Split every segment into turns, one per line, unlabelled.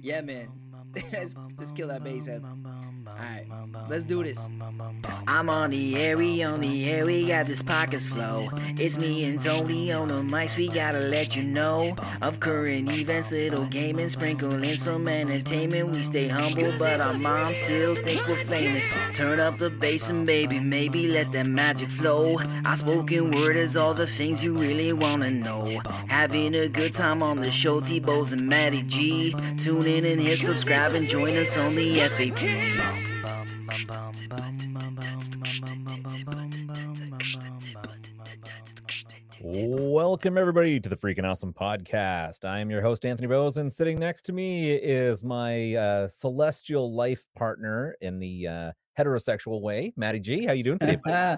Yeah, man. let's, let's kill that bass head. Alright, let's do this.
I'm on the air, we on the air, we got this pockets flow. It's me and Tony on the mics, we gotta let you know of current events, little gaming, sprinkle in some entertainment. We stay humble, but our mom still think we're famous. Turn up the bass and baby, maybe let that magic flow. Our spoken word is all the things you really wanna know. Having a good time on the show, T Bows and Matty G. Tune in and hit subscribe and join us on the FAP.
Welcome, everybody, to the Freaking Awesome Podcast. I am your host, Anthony Bose, and sitting next to me is my uh, celestial life partner in the uh, heterosexual way, Maddie G. How you doing today? bud?
uh,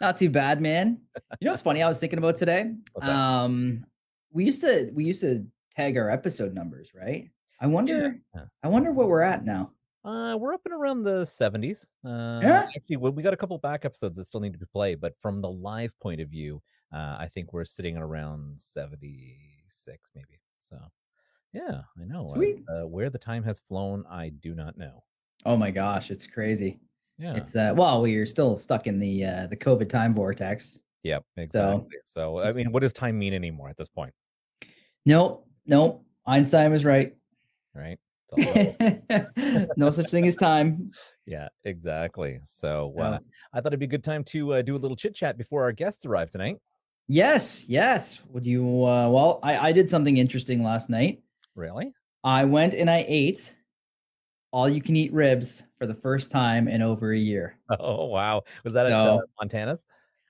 Not too bad, man. You know what's funny? I was thinking about today.
What's that?
Um, we used to we used to tag our episode numbers, right? I wonder.
Yeah.
I wonder what we're at now.
Uh, we're up and around the 70s. Uh,
Yeah?
Actually, we we got a couple back episodes that still need to be played, but from the live point of view, uh, I think we're sitting at around 76, maybe. So, yeah, I know.
Sweet.
Uh, where the time has flown, I do not know.
Oh my gosh, it's crazy.
Yeah.
It's uh, well, we're still stuck in the uh, the COVID time vortex.
Yep, exactly. So, I
Just-
mean, what does time mean anymore at this point,
No, no, Einstein was right.
right? It's all about-
no such thing as time.
yeah, exactly. So,
Yeah.
uh, I thought it'd be a good time to uh, do a little chit chat before our guests arrive tonight.
Yes, yes. Would you? Uh, well, I, I did something interesting last night.
Really?
I went and I ate all you can eat ribs for the first time in over a year.
Oh, wow. Was that at
No.
uh, Montana's?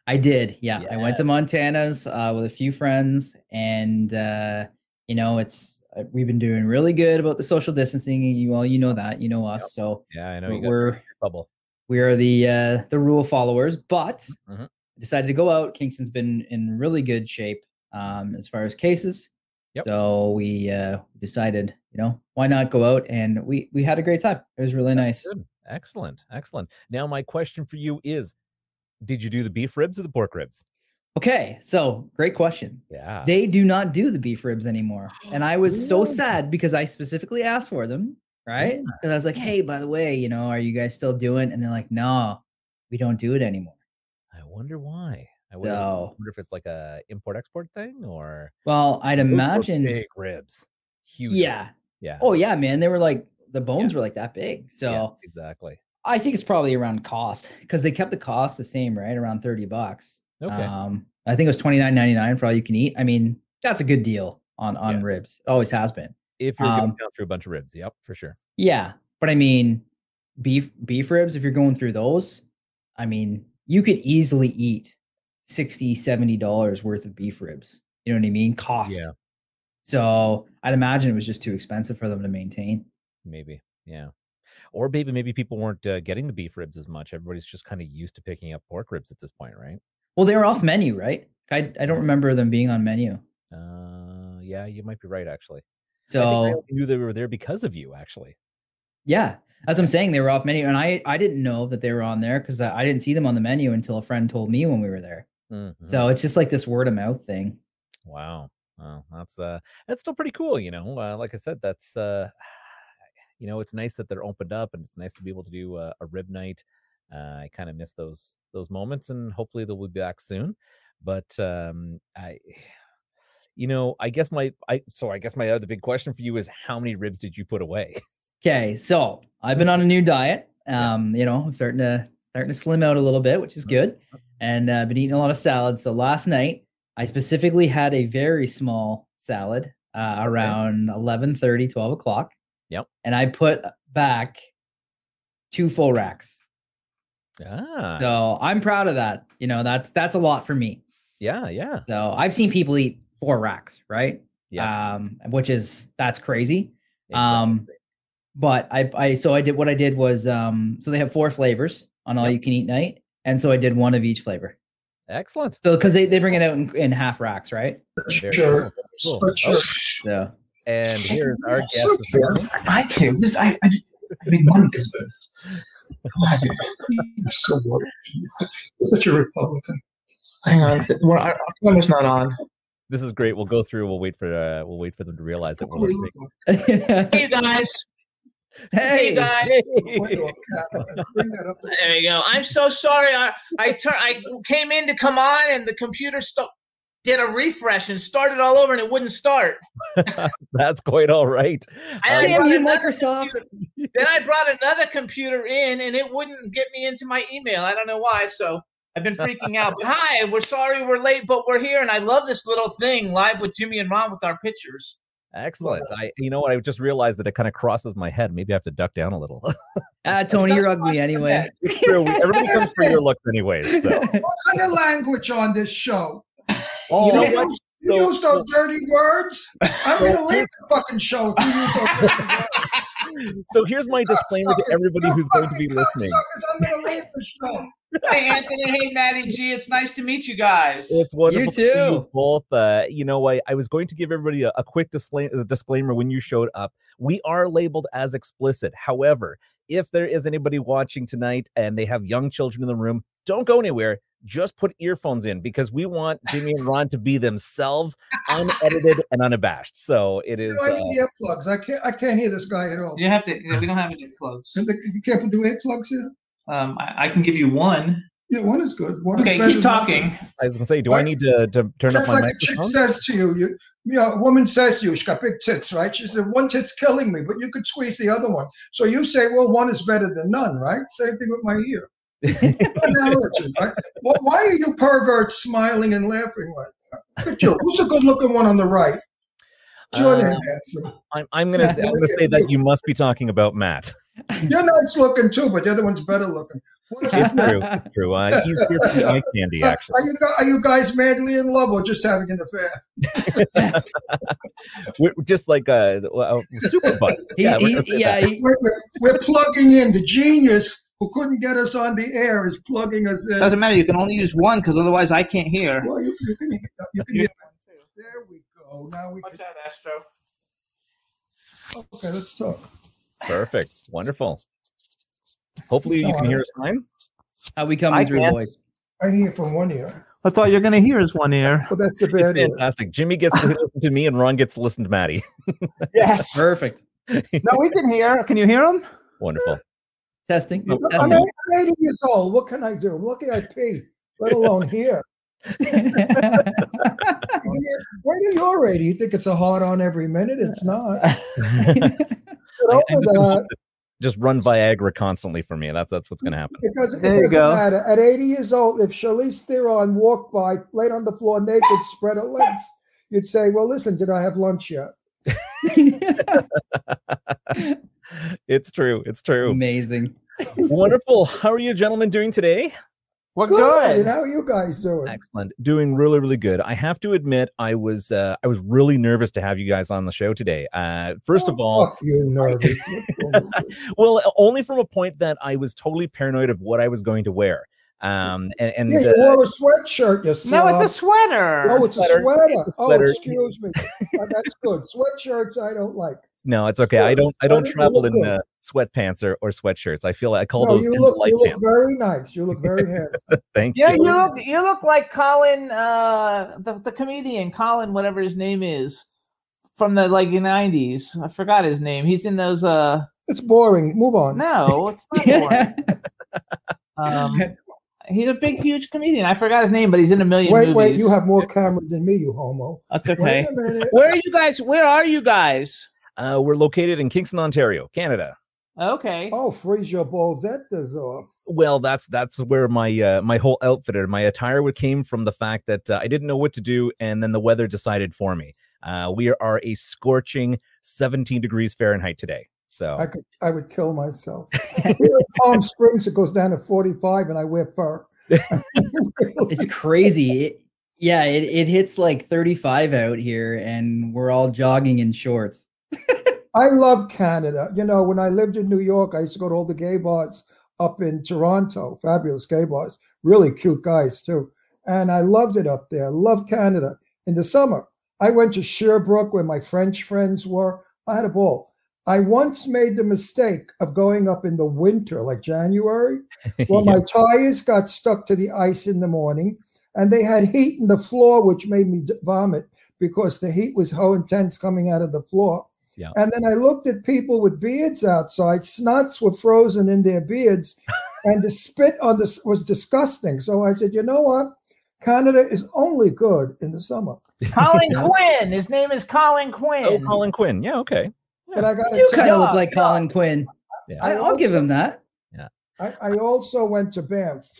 I did. Yeah. I went to Montana's uh, with a few friends and, uh, you know, it's, uh, we've been doing really good about the social distancing. and You all, you know that, you know us. So
Yeah, I know you got
we're,
bubble.
we are the, uh, the rule followers, but
Mhm.
decided to go out. Kingston's been in really good shape, um, as far as cases.
Yep.
So we, uh, decided, you know, why not go out? And we, we had a great time. It was really nice.
Good. Excellent. Excellent. Now, my question for you is Did you do the beef ribs or the pork ribs?
Okay. So great question.
Yeah.
they do not do the beef ribs anymore. And I was so
Really?
sad because I specifically asked for them, right? Because I was like, hey, by the way, you know, are you guys still doing? And they're like, no, we don't do it anymore.
I wonder why. I wonder, I
So-
wonder if it's like a import export thing or
Well, I'd
Those were
imagine.
big ribs. Huge. ribs.
Yeah.
Yeah.
Oh, yeah, man. They were like, the bones were like that big. So
Yeah, exactly.
I think it's probably around cost because they kept the cost the same, right? Around 30 bucks.
Okay.
Um, I think it was 29.99 for all you can eat. I mean, that's a good deal on on
Yeah.
ribs. It always has been.
if you're going
um,
down through a bunch of ribs, yep, for sure.
Yeah, but I mean, beef beef ribs. If you're going through those, I mean, you could easily eat 60 dollars worth of beef ribs. You know what I mean? Cost.
Yeah.
So I'd imagine it was just too expensive for them to maintain.
Maybe, yeah. Or maybe maybe people weren't uh, getting the beef ribs as much. Everybody's just kind of used to picking up pork ribs at this point, right?
Well, they were off menu, right? I I don't remember them being on menu.
Uh, yeah, you might be right. Actually, I, think I
So
only knew they were there because of you. Actually,
yeah, that's what I'm saying. They were off menu, and I I didn't know that they were on there because I, I didn't see them on the menu until a friend told me when we were there.
Mhm.
So it's just like this word of mouth thing.
Wow. Wow. That's uh that's still pretty cool, you know. Uh, like I said, that's uh you know, it's nice that they're opened up and it's nice to be able to do uh, a rib night. Uh, I kind of miss those those moments and hopefully they'll be back soon. But um I you know, I guess my I so I guess my other big question for you is how many ribs did you put away?
Okay, so I've been on a new diet.
Yeah. Uh-huh.
Um, you know, I'm starting to starting to slim out a little bit, which is good. And uh, I've been eating a lot of salad. So last night I specifically had a very small salad uh, around 11, 12 o'clock.
Yep.
And I put back two full racks.
Ah.
So I'm proud of that. You know, that's that's a lot for me.
yeah, yeah.
So I've seen people eat four racks, right?
Yeah.
Um, which is that's crazy um,
exactly.
but I, I so I did what I did was um so they have four flavors on all
Yep.
you can eat night, and so I did one of each flavor.
Excellent.
So because they, they bring it out in, in half racks, right?
Very
Sure.
cool,
But
cool.
sure.
Oh,
So
and here's our guest.
So
this
fair.
morning.
I can't. This, I, I, just- I made money because of this. God, you're so what? Such a Republican. Hang on. Well, I, I- I was not on.
This is great. We'll go through. We'll wait for uh, we'll wait for them to realize that we're listening.
hey,
Hey guys, hey guys.
Bring that up.
There you go. I'm so sorry. I I tur- I came in to come on, and the computer sto- did a refresh and started all over, and it wouldn't start.
That's quite all right.
I
Um,
damn
brought
you,
another
Microsoft.
computer- then I brought another computer in, and it wouldn't get me into my email. I don't know why. So I've been freaking out. But hi, we're sorry we're late, but we're here, and I love this little thing live with Jimmy and Ron with our pictures.
excellent. I you know what? I just realized that it kind of crosses my head. Maybe I have to duck down a little.
Ah, Tony, you're ugly anyway.
It's true. We- Everybody comes for your looks anyways. So.
What kind of language on this show?
Oh,
You,
what?
use, you
So-
use those dirty words? I'm going to leave the fucking show if you use those dirty words.
so here's my disclaimer to
Cocksuckers.
everybody
You
who's going to be
fucking
listening.
cocksuckers. I'm going to leave the show.
Hey Anthony, hey Maddie G, it's nice to meet you guys.
It's wonderful. to see
too.
both. Uh, you know, I, I was going to give everybody a, a quick disclaimer, disclaimer when you showed up. We are labeled as explicit. However, if there is anybody watching tonight and they have young children in the room, don't go anywhere. Just put earphones in because we want Jimmy and Ron to be themselves, unedited and unabashed. So it is.
You know, I
Uh,
need earplugs. I can't, I can't hear this guy at all.
You have to. We don't have any plugs.
And the- You can't do earplugs here?
Um, I, I can give you one.
Yeah, one is good. One
Okay,
is better
keep
than-
talking.
I was gonna say, do I need to, to turn up
That's
my
like a chick
microphone?
says to you, you, you know, a woman says to you, she got big tits, right? She said, one tit's killing me, but you could squeeze the other one. So you say, well, one is better than none, right? Same thing with my ear. Analogy, right? Well, why are you perverts smiling and laughing like that? Look at you. Who's the good looking one on the right? Jordan
Uh,
handsome.
I'm, I'm gonna I'm gonna say that you must be talking about Matt.
You're nice looking too, but the other one's better looking. What is
It's true. It's true. Uh, he's here for the eye candy,
Uh,
actually.
Are you, gu- are you guys madly in love or just having an affair?
We're just like uh, well, super fun.
He-
Yeah, we're
he-
gonna say
yeah,
that.
he-
We're, we're- we're plugging in. The genius who couldn't get us on the air is plugging us in.
Doesn't matter. You can only use one because otherwise I can't hear.
Well, you, you can, you can hear There we go. Now we can.
out, Astro.
Okay, let's talk.
Perfect. Wonderful. Hopefully, you can hear us fine.
How we coming
I
through,
can't.
boys?
I hear from one ear.
That's all you're gonna hear is one ear.
Well, that's the
It's
bad ear.
fantastic. Jimmy gets to listen to me, and Ron gets to listen to Maddie.
Yes.
Perfect.
No, we can hear. Can you hear him?
Wonderful.
Testing.
Oh,
I'm
testing.
eight- I'm 80 years old. What can I do? Look at pee, let alone here. When are you're 80, you think it's a hard on every minute. It's not.
I- I'm
Get over
just gonna
that.
have to just run Viagra constantly for me. That's that's what's going to happen.
It doesn't,
There you
it doesn't
go.
matter. At 80 years old, if Charlize Theron walked by, laid on the floor naked, spread her legs, you'd say, Well, listen, did I have lunch yet?
It's true. It's true.
Amazing.
Wonderful. How are you, gentlemen, doing today?
We're
And how are you guys doing?
Excellent. Doing really, really good. I have to admit, I was uh, I was really nervous to have you guys on the show today. Uh, first of
Oh,
all,
fuck you, nervous.
well, only from a point that I was totally paranoid of what I was going to wear. Um, and, and
yeah, you
uh,
wore a sweatshirt, you
No,
slob.
it's a sweater.
Oh, it's a
sweater.
sweater.
It's a
Oh,
sweater.
excuse me. Oh, that's good. Sweatshirts, I don't like.
no, it's okay. I don't, I don't
You
travel
look
in uh,
good.
sweatpants or, or sweatshirts. I feel I call
No,
those
you
end
look,
of life
you look
pants.
very nice. You look very handsome.
Thank
Yeah,
you.
you look you look like Colin, uh, the the comedian Colin, whatever his name is, from the like nineties. I forgot his name. He's in those. Uh,
It's boring. Move on.
no, it's not boring. um, he's a big, huge comedian. I forgot his name, but he's in a million
wait,
movies.
wait. You have more camera than me, you homo.
That's
Wait
okay.
a minute.
Where are you guys? Where are you guys?
Uh, we're located in Kingston, Ontario, Canada.
Okay.
Oh, freeze your bolzettas off.
Well, that's that's where my uh, my whole outfit or my attire would came from the fact that uh, I didn't know what to do, and then the weather decided for me. Uh, we are a scorching 17 degrees Fahrenheit today. So
I could, I would kill myself. Here in Palm Springs, it goes down to 45, and I wear fur.
It's crazy. It, yeah, it, it hits like 35 out here, and we're all jogging in shorts.
I love Canada. You know, when I lived in New York, I used to go to all the gay bars up in Toronto, fabulous gay bars, really cute guys too. And I loved it up there. Love Canada. In the summer, I went to Sherbrooke where my French friends were. I had a ball. I once made the mistake of going up in the winter, like January, Well, my tires got stuck to the ice in the morning, and they had heat in the floor, which made me d- vomit. because the heat was so intense coming out of the floor.
Yeah.
And then I looked at people with beards outside. Snots were frozen in their beards, and the spit on this was disgusting. So I said, you know what? Canada is only good in the summer.
Colin Quinn. His name is Colin Quinn.
Oh, Colin Quinn. Yeah, okay.
But I got
You
to
kind
tell
of
you,
look like Colin Quinn.
Yeah.
I, I'll give him that.
I, I also went to Banff,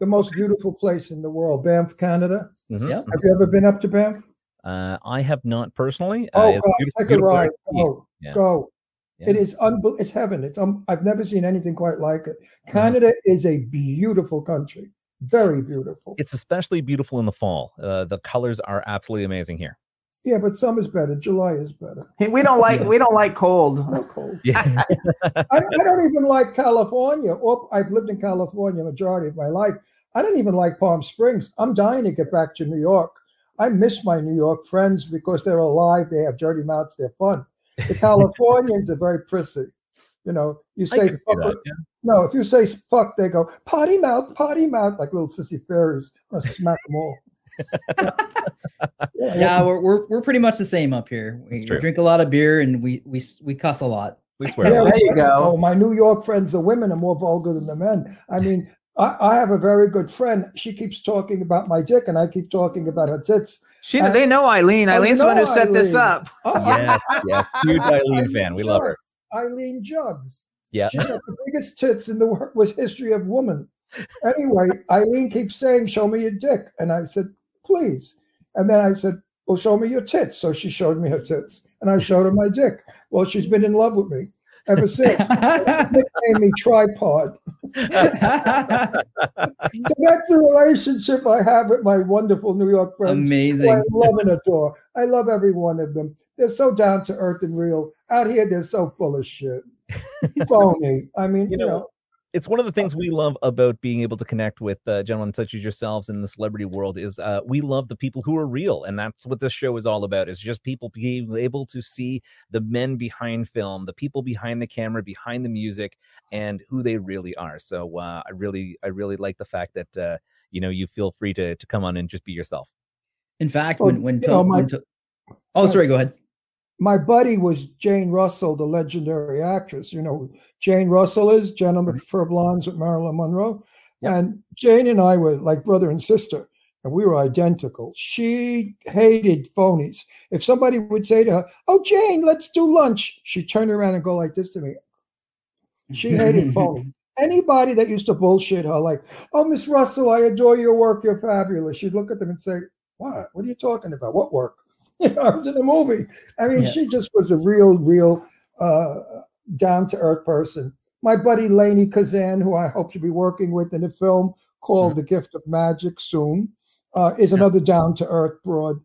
the most beautiful place in the world, Banff, Canada.
Mhm.
Yep.
Have you ever been up to Banff?
Uh, I have not personally.
Oh,
uh, it's
God,
beautiful-
take a
beautiful
ride.
area.
Go,
Yeah.
go.
Yeah.
It is unbel- It's heaven. It's um, I've never seen anything quite like it.
Uh-huh.
Canada is a beautiful country. Very beautiful.
It's especially beautiful in the fall. Uh, the colors are absolutely amazing here.
Yeah, but summer's better. July is better.
Hey, We don't like we don't like cold.
No cold.
Yeah.
I, I don't even like California. Or I've lived in California majority of my life. I don't even like Palm Springs. I'm dying to get back to New York. I miss my New York friends because they're alive. They have dirty mouths. They're fun. The Californians are very prissy. You know, you
I can
say
see
fuck,
that, yeah.
no. If you say fuck, they go potty mouth, potty mouth, like little sissy fairies. I smack them all. yeah,
Yeah, we're, we're, we're pretty much the same up here. We,
That's true.
we drink a lot of beer and we we we cuss a lot.
We
Yeah,
swear.
There you go.
Oh, my New York friends, the women are more vulgar than the men. I mean, I, I have a very good friend. She keeps talking about my dick, and I keep talking about her tits.
She they know Eileen.
Uh, I
Eileen's the one who
know
set this
Eileen.
up.
Oh,
yes, yes. Huge Eileen
Eileen
fan. We love her.
Eileen Jugs.
Yeah.
She has the biggest tits in the wor- was history of woman. Anyway, Eileen keeps saying, "Show me your dick," and I said, "Please." And then I said, "Well, show me your tits." So she showed me her tits, and I showed her my dick. Well, she's been in love with me ever since. Nicknamed me Tripod. So that's the relationship I have with my wonderful New York friends. who I
Amazing.
love and adore. I love every one of them. They're so down to earth and real. Out here, they're so full of shit. Phony. I mean,
You
you
know,
know,
it's one of the things we love about being able to connect with uh, gentlemen such as yourselves in the celebrity world is uh, we love the people who are real and that's what this show is all about is just people being able to see the men behind film the people behind the camera behind the music and who they really are so uh, i really i really like the fact that uh, you know you feel free to, to come on and just be yourself
In fact,
Well,
when when,
you
to-
know, my-
when to- oh sorry, go ahead.
my buddy was Jane Russell, the legendary actress. You know who Jane Russell is, Gentleman for Blondes with Marilyn Monroe. And Jane and I were like brother and sister, and we were identical. She hated phonies. If somebody would say to her, Oh, Jane, let's do lunch, she'd turn around and go like this to me. She hated phonies. Anybody that used to bullshit her, like, Oh, Miss Russell, I adore your work. You're fabulous. She'd look at them and say, What? What are you talking about? What work? You know, I was in a movie. I mean,
Yeah.
she just was a real, real uh, down to earth person. My buddy Lainey Kazan, who I hope to be working with in a film
Mm-hmm.
called The Gift of Magic soon, uh, is another down to earth broad.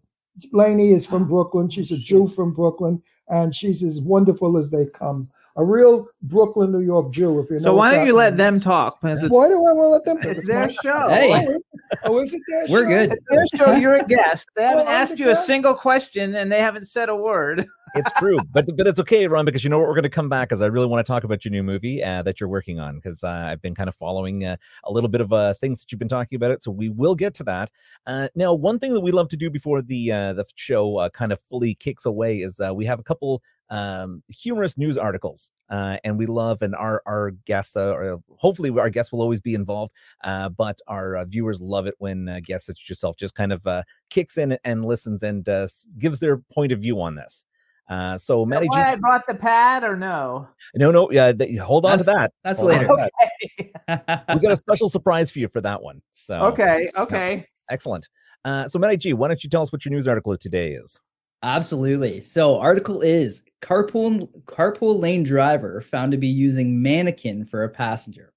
Lainey is
Ah,
from Brooklyn. She's a Jew from Brooklyn, and she's as wonderful as they come. A real Brooklyn, New York Jew, if you know.
So
what
why
that
don't you let them
means.
talk? Because it's,
Why do I want to let them talk?
it's their
my-
show.
Hey.
Oh, is- oh, is it their
We're
show?
good.
It's their show. You're a guest. They haven't
Oh, I'm
asked
the
you a
guest.
single question and they haven't said a word.
it's true but but it's okay ron because you know what we're going to come back because i really want to talk about your new movie uh, that you're working on because uh, i've been kind of following uh, a little bit of uh, things that you've been talking about it so we will get to that uh, now one thing that we love to do before the uh, the show uh, kind of fully kicks away is uh, we have a couple um, humorous news articles uh, and we love and our our guests uh, or hopefully our guests will always be involved uh, but our uh, viewers love it when uh, guests such as yourself just kind of uh, kicks in and listens and uh, s- gives their point of view on this uh, so,
Is that
Maddie G,
why I brought the pad or no?
no, no, yeah, th- hold on to that.
That's
Hold on
later.
to that. We got a special surprise for you for that one. So,
Okay, okay.
excellent. Uh, so, Maddie G, why don't you tell us what your news article of today is?
Absolutely. So article is carpool carpool lane driver found to be using mannequin for a passenger.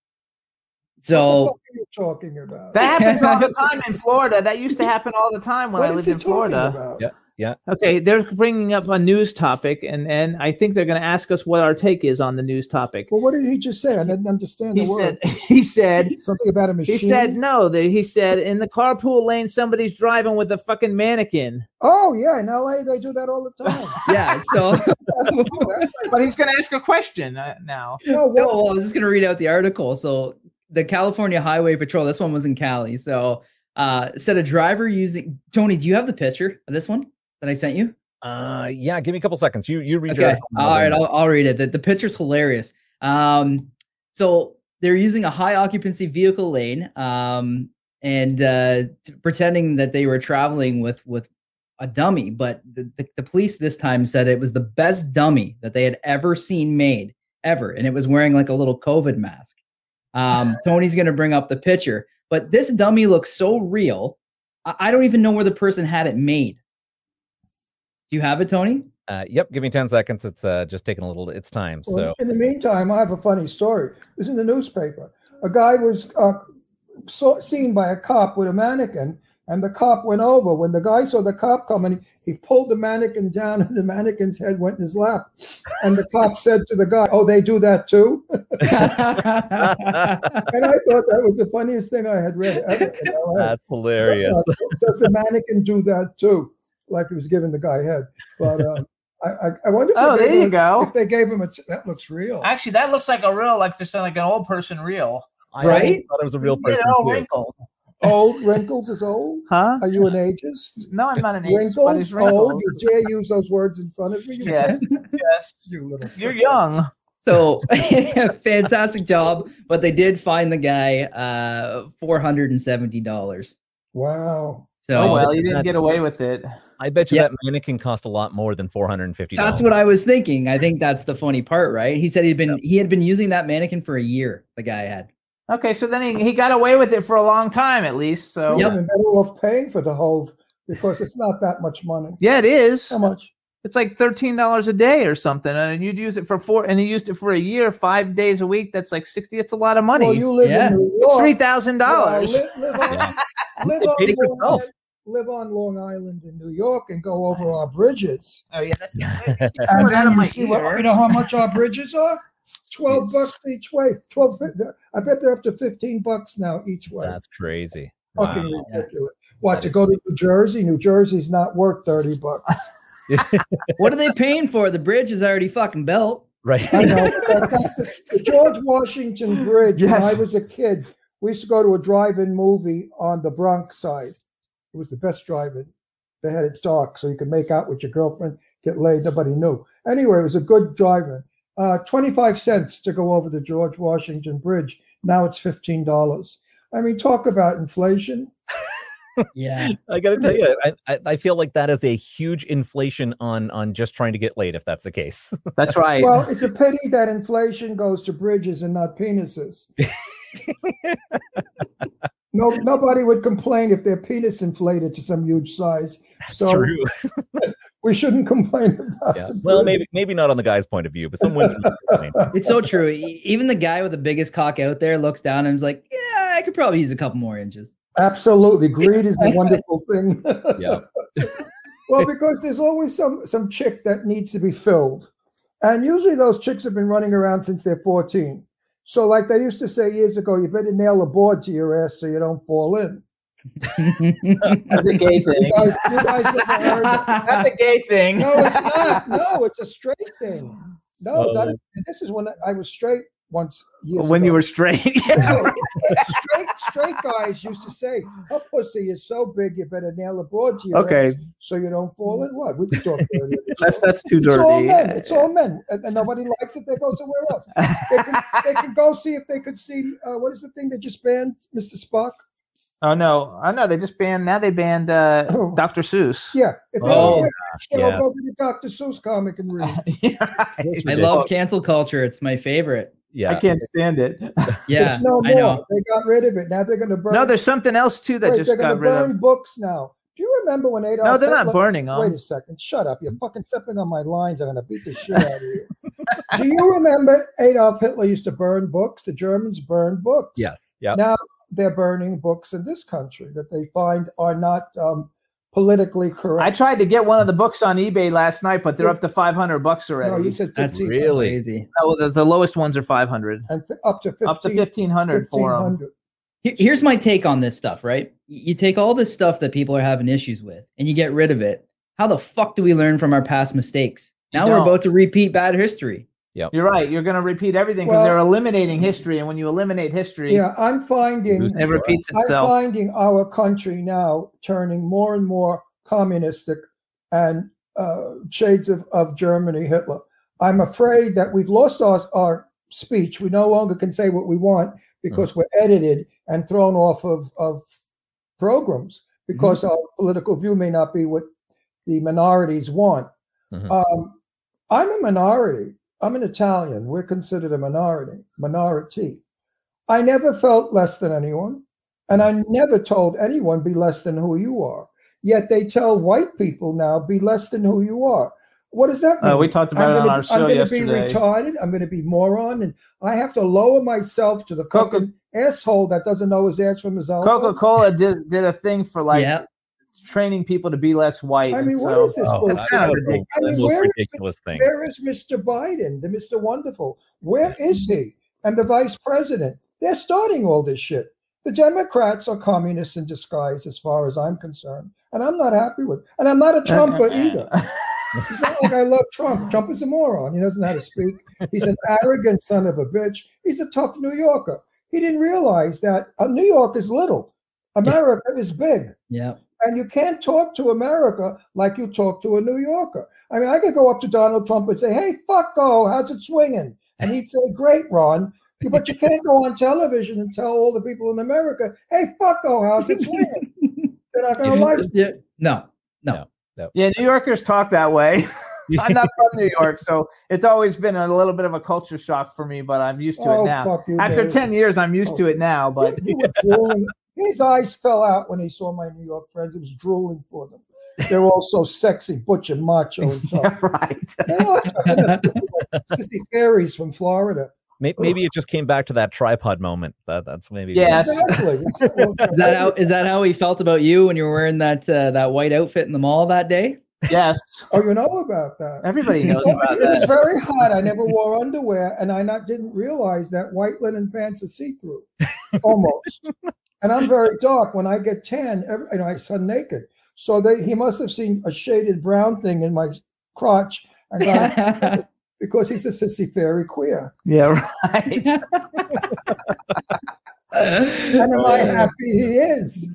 What
So
the fuck are you talking about?
That happens all the time in Florida. That used to happen all the time when
What
I
is
lived
he
in
talking
Florida.
about?
Yeah.
Okay, they're bringing up a news topic, and and I think they're going to ask us what our take is on the news topic.
Well, what did he just say? I didn't understand
He
the word.
said, he said,
Something about a machine.
he said no. That he said in the carpool lane, somebody's driving with a fucking mannequin.
Oh yeah, in LA they do that all the time.
yeah, so
But he's going to ask a question uh, now.
No,
No, well,
well, I was just going to read out the article. So the California Highway Patrol, this one was in Cali. So uh said a driver using Tony, do you have the picture of this one? that I sent you?
Uh, yeah. Give me a couple seconds. You you read.
Okay. All right. I'll, I'll read it. The, the picture's hilarious. Um, so they're using a high occupancy vehicle lane, um, and uh, t- pretending that they were traveling with with a dummy. But the, the, the police this time said it was the best dummy that they had ever seen made ever, and it was wearing like a little COVID mask. Um, Tony's going to bring up the picture, but this dummy looks so real. I, I don't even know where the person had it made. Do you have it, Tony?
Uh, yep. Give me ten seconds. It's uh, just taking a little. It's time.
Oh,
So
in the meantime, I have a funny story. It was in the newspaper. A guy was uh, saw, seen by a cop with a mannequin, and the cop went over. When the guy saw the cop coming, he pulled the mannequin down, and the mannequin's head went in his lap. And the cop said to the guy, "Oh, they do that too." and I thought that was the funniest thing I had read. Ever
oh.
That's hilarious.
So, does the mannequin do that too? like he was giving the guy head. But um, I, I, I, wonder. If
oh,
they
there you
him,
go.
If they gave him a, t- that looks real.
Actually, that looks like a real, like just like an old person real.
I right? thought it was a real person.
oh
all
too.
wrinkled.
Old wrinkles is old.
Huh?
Are you an ageist?
No, I'm not an ageist. but
Wrinkles,
it's wrinkles.
old. Did Jay use those words in front of me? You
Yes, yes.
You little.
You're young.
So fantastic job, but they did find the guy uh, four hundred and seventy dollars.
Wow.
So
Oh well,
it's
you didn't
not-
get away with it.
I bet you
Yeah.
that mannequin cost a lot more than four hundred and fifty.
That's what I was thinking. I think that's the funny part, right? He said he'd been he had been using that mannequin for a year. The guy had.
Okay, so then he, he got away with it for a long time at least. So
You're even better off paying for the whole because it's not that much money.
yeah, it is.
How much?
It's like thirteen dollars a day or something, and you'd use it for four, and he used it for a year, five days a week. That's like sixty. It's a lot of money.
Well, you live
Yeah.
in New
It's
York.
three thousand dollars.
You know, li- live, on, live,
It
on
paid for
Long
itself.
Island- live on Long Island in New York and go over our bridges.
Oh yeah, that's
I.
And
Out of
then you
my
see what,
ear.
you know how much our bridges are? Twelve bucks each way. Twelve. fif- I bet they're up to fifteen bucks now each way.
That's crazy.
Fucking
Wow.
ridiculous. What to go to New Jersey? New Jersey's not worth thirty bucks.
What are they paying for? The bridge is already fucking built.
Right.
I know. but that's the, the George Washington Bridge. When
Yes.
I was a kid, we used to go to a drive-in movie on the Bronx side. It was the best drive-in. They had it dark, so you could make out with your girlfriend, get laid. Nobody knew. Anyway, it was a good drive-in. Uh, Twenty-five cents to go over the George Washington Bridge. Now it's fifteen dollars. I mean, talk about inflation.
Yeah.
I got to tell you, I, I, I feel like that is a huge inflation on on just trying to get laid. If that's the case,
that's right.
Well, it's a pity that inflation goes to bridges and not penises. no, nobody would complain if their penis inflated to some huge size. so
true.
we shouldn't complain about.
Yeah.
the
Well,
bridge.
maybe maybe not on the guy's point of view, but some women.
It's so true. E- Even the guy with the biggest cock out there looks down and is like, "Yeah, I could probably use a couple more inches."
Absolutely, greed is a wonderful thing.
Yeah.
well, because there's always some some chick that needs to be filled, and usually those chicks have been running around since they're 14. So, like they used to say years ago, you better nail a board to your ass so you don't fall in.
That's a gay thing.
You guys, you guys never heard that?
That's a gay thing.
No, it's not. No, it's a straight thing. No,
Oh.
that is- and this is when I- I was straight once. Years
when
ago.
you were straight.
No, straight, straight guys used to say, "Her pussy is so big, you better nail a broad to your
okay,
ass so you don't fall in." What we can talk. dirty.
that's that's too
It's all
dirty.
men. It's all men, and, and nobody likes it. They go somewhere else. They can, they can go see if they could see uh, what is the thing they just banned, Mr. Spock.
oh no, I know they just banned. Now they banned uh,
Oh.
Dr. Seuss.
Yeah, if they
Oh,
don't like the show,
yeah.
go to the Dr. Seuss comic and read.
I love cancel culture. It's my favorite.
Yeah.
I can't stand it.
Yeah,
it's no
I know.
more. They got rid of it. Now they're going to burn.
No, there's something else too that
Wait,
just
they're going
got
to
rid
burn
of.
books now. Do you remember when Adolf?
No, they're
Hitler-
not burning them.
Wait a second. Shut up. You're fucking stepping on my lines. I'm going to beat the shit out of you. Do you remember Adolf Hitler used to burn books? The Germans burned books.
Yes. Yeah.
Now they're burning books in this country that they find are not um, politically
I
correct.
tried to get one of the books on eBay last night, but they're up to 500 bucks
no,
already.
you said
That's
15
Really?
crazy.
No, the, the lowest ones are 500.
and f- up to 15,
up to 1500 for them.
1500.
Here- Here's my take on this stuff, right? Y- You take all this stuff that people are having issues with and you get rid of it. How the fuck do we learn from our past mistakes? Now we're
don't.
about to repeat bad history.
You're right. You're going to repeat everything because
Well-
they're eliminating history. And when you eliminate history,
Yeah, I'm finding
it repeats
I'm
itself.
finding our country now turning more and more communistic and uh, shades of, of Germany, Hitler. I'm afraid that we've lost our, our speech. We no longer can say what we want
Mm.
because we're edited and thrown off of, of programs
Mm-hmm.
because our political view may not be what the minorities want.
Mm-hmm.
Mhm.
Um, I'm a minority. I'm an Italian. We're considered a minority. Minority. I never felt less than anyone, and I never told anyone be less than who you are. Yet they tell white people now be less than who you are. What does that mean?
Uh, we talked about
I'm
it on
gonna-
our show
I'm gonna
yesterday.
be retarded. I'm going to be moron, and I have to lower myself to the
Coca-
fucking asshole that doesn't know his ass from his elbow.
Coca Cola did, did a thing for like
yeah,
training people to be less white.
I
and
mean,
so,
what is this
Oh,
bullshit?
That's kind of ridiculous.
I mean,
That's the most
where-
ridiculous thing.
Where is Mr. Biden, the Mr. Wonderful? Where is he? And the vice president? They're starting all this shit. The Democrats are communists in disguise, as far as I'm concerned. And I'm not happy with And I'm not a Trumper either. It's not like I love Trump. Trump is a moron. He doesn't know how to speak. He's an arrogant son of a bitch. He's a tough New Yorker. He didn't realize that uh, New York is little, America is big.
yeah.
And you can't talk to America like you talk to a New Yorker. I mean, I could go up to Donald Trump and say, hey, fucko, how's it swinging? And he'd say, great, Ron. But you can't go on television and tell all the people in America, hey, fucko, how's it swinging? They're not going to like it.
Yeah. No,
yeah, New Yorkers talk that way. I'm not from New York, so it's always been a little bit of a culture shock for me, but I'm used to
Oh,
it now.
fuck you.
After
David.
10 years, I'm used to it now, but
You were drooling. His eyes fell out when he saw my New York friends. He was drooling for them. They're all so sexy, butcher, macho, and tough.
yeah, right.
They are tough. That's what- Sissy fairies from Florida.
May- Maybe it just came back to that tripod moment. That, that's maybe. what it
Yes.
Exactly.
Is that how is that how he felt about you when you were wearing that uh, that white outfit in the mall that day?
Yes.
Oh, you know about that.
Everybody knows
Well,
about
it was
that.
very hot. I never wore underwear, and I not didn't realize that white linen pants are see through, almost. and I'm very dark. When I get tan, every, you know, I sun naked. So they, he must have seen a shaded brown thing in my crotch, and got it because he's a sissy fairy queer.
Yeah, right. Oh,
And am I happy he is?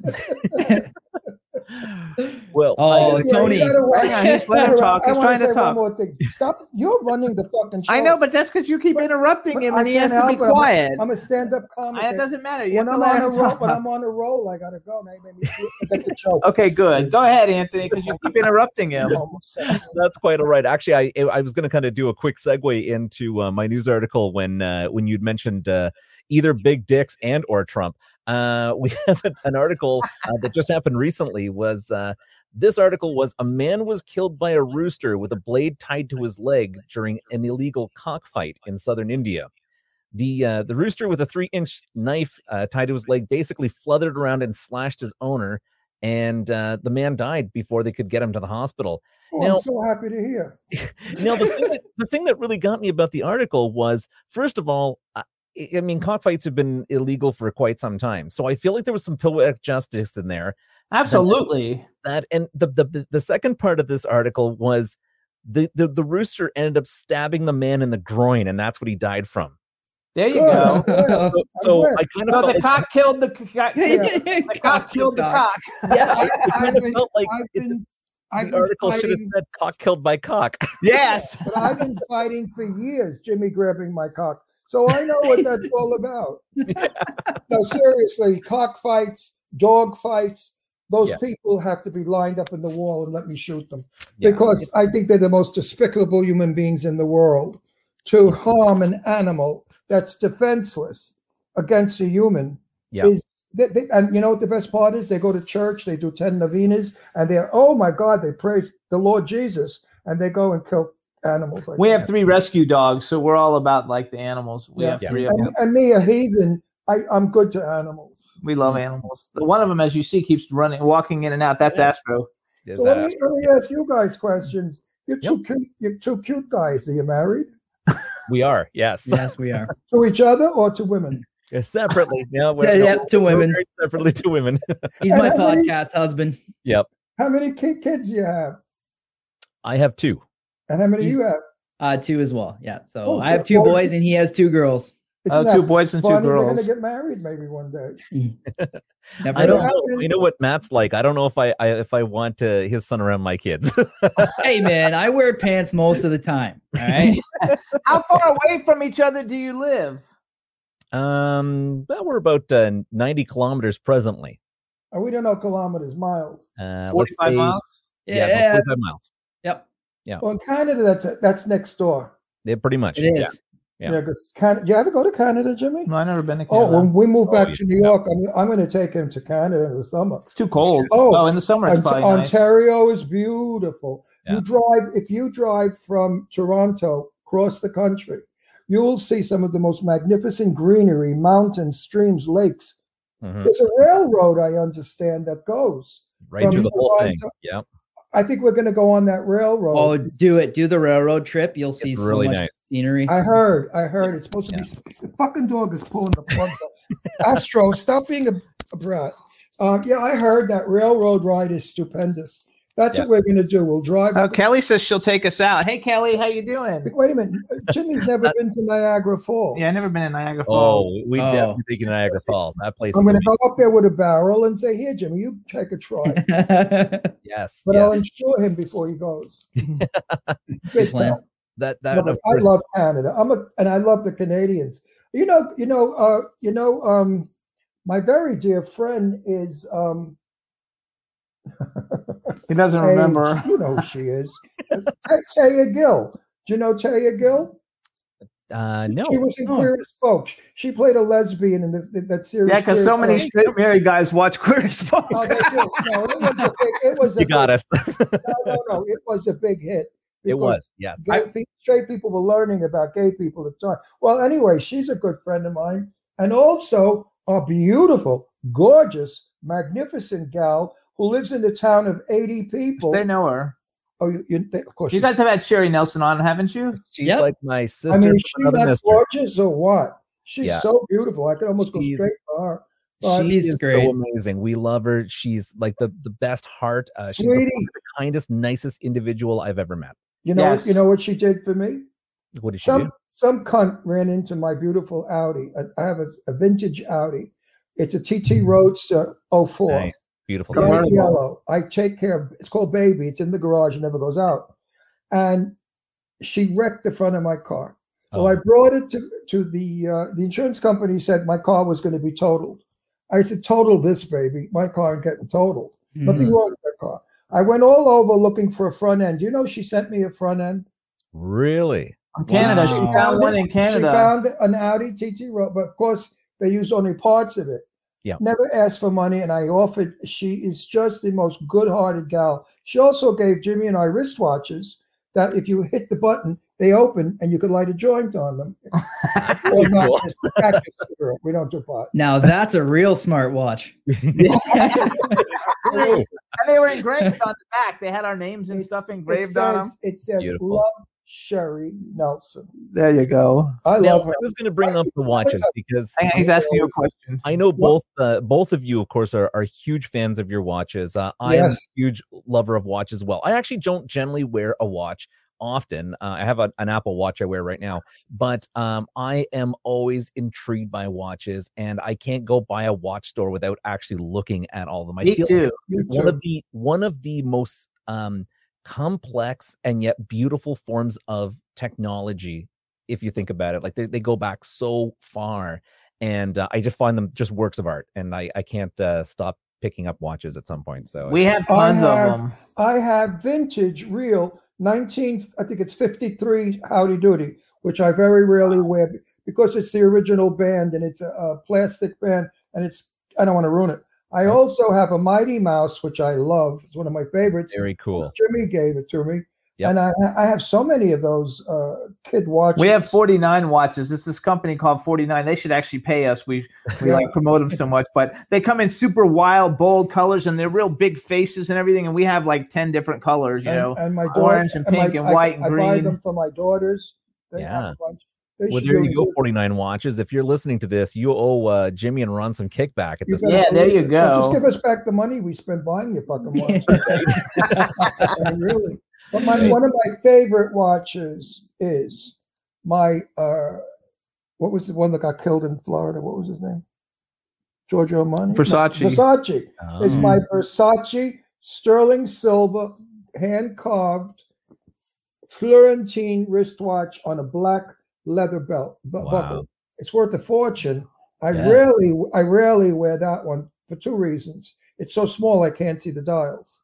Well,
Oh,
I-
Yeah,
Tony.
you gotta wait.
Hang on, he's letting him talk.
I
He's
wanna
trying to
say
talk.
One more thing. Stop! You're running the fucking show.
I know, but that's because you keep interrupting
But
him
I
and he has
can't
to be
help it. I'm a-
quiet.
I'm a stand-up comic.
it doesn't matter. You
when
have to
I'm
let
on a
him
roll,
talk.
when I'm on a roll, I gotta go. Now you made me forget the joke.
Okay, good. Go ahead, Anthony, because you keep interrupting him.
Almost said it.
that's quite all right. Actually, I I was going to kind of do a quick segue into uh, my news article when uh, when you'd mentioned uh, either big dicks and or Trump. Uh, we have an- an article uh, that just happened recently. Was uh, this article was a man was killed by a rooster with a blade tied to his leg during an illegal cockfight in southern India. The uh, the rooster with a three inch knife uh, tied to his leg basically fluttered around and slashed his owner, and uh, the man died before they could get him to the hospital.
Oh,
Now-
I'm so happy to hear.
Now, the thing, that, the thing that really got me about the article was, first of all, I, I mean, cockfights have been illegal for quite some time, so I feel like there was some poetic justice in there.
Absolutely.
That and the the the- the second part of this article was the the, the rooster ended up stabbing the man in the groin, and that's what he died from.
There you go.
Good. Yeah.
Oh,
So, so
glad.
I kind of
So
felt
the
like,
cock killed the cock. The cock killed the cock.
yeah, I
I've
kind of
been-
felt like
I've
it-
been, I've
the
been
article should have
fighting-
said "cock killed by cock."
Yes.
but I've been fighting for years, Jimmy grabbing my cock. So I know what that's all about. No, seriously, cock fights, dog fights, those
Yeah.
people have to be lined up in the wall and let me shoot them.
Yeah.
Because I think they're the most despicable human beings in the world. To harm an animal that's defenseless against a human
Yeah.
is they, they- and you know what the best part is? They go to church, they do 10 novenas, and they're, oh my God, they praise the Lord Jesus, and they go and kill animals. Like
We
that.
have three rescue dogs, so we're all about like the animals. We
Yeah.
have
Yeah.
three of them.
and, and me, a heathen, I, I'm good to animals.
We love animals. The one of them, as you see, keeps running, walking in and out. That's Astro.
Is
So
that-
let me, let me ask you guys questions. You're two cute. You're two cute guys. Are you married
we are, yes,
yes, we are.
to each other or to women?
separately. Yeah, we're,
Yeah,
no,
yeah, to
we're
women.
married separately to women.
He's my podcast husband.
How many ki- kids you have,
I have two.
and how many
He's-
you have?
Uh, two as well. Yeah. So
Oh,
I have
good.
two
Well,
boys and he has two girls.
Oh,
Isn't
two
that
boys and two
funny? They're
girls.
gonna get married maybe one day.
Never
I don't
know.
know. I know what Matt's like. I don't know if I, I if I want uh, his son around my kids.
Hey man, I wear pants most of the time. All right.
How far away from each other do you live?
um, well, we're about uh, 90 kilometers presently.
And we don't know kilometers, miles.
Uh, let's
45
say-
miles?
Yeah, about
Yeah.
45 miles.
Yep.
Well, in Canada, that's that's next door.
Yeah, pretty much.
It is.
Yeah. Yeah.
Yeah, 'cause Can- you ever go to Canada, Jimmy?
No, I've never been to
Oh,
Canada.
when we move
Oh,
back
yeah.
to New York, I'm, I'm going to take him to Canada in the summer.
it's too cold.
Oh,
in the summer it's
Ont-
probably nice.
Ontario is beautiful.
Yeah.
You drive if you drive from Toronto across the country, you will see some of the most magnificent greenery, mountains, streams, lakes.
Mhm.
There's a railroad I understand that goes.
Right through
From
the whole thing.
Toronto-
Yeah.
I think we're going to go on that railroad.
Oh, do it. Do the railroad trip. You'll see so
really
much
nice.
scenery.
I heard. I heard. It's supposed to be. The fucking dog is pulling the plug. Astro, stop being a, a brat. Um, yeah, I heard that railroad ride is stupendous. That's what we're going to do. We'll drive.
Oh, Kelly says she'll take us out. Hey, Kelly, how you doing?
Wait a minute. Jimmy's
Uh,
never been to Niagara Falls.
Yeah, I've never been in Niagara Falls.
Oh, we
Oh.
definitely taking Niagara Falls. That place.
I'm
is
going to
amazing.
go up there with a barrel and say, "Here, Jimmy, you take a try."
Yes.
But
yeah.
I'll insure him before he goes. Big
plan.
time.
That that
No,
of
I
course.
love Canada. I'm a, and I love the Canadians. You know, you know, uh, you know. Um, my very dear friend is um,
He doesn't
a-
remember.
you know who she is. Ta- Taya Gill. Do you know Taya Gill?
Uh, no.
She was in
Oh.
No.
Queer as Folk. She played a lesbian in the, that series.
Yeah, because
Queer
so
as
many
Folk.
straight married guys watch Queer as Folk.
Oh, they do. No, it was a big, it was a
You got
big,
us.
No, no, no. It was a big hit.
it
because
was. Yes.
gay pe- straight people were learning about gay people at the time. Well, anyway, she's a good friend of mine, and also a beautiful, gorgeous, magnificent gal who lives in the town of 80 people.
They know her.
oh, you, you think, of course,
You
she-
guys have had Sherry Nelson on, haven't you?
She's
Yep.
like my sister
I mean, is
from
she
another
that
mister.
gorgeous or what? She's
Yeah.
so beautiful. I could almost go
She's-
straight to her. But
She- She's
is
great.
so amazing. We love her. She's like the, the best heart. Uh, she's the,
Sweetie.
the kindest, nicest individual I've ever met.
you know,
Yes.
you know what she did for me?
What did she
some
do?
some cunt ran into my beautiful Audi. I- I have a, a vintage Audi. It's a TT Roadster 04.
Mm. Nice, beautiful.
Bright
Come on.
yellow. I take care of it's called baby. It's in the garage, it never goes out. And she wrecked the front of my car. Well, I
Oh,
brought it to, to the uh, the insurance company said my car was going to be totaled. I said, total this baby. My car ain't getting totaled.
Mm.
Nothing
Mm.
wrong with that car. I went all over looking for a front end. You know, she sent me a front end.
really?
From Canada.
Wow.
She found one in Canada.
She found an Audi TT Road, but of course they use only parts of it.
Yeah.
Never asked for money, and I offered. She is just the most good-hearted gal. She also gave Jimmy and I wristwatches that if you hit the button, they open and you could light a joint on them. Or not
Cool.
just- that's just cigarette. we don't do pot.
Now that's a real smart watch.
Oh,
and they were engraved on the back. They had our names and stuff engraved
it says,
on them.
It says
Beautiful.
love Sherry Nelson.
There you go.
I
Now,
love
I
her.
was going to bring up the watches because
Hang on, he's asking you a question.
I know both uh, both of you, of course, are, are huge fans of your watches. Uh, I am a
Yes.
huge lover of watch as well. I actually don't generally wear a watch often. Uh, I have a- an Apple Watch I wear right now, but um, I am always intrigued by watches, and I can't go by a watch store without actually looking at all of them. I
Me
feel
too.
You
one
too.
of the one of the most um, complex and yet beautiful forms of technology if you think about it like they, they go back so far and uh, i just find them just works of art and i i can't uh, stop picking up watches at some point so
We
it's-
have tons of
have-
them.
I have vintage real 19, I think it's 53 Howdy Doody, which I very rarely wear because it's the original band and it's a, a plastic band and it's, I don't want to ruin it. I also have a Mighty Mouse, which I love. It's one of my favorites.
very cool
Jimmy gave it to me.
Yep.
And I, I have so many of those uh, kid watches.
We have 49 watches. It's this company called 49. They should actually pay us. We we like promote them so much, but they come in super wild, bold colors, and they're real big faces and everything. And we have like 10 different colors. You
and, uh,
know,
and my
orange and
my-
pink and
I-
white and
I buy
green.
them for my daughters. They have
Yeah.
a bunch. They
well
should
there
really
you go
do-
49 watches if you're listening to this you owe uh, jimmy and ron some kickback at
You
this
better
point
Yeah, there you
believe it. Well, Just
go.
give us back the money we spent buying your fucking watch. I mean, really. But my, one of my favorite watches is my uh, What was the one that got killed in Florida? What was his name? Giorgio Armani.
Versace.
No, Versace.
Oh.
It's
Mm.
my Versace sterling silver hand carved Florentine wristwatch on a black leather belt bu-
Wow.
buckle. It's worth a fortune. I
Yeah.
rarely I rarely wear that one for two reasons. It's so small I can't see the dials.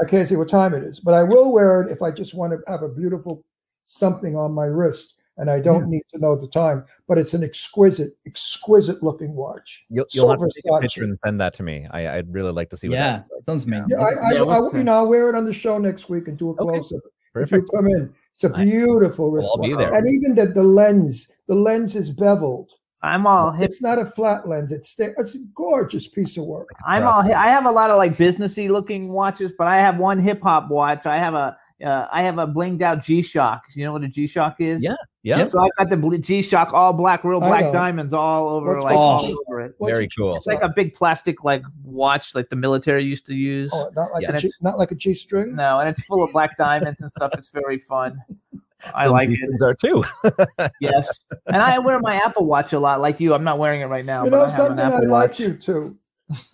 I can't see what time it is, but I will wear it if I just want to have a beautiful something on my wrist and I don't need to know the time, but it's an exquisite exquisite looking watch.
You'll, you'll have
so
to take a
Versace.
picture and send that to me. I, I'd really like to see what
yeah,
that
sounds amazing.
Yeah, I, I,
Yeah,
I-
what's the-
you know, I'll wear it on the show next week and do a
Okay.
close up. If you
Perfect.
come in, it's a
Nice.
beautiful
Well, I'll
wristwatch.
be there.
And even the, the lens, the lens is beveled.
I'm all hip.
It's not a flat lens. It's sta- it's a gorgeous piece of work.
I'm all. hi- I have a lot of like businessy looking watches, but I have one hip hop watch. I have a. Uh, I have a blinged out G Shock. You know what a G Shock is?
Yeah.
So I got the G Shock all black, real
I
black
know.
diamonds all over,
What's
like
oh.
all over it.
What's
Very
a-
cool.
It's like a big plastic like watch, like the military used to use.
oh, not like
Yeah,
a G,
that's-
not like a G string.
No, and it's full of black diamonds and stuff. It's very fun. I
Some
like it.
beacons are too.
Yes, and I wear my Apple Watch a lot, like you. I'm not wearing it right now,
you
but
know
I have an
something. I
Apple
like
Watch.
you too.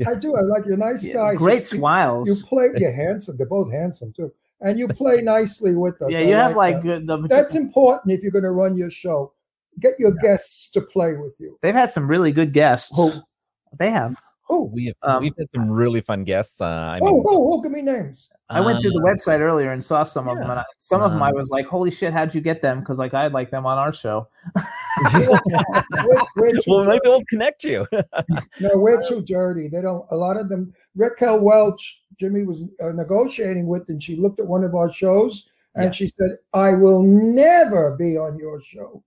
I do. I like you. Nice
Yeah,
guys.
Great
You-
smiles.
You play. You're handsome. They're both handsome too. And you play nicely with us.
yeah,
I
you have like
that.
good. The,
that's important if you're going to run your show. Get your guests to play with you.
they've had some really good guests.
Who?
They have.
Who?
We have,
Um,
we've had some really fun guests. Uh, I mean,
Oh, oh, oh, give me names.
I went through the
um,
website earlier and saw some of them, and I, some of them I
Um,
was like, "Holy shit, how'd you get them?" Because like I like them on our show.
We're, we're too
um, Well, maybe
dirty.
we'll connect you.
No, we're too dirty. They don't. A lot of them. Raquel Welch, Jimmy was uh, negotiating with, and she looked at one of our shows, and
Yeah.
she said, "I will never be on your show."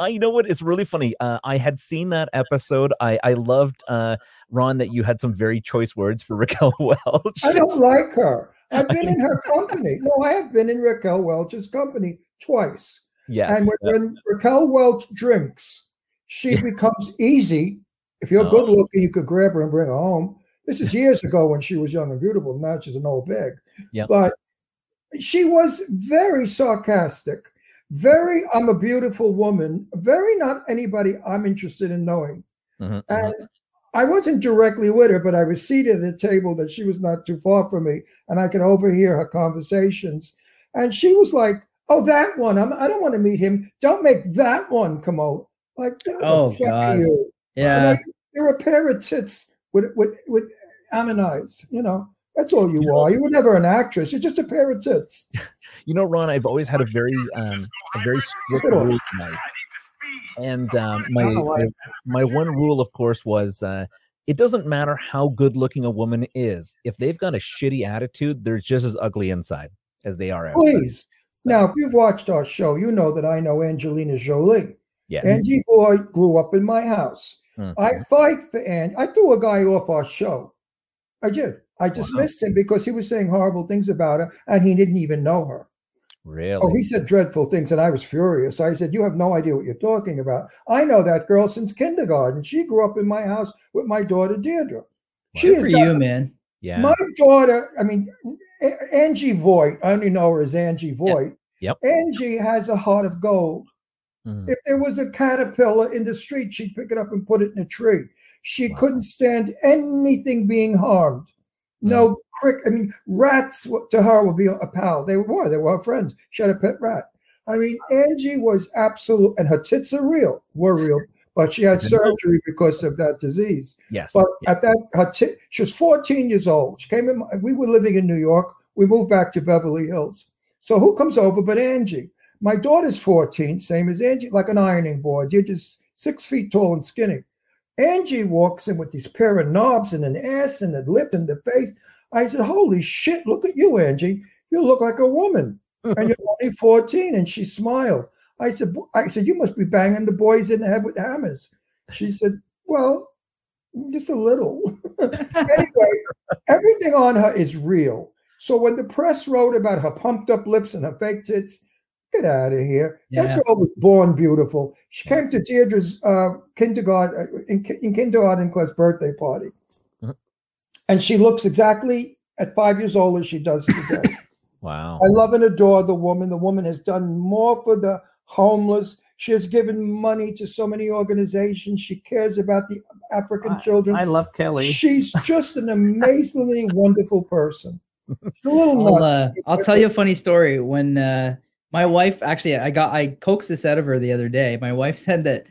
Uh, you know what? It's really funny. Uh, I had seen that episode. I I loved uh, Ron that you had some very choice words for Raquel Welch.
I don't like her. I've been in her company. No, I have been in Raquel Welch's company twice.
yes.
And when,
yeah.
when Raquel Welch drinks, she becomes easy. If you're
Oh.
good looking, you could grab her and bring her home. This is years ago when she was young and beautiful. Now she's an old bag.
Yep.
But she was very sarcastic, very, I'm a beautiful woman, very not anybody I'm interested in knowing.
Mhm, mhm.
Uh-huh.
And Uh, I wasn't directly with her, but I was seated at a table that she was not too far from me, and I could overhear her conversations. And she was like, "Oh, that one. I'm, I don't want to meet him. Don't make that one come out." Like, "Who the
Oh,
fuck are
God.
you?
Yeah,
Like, you're a pair of tits with with with almond eyes. You know, that's all you are. You were never an actress. You're just a pair of tits.
you know, Ron, I've always had a very um, a very strict
Sure.
rule to my And um, my,
know why.
my my one rule, of course, was uh, it doesn't matter how good looking a woman is. If they've got a shitty attitude, they're just as ugly inside as they are outside.
Please." Now, if you've watched our show, you know that I know Angelina Jolie.
Yes.
Angie Boy grew up in my house.
Mhm.
I fight for Angie. I threw a guy off our show. I did. I dismissed him because he was saying horrible things about her and he didn't even know her.
really.
Oh, he said dreadful things and I was furious. I said, You have no idea what you're talking about. I know that girl since kindergarten. She grew up in my house with my daughter Deirdre. She
good
is
for
not-
you, man.
yeah.
my daughter, I mean, A- Angie Voigt, I only know her as Angie Voigt.
Yep.
Angie has a heart of gold.
Mhm.
If there was a caterpillar in the street, she'd pick it up and put it in a tree. She
Wow.
couldn't stand anything being harmed.
Hmm.
No crick. I mean, rats w- to her would be a pal. They were. They were her friends. She had a pet rat. I mean, Angie was absolute, and her tits are real, were real, but she had
Didn't know.
surgery because of that disease.
yes.
But
yeah.
at that, her t- she was 14 years old. She came in. my- We were living in New York. We moved back to Beverly Hills. So who comes over but Angie? My daughter's 14, same as Angie, like an ironing board. You're just six feet tall and skinny. Angie walks in with these pair of knobs and an ass and a lip and the face. I said, "Holy shit! Look at you, Angie. You look like a woman, and you're only 14." And she smiled. I said, "Bo- "I said you must be banging the boys in the head with hammers." She said, "Well, just a little. anyway, everything on her is real. So when the press wrote about her pumped up lips and her fake tits, get out of here.
Yeah.
That girl was born beautiful. She came to Deirdre's uh, kindergarten uh, in, ki- in kindergarten class birthday party,
Mhm.
and she looks exactly at five years old as she does today.
wow.
I love and adore the woman. The woman has done more for the homeless. She has given money to so many organizations. She cares about the African
I-
children.
I love Kelly.
She's just an amazingly wonderful person. She's a little
I'll, uh,
nuts.
I'll tell you a funny story. When uh, my wife, actually, I got I coaxed this out of her the other day. My wife said that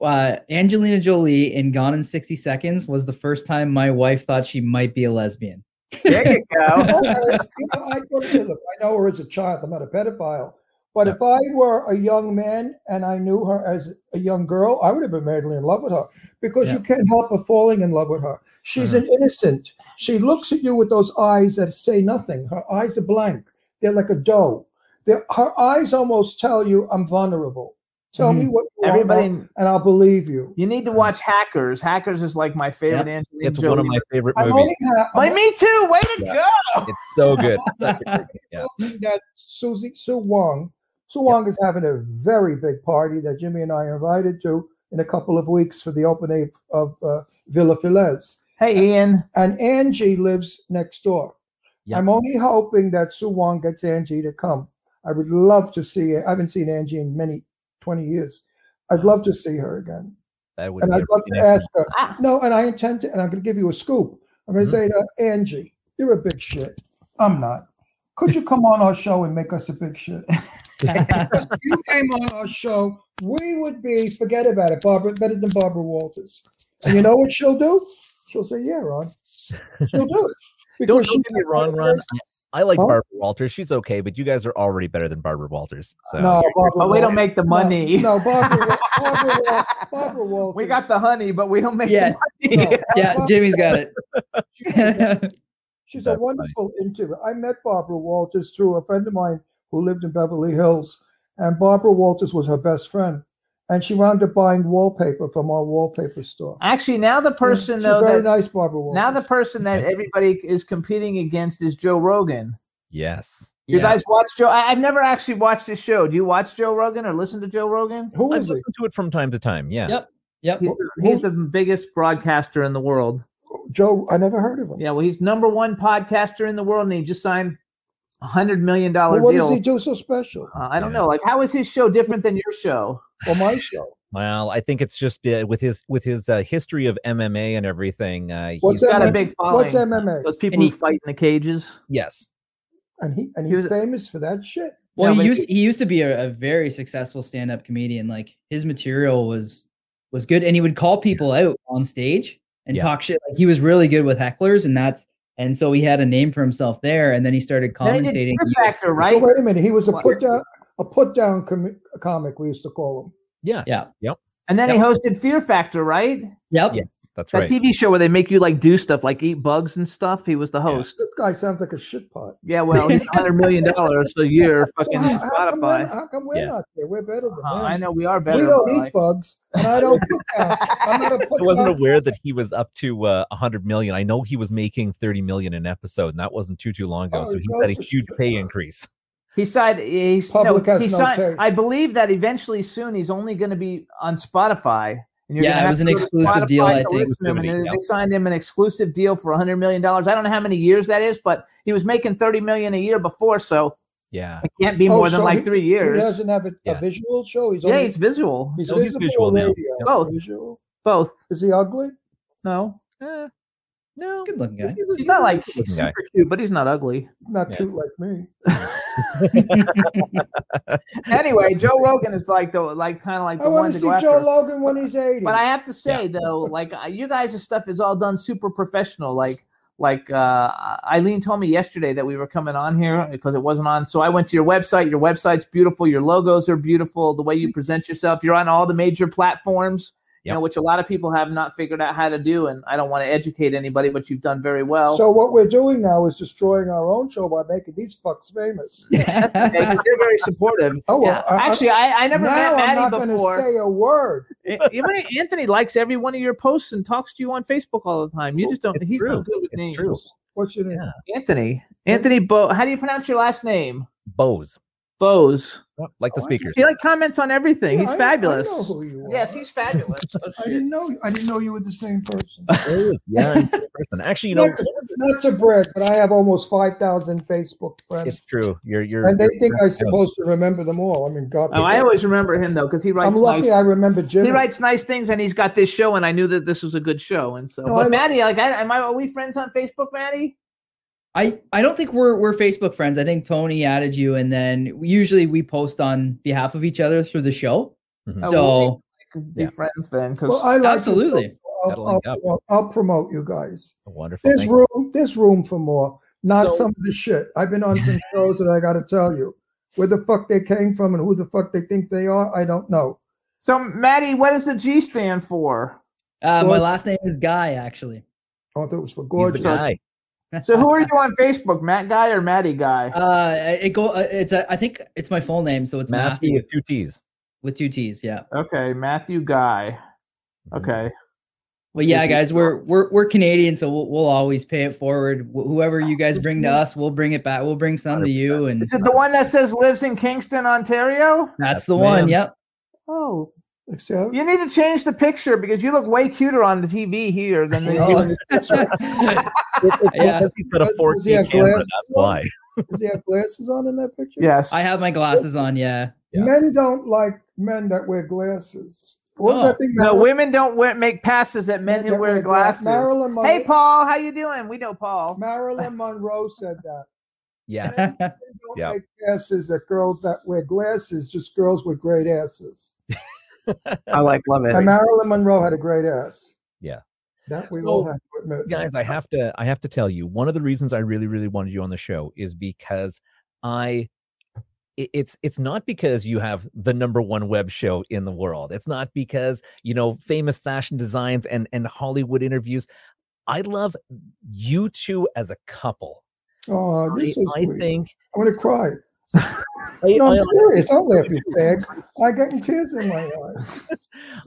uh, Angelina Jolie in Gone in 60 Seconds was the first time my wife thought she might be a lesbian.
There you
You
go.
know, I, you know, I, go to- look, I know her as a child. I'm not a pedophile. But if I were a young man and I knew her as a young girl, I would have been madly in love with her because you can't help but falling in love with her. She's an innocent. She looks at you with those eyes that say nothing. Her eyes are blank. They're like a doe. They're, her eyes almost tell you, "I'm vulnerable. Tell me what you want,
Everybody,
and I'll believe you."
you need to watch Hackers. Hackers is like my favorite Angelina
It's one of
Jolie
my favorite
I'm
movies.
only, ha- I'm
Like me too. Way to
Yeah.
go.
It's so good. Such a good- Yeah.
hoping that Susie Sue Wong, Sue Wong is having a very big party that Jimmy and I are invited to in a couple of weeks for the opening of uh, Villa Filez.
Hey, Ian.
And Angie lives next door.
Yeah.
I'm only hoping that Sue Wong gets Angie to come. I would love to see her. I haven't seen Angie in many 20 years. I'd love to see her again.
That would
And
be
I'd
a
love to
really nice
ask her. No, and I intend to, and I'm going to give you a scoop.
Mm-hmm.
I'm going to say to Angie, you're a big shit. I'm not. Could you come on our show and make us a big shit? Because if you came on our show, we would be, forget about it, Barbara, better than Barbara Walters. And you know what she'll do? She'll say, yeah, Ron. She'll do it.
Don't,
Because
don't get
she's
me
a
wrong,
good
Ron.
person.
I like
Huh?
Barbara Walters. She's okay, but you guys are already better than Barbara Walters. So
No, Barbara
But Oh, we don't
Walters-
make the money.
No, no Barbara, Wa- Barbara, Wa- Barbara Walters.
We got the honey, but we don't make
Yeah.
the money.
No,
Yeah,
Barbara-
Jimmy's got it.
She's
That's
a
funny.
wonderful interview. I met Barbara Walters through a friend of mine who lived in Beverly Hills, and Barbara Walters was her best friend. And she wound up buying wallpaper from our wallpaper store.
Actually, now the person
She's
though
very
that
nice, Barbara Walters.
now the person that everybody is competing against is Joe Rogan.
yes.
You
Yeah.
guys watch Joe? I, I've never actually watched his show. Do you watch Joe Rogan or listen to Joe Rogan?
who
I
is he?
listen to it from time to time. Yeah.
Yep. Yep.
He's the, he's the biggest broadcaster in the world.
Joe? I never heard of him.
Yeah, well, he's number one podcaster in the world, and he just signed a hundred million dollar
Well, what
deal.
does he do so special?
uh, I don't
Yeah.
know. Like, how is his show different than your show?
Or my show?
Well, I think it's just uh, with his with his uh, history of MMA and everything. Uh, he's
What's
He's got a
MMA?
big following.
What's MMA?
Those people
And
who
he-
fight in the cages.
yes,
And he and
He
he's
was-
famous for that shit.
Well,
Yeah,
he
but-
used he used to be a, a very successful stand up comedian. Like his material was was good, and he would call people out on stage and
Yeah.
talk shit. Like he was really good with hecklers, and that's and so he had a name for himself there. And then he started
And it's
commentating.
Fear Factor,
So
right?
wait a minute, he was a
What?
put down a put down com- comic. We used to call him.
yes,
Yeah.
yep,
And then he hosted Fear Factor, right?
Yep.
yes. That's
That
right.
TV show where they make you like do stuff like eat bugs and stuff. He was the host.
This guy sounds like a shit pot.
Yeah, well, he's a hundred million dollars a year, fucking
how, how come we're,
Spotify.
how come we're
Yes.
not there? We're better than
Uh,
them.
I know we are better.
we don't
but,
eat
like,
bugs, and I don't put down. I'm not a put
I wasn't
down-
aware that he was up to uh, 100 million. I know he was making 30 million an episode, and that wasn't too too long ago.
Oh,
so he
no,
had a
for
huge
sure.
pay increase.
He signed. He's,
Public
no,
has
he
no
signed-
taste.
I believe that eventually soon he's only going to be on Spotify. And
Yeah,
gonna
it
have
was
to
an
go to
exclusive deal,
Spotify
I
to
think.
listen to him, and
Exclusivity,
They
yeah.
signed him an exclusive deal for hundred million dollars. I don't know how many years that is, but he was making thirty million a year before, so
Yeah,
it can't be
Oh,
more than
so
like
he-
three
He
years.
doesn't have a, a
Yeah.
visual show. He's
Yeah,
only,
he's visual.
he's
No, he's
visible
visual now.
radio.
Both.
Visual.
Both.
Is he ugly?
No,
Eh, no,
Good looking guy.
He's a-
he's not like
good looking guy.
super cute, but he's not ugly.
Not
Yeah.
cute like me.
Anyway, Joe Rogan is like the like kind of like
I
the one
want
to
to see
go after.
Joe Logan when he's eighty.
But I have to say though, like uh, you guys' stuff is all done super professional. Like like uh, Eileen told me yesterday that we were coming on here because it wasn't on. So I went to your website. Your website's beautiful. Your logos are beautiful. The way
Mm-hmm.
you present yourself, you're on all the major platforms. You know,
Yep.
which a lot of people have not figured out how to do, and I don't want to educate anybody, but you've done very well.
so what we're doing now is destroying our own show by making these fucks famous.
Okay, 'cause they're very supportive.
Oh,
Yeah.
well, I- I-
Actually, I, I never
now
met
I'm not
Maddie
going
before.
to say a word.
A- E, even Anthony likes every one of your posts and talks to you on Facebook all the time. You just don't.
It's
He's
true.
not good with
It's
names.
true.
What's your name?
Yeah.
Anthony. Anthony Bo. How do you pronounce your last name?
Bose.
Bose.
Like
Oh,
the speakers.
He like comments on everything.
I-
he's fabulous.
I know who you are.
yes, he's fabulous. Oh,
I
shit.
didn't know. I didn't know you were the same person.
yeah, I'm a good person. Actually, you know,
not, to, not to brag, but I have almost five thousand Facebook friends,
it's true. You're you're.
and they
you're-
think I'm
you're-
supposed to remember them all. I mean, God.
Oh, I always remember him though because he writes.
I'm lucky.
nice-
I remember Jim.
he writes nice things, and he's got this show, and I knew that this was a good show, and so.
No,
but
I-
Maddie, like, I, am I? Are we friends on Facebook, Maddie?
I, I don't think we're we're Facebook friends. I think Tony added you, and then usually we post on behalf of each other through the show.
Oh,
so
Be
Yeah.
friends then, because
Well, I like
absolutely,
I'll,
Gotta link
I'll-
up.
I'll- I'll promote you guys.
Wonderful.
There's
Thank you.
room. There's room for more. Not
So-
some of the shit. I've been on some shows that I got to tell you where the fuck they came from and who the fuck they think they are. I don't know.
so Maddie, what does the G stand for?
uh, my
Well-
last name is Guy. Actually,
I thought it was for
He's the
gorgeous.
guy.
So who are you on Facebook, Matt Guy or Maddie Guy?
Uh, it go. uh, It's a, I think it's my full name, so it's Matthew
Matthew with two T's.
with two T's. Yeah.
Okay, Matthew Guy.
Mm-hmm.
Okay.
Well, yeah,
If you-
guys, we're we're we're Canadian, so we'll, we'll always pay it forward. Wh- whoever you guys bring to us, we'll bring it back. We'll bring some to you, and
Is it the one that says lives in Kingston, Ontario?
that's the one.
Man.
Yep.
Oh,
See, I-
you need to change the picture because you look way cuter on the TV here than the.
Oh,
Yeah.
Because he's got a
Does- does
14
he have
camera.
glasses
That's why.
Does he have glasses on in that picture?
Yes.
I have my glasses on. Yeah.
Yeah.
Men don't like men that wear glasses. What was
No.
that thing?
Oh, No,
Marilyn-
women don't wear, make passes at men who
that
wear
gla-
glasses.
Marilyn Monroe,
Hey, Paul, how you doing? We know Paul.
Marilyn Monroe said that.
Yes.
They don't
Yeah.
make asses that girls that wear glasses, just girls with great asses.
I like love
And Marilyn Monroe had a great ass.
Yeah.
That we
So,
all have to admit.
guys i have to i have to tell you one of the reasons i really really wanted you on the show is because i it- it's it's not because you have the number one web show in the world it's not because you know famous fashion designs and and hollywood interviews i love you two as a couple
Oh,
i,
this is
I
sweet.
think
I'm gonna cry.
I-
No,
I-
I'm serious. Don't laugh, you fag. I got tears in my eyes.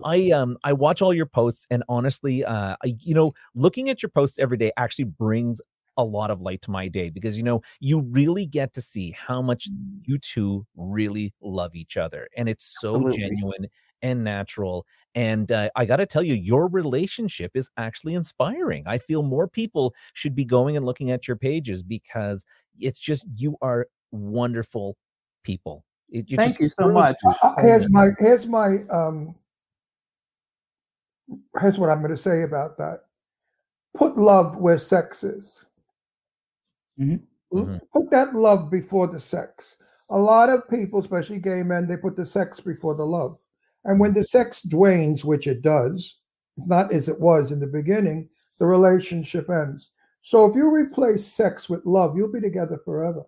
I um I watch all your posts and honestly uh I, you know looking at your posts every day actually brings a lot of light to my day because you know you really get to see how much
Mm.
you two really love each other and it's so
Absolutely.
genuine and natural and uh, I got to tell you your relationship is actually inspiring. I feel more people should be going and looking at your pages because it's just you are wonderful people. It, you're
Thank
just
you so
really
much.
Uh, Here's my here's my um here's what I'm gonna say about that. Put love where sex is.
Mhm.
L-
Mhm.
Put that love before the sex. A lot of people, especially gay men, they put the sex before the love. And when the sex dwanes, which it does, it's not as it was in the beginning, the relationship ends. So if you replace sex with love, you'll be together forever.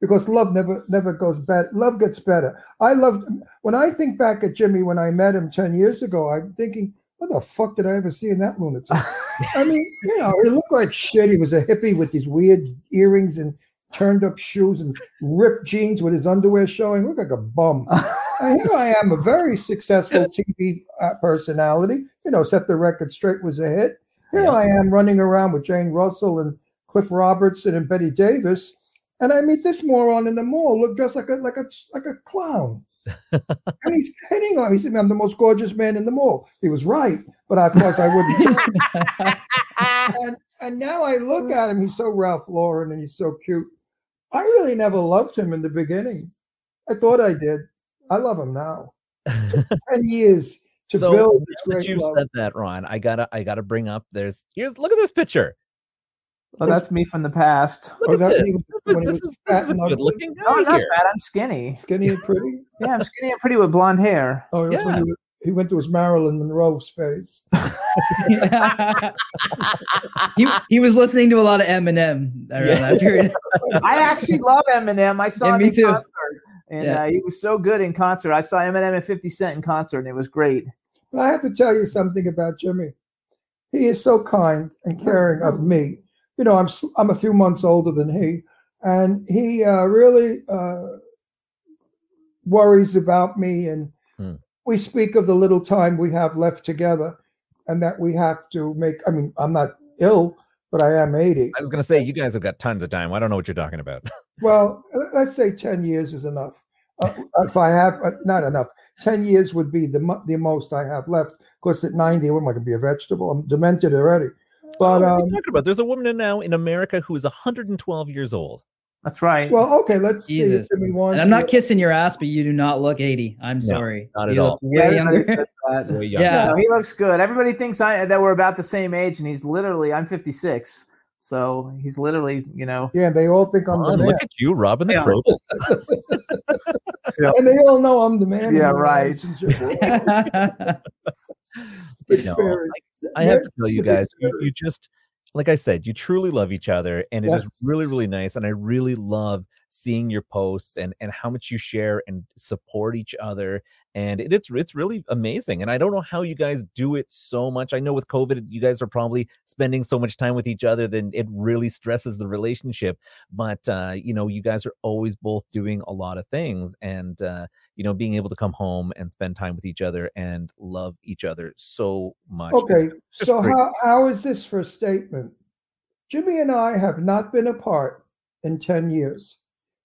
Because love never never goes bad. Love gets better. I loved when I think back at Jimmy when I met him ten years ago. I'm thinking, what the fuck did I ever see in that lunatic? I mean, you know, he looked like shit. He was a hippie with these weird earrings and turned up shoes and ripped jeans with his underwear showing. Looked like a bum. and here I am, a very successful TV uh, personality. You know, set the record straight was a hit. Here
Yeah.
I am running around with Jane Russell and Cliff Robertson and Betty Davis, and I meet this moron in the mall, look dressed like a like a like a clown. and he's hitting on. He said, "I'm the most gorgeous man in the mall." He was right, but of course I wouldn't. say
Ah.
and and now I look at him. He's so Ralph Lauren and he's so cute. I really never loved him in the beginning. I thought I did. I love him now. Ten years to
So,
build this
now
great
that you
love.
said that, Ron, I gotta I gotta bring up there's here's look at this picture.
Oh, that's me from the past.
Look
Oh,
at
that
this.
means
This, is-
when he
this
was
is,
fat
this is a
and ugly.
good looking guy
No, I'm not
here.
fat. I'm skinny.
Skinny and pretty.
Yeah, I'm skinny and pretty with blonde hair.
Oh, that's when
Yeah.
he, he went to his Marilyn Monroe's face.
he he was listening to a lot of Eminem around
Yeah.
that period.
I actually love Eminem. I saw
Yeah,
him
me
in
too.
concert, and
Yeah.
uh, he was so good in concert. I saw Eminem and Fifty Cent in concert, and it was great.
But I have to tell you something about Jimmy. He is so kind and caring of me. You know, I'm s- I'm a few months older than he, and he uh, really uh, worries about me. And
Hmm.
we speak of the little time we have left together, and that we have to make. I mean, I'm not ill, but I am 80.
I was gonna say you guys have got tons of time. I don't know what you're talking about.
Well, let- let's say 10 years is enough. uh, if I have uh, not enough, ten years would be the mo- the most I have left. Of course, at ninety, what am I going to be a vegetable? I'm demented already. But
what are you
um,
talking about? There's a woman now in America who is 112 years old.
That's right.
well, okay, let's
Jesus.
see. Jimmy wants
And I'm not
it.
kissing your ass, but you do not look 80. I'm
No,
sorry.
not at
You look
all.
way
Yeah,
younger.
everybody says that.
Way younger.
yeah.
No, he looks good. Everybody thinks I that we're about the same age, and he's literally I'm 56, so he's literally you know
Yeah, they all think I'm
Come
the
on,
man,
look at you, Robin the
Yeah.
Crowbar.
and they all know I'm the man. uh, in
Yeah,
the
right.
relationship.
But no,
Very-
I have to tell you guys, you, you just like I said, you truly love each other, and it is
Yes.
really, really nice. And I really love seeing your posts and and how much you share and support each other. And it, it's it's really amazing. And I don't know how you guys do it so much. I know with COVID, you guys are probably spending so much time with each other, then it really stresses the relationship. But uh, you know, you guys are always both doing a lot of things, and uh, you know, being able to come home and spend time with each other and love each other so much. is
Okay,
just
so
great.
how, how is this for a statement? Jimmy and I have not been apart in 10 years.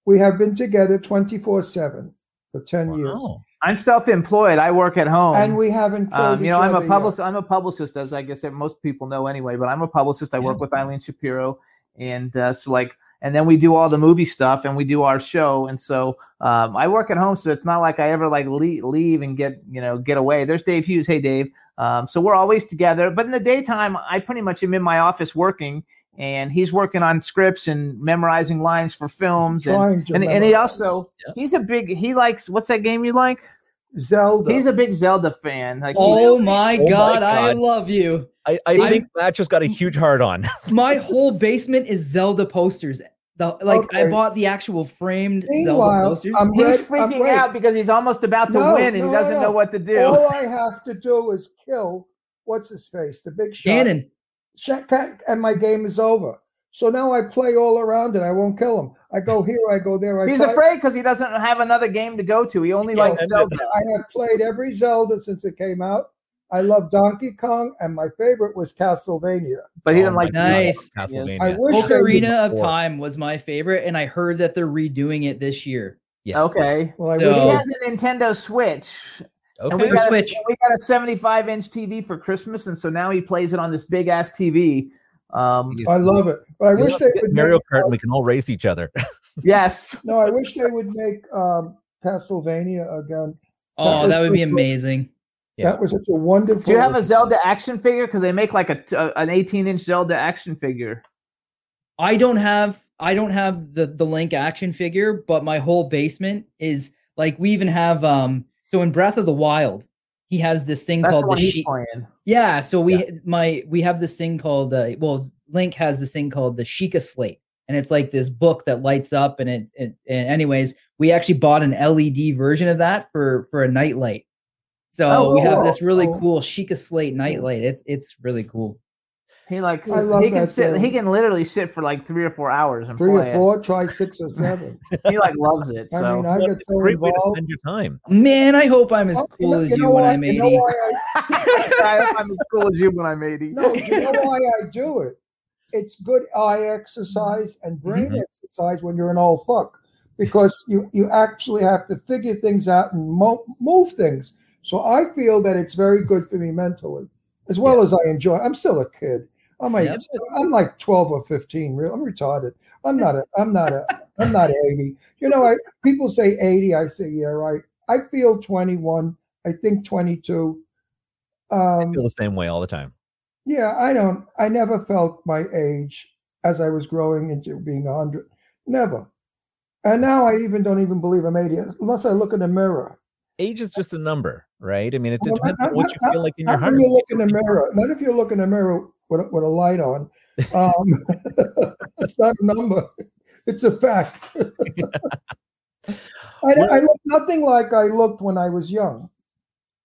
We have been together 24 7 for 10 years.
Wow.
I'm self-employed. I work at home.
And we haven't killed
Um, you
each
know, I'm a
other yet.
publicist. I'm a publicist, as I guess that most people know anyway. But I'm a publicist. I work with Eileen Shapiro, and uh, so like, and then we do all the movie stuff, and we do our show. And so um, I work at home, so it's not like I ever like leave, leave and get you know get away. There's Dave Hughes. Hey, Dave. Um, so we're always together. But in the daytime, I pretty much am in my office working, and he's working on scripts and memorizing lines for films. And,
Trying to
and, and he
memorize.
also he's a big he likes what's that game you like?
Zelda.
He's a big Zelda fan. Like he's-
oh my
my
god, I
God.
love you.
I, I
I-
think Matt just got a huge heart on.
My whole basement is Zelda posters. The, like I
Okay.
bought the actual framed Zelda
Meanwhile,
posters.
I'm
He's
red- I'm
freaking
red.
out because he's almost about to
No,
win and
no,
he
no,
doesn't
no. Oh
know what to do.
All I have to do is kill what's his face, the big shot.
Shannon.
Sha- ca- and my game is over. So now I play all around it. I won't kill him. I go here, I go there. I
He's
try-
afraid because he doesn't have another game to go to. He only
Yeah,
likes
and-
Zelda.
I have played every Zelda since it came out. I love Donkey Kong, and my favorite was Castlevania.
But he
Oh
didn't
my
like
God,
Nice.
Castlevania.
I wish they would-
Ocarina of
before.
Time was my favorite, and I heard that they're redoing it this year.
Yes.
Okay.
Well, I
So-
wish
He
Oh.
has a Nintendo Switch. And
Okay.
we got, a,
Switch.
we got a 75 inch TV for Christmas. And so now he plays it on this big ass TV. Um,
I love it, but I
You
wish
have
they
to get
would
Mario
make, uh,
Kart and we can all race each other.
yes.
no. I wish they would make um, Castlevania again.
Oh,
was
that would
pretty
be
cool.
amazing.
Yeah.
That was such a wonderful.
Do you have a Zelda action figure? Because they make like a, a an 18 inch Zelda action figure.
I don't have I don't have the the Link action figure, but my whole basement is like we even have um so in Breath of the Wild, he has this thing
That's the
called
one
the
he's
sheep.
playing.
Yeah, so we my we have this thing called uh, well Link has this thing called the Sheikah slate, and it's like this book that lights up, and it, it and anyways, we actually bought an LED version of that for for a nightlight. So
Oh,
we have
cool.
this really
Oh.
cool Sheikah slate nightlight. It's it's really cool.
He like
I love
he can
that
sit
game.
he can literally sit for like three or four hours and
three
play
or
it.
four? Try six or seven.
he like loves it.
I
So
mean, I
What
got
a
so
great way to
involved.
spend your time.
Man, I hope I'm as
Oh,
cool as you,
know
when
why-
I'm 80.
You know why I,
I, am as cool as you when I'm 80.
no, you know why I do it. It's good eye exercise and brain
Mhm.
exercise when you're an old fuck because you, you actually have to figure things out and mo- move things. So I feel that it's very good for me mentally, as well as I enjoy. I'm still a kid. I'm like
Yeah.
I'm like 12 or 15. Real, I'm retarded. I'm not a. I'm not a. I'm not 80. You know, I people say 80. I say yeah, right. I feel 21. I think 22.
I
Um,
feel the same way all the time.
yeah, I don't. I never felt my age as I was growing into being a hundred. Never. And now I even don't even believe I'm eighty unless I look in the mirror.
Age is just a number, right? I mean, it
Well,
depends
how-
on what you
how-
feel like in
How
your heart.
can you look in the mirror? Not if you look in the mirror with, a- with a light on. Um, it's not a number. It's a fact. I, I look nothing like I looked when I was young.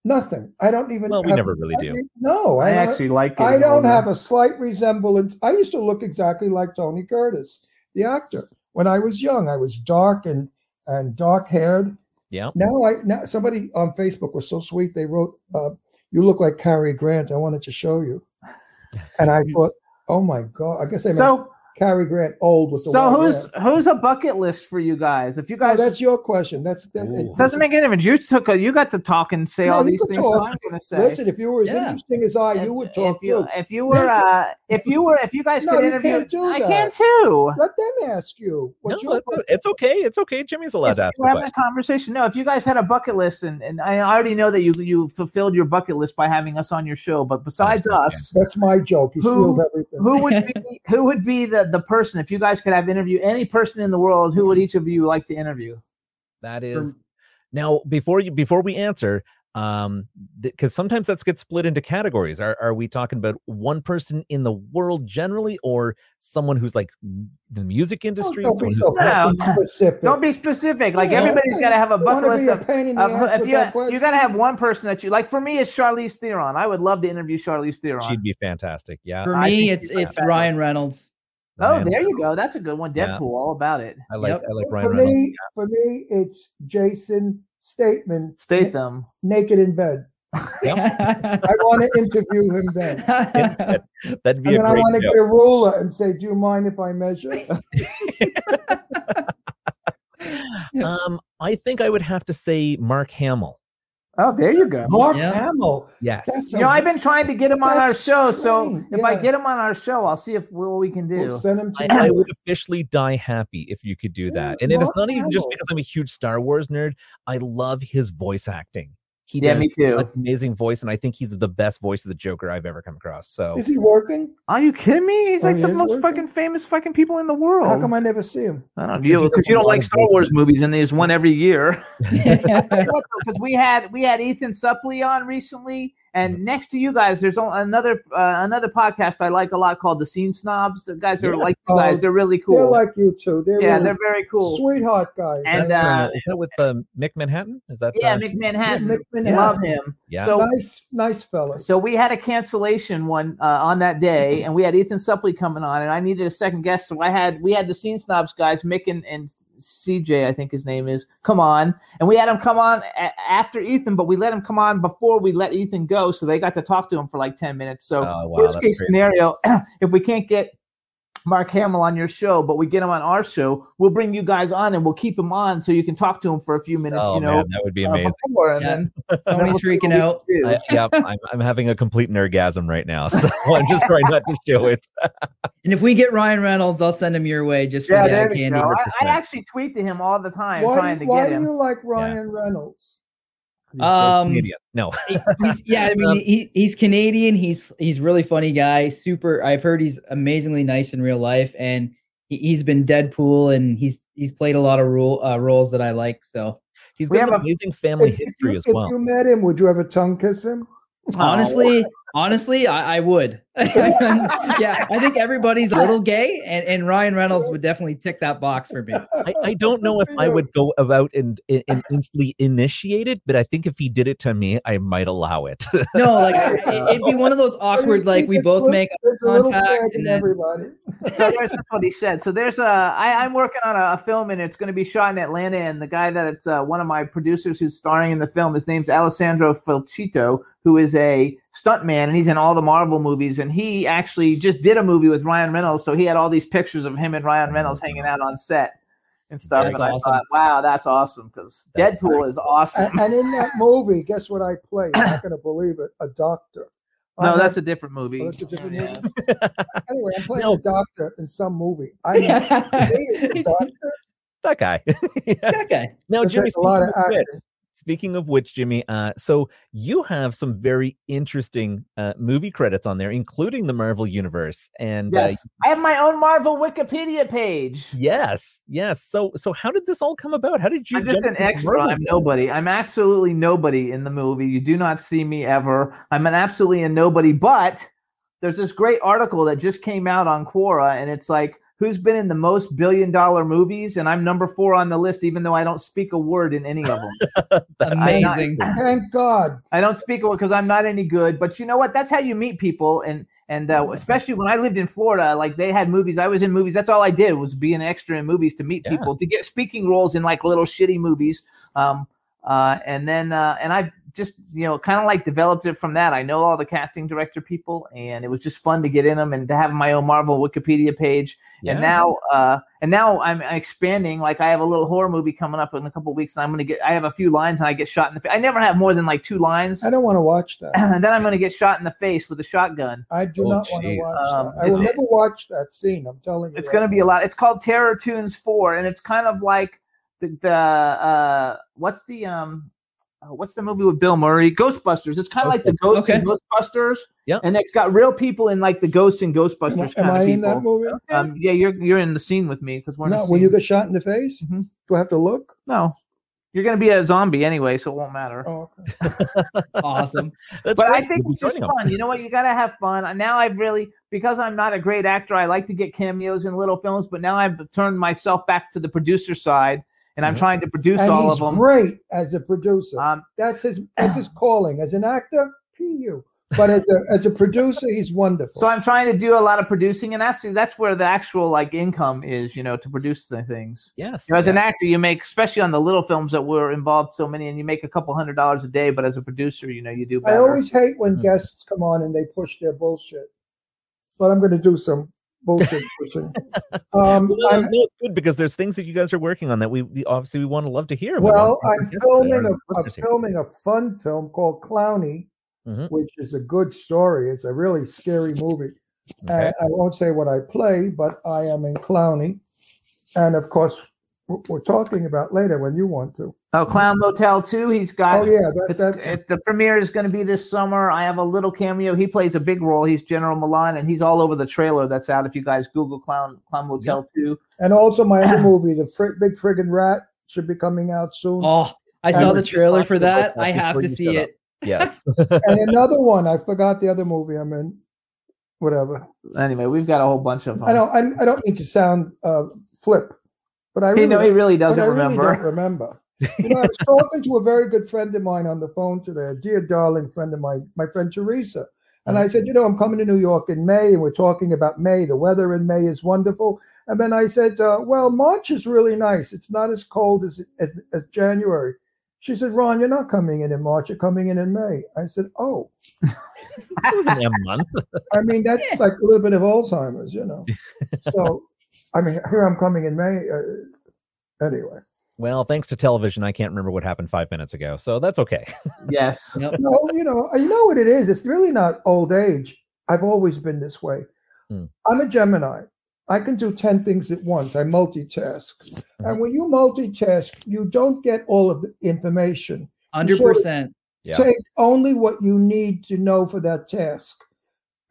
Nothing. I don't even.
Well, we
have-
never really do.
No,
I
don't-
actually like it.
I don't have a slight resemblance. I used to look exactly like Tony Curtis, the actor, when I was young. I was dark and and dark haired.
Yeah.
Now I now somebody on Facebook was so sweet. They wrote, uh, "You look like Cary Grant. I wanted to show you," and I thought, "Oh my god!" I guess I meant
So
Cary Grant old with the
So
white
who's
hair.
who's a bucket list for you guys? If you
No,
guys
that's your question. That's that,
Ooh.
it-
doesn't make any difference. You took a, you got to talk and say
No,
all
you
these
could
things. So
talk.
I'm going to say.
Listen, if you were as
Yeah.
interesting as I,
if,
you would talk.
if you
too.
if you were uh, if you were if you guys
No,
could
you
interview,
can't do
I
that.
can too.
Let them ask you. What's
no,
your
that's- it's okay. It's okay. Jimmy's allowed
Yes,
to ask
we're
a
having a
question.
conversation. No, if you guys had a bucket list, and, and I already know that you you fulfilled your bucket list by having us on your show, but besides
Okay,
us,
That's my joke. He
Who-
steals everything.
who would be who would be the the person if you guys could have interview any person in the world? Who would each of you like to interview?
That is now before you before we answer, um, because sometimes that's gets split into categories. Are are we talking about one person in the world generally, or someone who's like m- the music
Don't,
industry?
Oh, don't be
someone
so
who's-
fucking
No.
specific.
Don't be specific. Like
Yeah.
everybody's got to have a
You wanna
bucket list
be a
of
pain in the
Um,
ass
if
with
you
that question?
you got to have one person that you like, for me, it's Charlize Theron. I would love to interview Charlize Theron.
She'd be fantastic. Yeah.
For
uh, I
me,
think
it's
he's
it's
fabulous.
Ryan Reynolds.
oh,
Man,
there you go. That's a good one.
Yeah.
Deadpool, all about it.
I like
Yep.
I like Ryan
for
Reynolds.
me, for me, it's Jason Statham
Statham.
naked in bed. I want to interview him then.
That'd be
And
a
then I
great
want to
joke.
get a ruler and say, "Do you mind if I measure?"
Um, I think I would have to say Mark Hamill.
Oh, there you go.
Mark
Yeah.
Hamill.
Yes.
That's
You know, I've been trying to get him on our
That's
show. So
strange,
if I
yeah.
get him on our show, I'll see if what we can
We'll
do.
send him
I,
to
I
you.
would officially die happy if you could do that. And it is
Mark
not even just
Hamill.
because I'm a huge Star Wars nerd. I love his voice acting. He
Yeah,
does
me too.
an amazing voice, and I think he's the best voice of the Joker I've ever come across. So
Is he working?
Are you kidding me? He's
Oh,
like
he
the
is
most
working?
fucking famous fucking people in the world.
How come I never see him?
I don't know.
Because he
You,
does
because you
a
don't
lot
like
of
Star
voices.
Wars movies, and there's one every year.
Yeah.
what though, because we had we had Ethan Suplee on recently, and
Mm-hmm.
next to you guys, there's al- another uh, another podcast I like a lot called the Scene Snobs. The guys are
Yeah.
like you guys;
Oh,
they're really
They're
cool.
like you two. They're
yeah,
really
they're very cool.
sweetheart guys.
And
Is that,
uh,
uh, is that with um, Mick Manhattan? Is that
yeah,
uh,
McManhattan,
Nick Manhattan.
love him.
Yeah.
So
nice, nice fellas.
so we had a cancellation one uh, on that day,
Mm-hmm.
and we had Ethan Suplee coming on, and I needed a second guest, so I had we had the Scene Snobs guys, Mick and, and CJ, I think his name is, come on, and we had him come on a- after Ethan, but we let him come on before we let Ethan go, so they got to talk to him for like ten minutes. So
Oh, wow,
worst
that's
case
crazy.
scenario, if we can't get Mark Hamill on your show, but we get him on our show, we'll bring you guys on and we'll keep him on so you can talk to him for a few minutes.
Oh
you know.
man, that would be
uh,
amazing.
before, and
Yeah.
then and then
Tony's
we'll see what
freaking
we
out.
can do.
I, yeah, I'm, I'm having a complete nergasm right now, so I'm just trying not to show it.
And if we get Ryan Reynolds, I'll send him your way just for
Yeah,
the
there
eye
we
candy.
go. I, I
100%.
actually tweet to him all the time
why
trying
do,
to
why
get
do
him.
you like Ryan Reynolds?
Um,
Canadian. no,
He's- yeah, I mean,
Um,
he, he's Canadian. He's he's really funny guy. Super. I've heard he's amazingly nice in real life, and he, he's been Deadpool, and he's he's played a lot of role uh, roles that I like. So
he's
we
got an
have a-
amazing family
if,
history
you,
as
if
well.
you met him, would you ever tongue kiss him?
honestly, honestly, I, I would. yeah, I think everybody's a little gay, and, and Ryan Reynolds would definitely tick that box for me.
I, I don't know if I would go about and, and and instantly initiate it, but I think if he did it to me, I might allow it.
No, like I- it, it'd be one of those
Or you
awkward, like
think
we
it's
both
little-
make
there's a little
contact
fag in
and then-
everybody.
so there's that's what he said. So there's a I, I'm working on a, a film and it's going to be shot in Atlanta. And the guy that it's uh, one of my producers who's starring in the film, his name's Alessandro Felchito, who is a stuntman and he's in all the Marvel movies. And he actually just did a movie with Ryan Reynolds, so he had all these pictures of him and Ryan Reynolds hanging out on set and stuff.
That's
and
awesome.
I thought, wow, that's awesome because
That's
Deadpool is awesome.
and, and in that movie, guess what I played? You're not going to believe it. A doctor.
no,
I
that's a different movie.
Oh, that's a different
Yeah.
movie. Anyway, I'm playing
No.
a doctor in some movie. I hated the doctor.
that guy. Yeah.
that guy.
Now,
It
Jimmy,
takes a lot
speaking
of
of, which,
acting.
speaking of which, Jimmy, uh, so you have some very interesting uh, movie credits on there, including the Marvel Universe. And uh,
Yes, I have my own Marvel Wikipedia page.
yes, yes. So, so how did this all come about? How did you?
I'm just
jump
an
into
extra.
Marvel?
I'm nobody. I'm absolutely nobody in the movie. You do not see me ever. I'm an absolutely a nobody. But there's this great article that just came out on Quora, and it's like who's been in the most billion dollar movies, and I'm number four on the list, even though I don't speak a word in any of them.
That- I-
Amazing.
Thank God.
I don't speak a word because I'm not any good. But you know what? That's how you meet people, and and uh, especially when I lived in Florida, like they had movies. I was in movies. That's all I did was be an extra in movies to meet
Yeah.
people to get speaking roles in like little shitty movies. Um, uh, and then uh, and I just you know kind of like developed it from that. I know all the casting director people, and it was just fun to get in them and to have my own Marvel Wikipedia page. And
Yeah.
now, uh, and now I'm expanding. Like I have a little horror movie coming up in a couple weeks, and I'm gonna get. I have a few lines, and I get shot in the face. I never have more than like two lines,
I don't want to watch that.
and then I'm gonna get shot in the face with a shotgun.
I do
Oh,
not want to
jeez.
watch
Um,
that. I will
it's-
never watch that scene. I'm telling you.
It's
right
going to be
now.
a lot. It's called Terror Tunes Four, and it's kind of like the, the uh, what's the um, uh, what's the movie with Bill Murray? Ghostbusters. It's kind of like the Ghosts and Ghostbusters.
Yeah.
and it's got real people in like the Ghosts and
Am I-
Ghostbusters
Am
kind
I
of
in that
people.
movie?
Um, yeah, you're you're in the scene with me because we're in a
No,
scene.
when you get shot in the face,
Mhm.
do I have to look?
no, you're going to be a zombie anyway, so it won't matter.
Oh, okay.
Awesome.
That's
but
great.
I think
We'll be
it's just
joining 'em.
fun. You know what? You gotta have fun. And Now I've really because I'm not a great actor. I like to get cameos in little films, but now I've turned myself back to the producer side, and I'm
Mhm.
trying to produce
and
all
he's
of them.
great as a producer.
Um,
that's his. That's his calling as an actor. P you. But as a as a producer, he's wonderful.
so I'm trying to do a lot of producing, and that's that's where the actual like income is. You know, to produce the things.
Yes.
You know, as an
yeah.
actor, you make especially on the little films that were involved so many, and you make a couple hundred dollars a day. But as a producer, you know, you do
I
better. Hmm.
always hate when
Mhm.
guests come on and they push their bullshit. But I'm going to do some bullshit pushing.
Well,
Um,
no,
I'm,
no, it's good because there's things that you guys are working on that we, we obviously we want to love to hear. We
well,
want
I'm
to hear from
filming
our
a, a
listeners here.
filming a fun film called Clowny,
Mhm.
Mm-hmm.
which is a good story. It's a really scary movie.
Okay.
And I won't say what I play, but I am in Clowny, and of course, we're, we're talking about later when you want to.
oh, Clown Motel Two. He's got.
Oh yeah, that,
It's,
that's
it, the premiere is going to be this summer. I have a little cameo. He plays a big role. He's General Milan, and he's all over the trailer that's out. If you guys Google Clown Clown Motel Two,
and also my other movie, The Fr- Big Friggin' Rat, should be coming out soon.
Oh, I
And
saw
we're
the
just
trailer
talking
for
about
that.
that
I have
before
to
you
see
shut
it.
yes.
and another one, I forgot the other movie I'm in. Whatever.
anyway, we've got a whole bunch of them.
I don't. I, I don't mean to sound uh, flip, but I
He
really,
know he really
but
doesn't
I really
remember.
don't remember. You know, I was talking to a very good friend of mine on the phone today, a dear darling friend of mine, my friend Teresa. And
Mm.
I said, you know, I'm coming to New York in May, and we're talking about May. The weather in May is wonderful. And then I said, uh, well, March is really nice. It's not as cold as, as as January. She said, Ron, you're not coming in in March. You're coming in in May. I said, oh,
it was an M month.
I mean, that's like a little bit of Alzheimer's, you know. So, I mean, here I'm coming in May. Uh, anyway,
Well, thanks to television, I can't remember what happened five minutes ago, so that's okay.
Yes,
no, you know, uh, you know what it is. It's really not old age. I've always been this way.
Hmm.
I'm a Gemini. I can do ten things at once. I multitask, and when you multitask, you don't get all of the information.
Hundred percent.
Yeah.
Take only what you need to know for that task.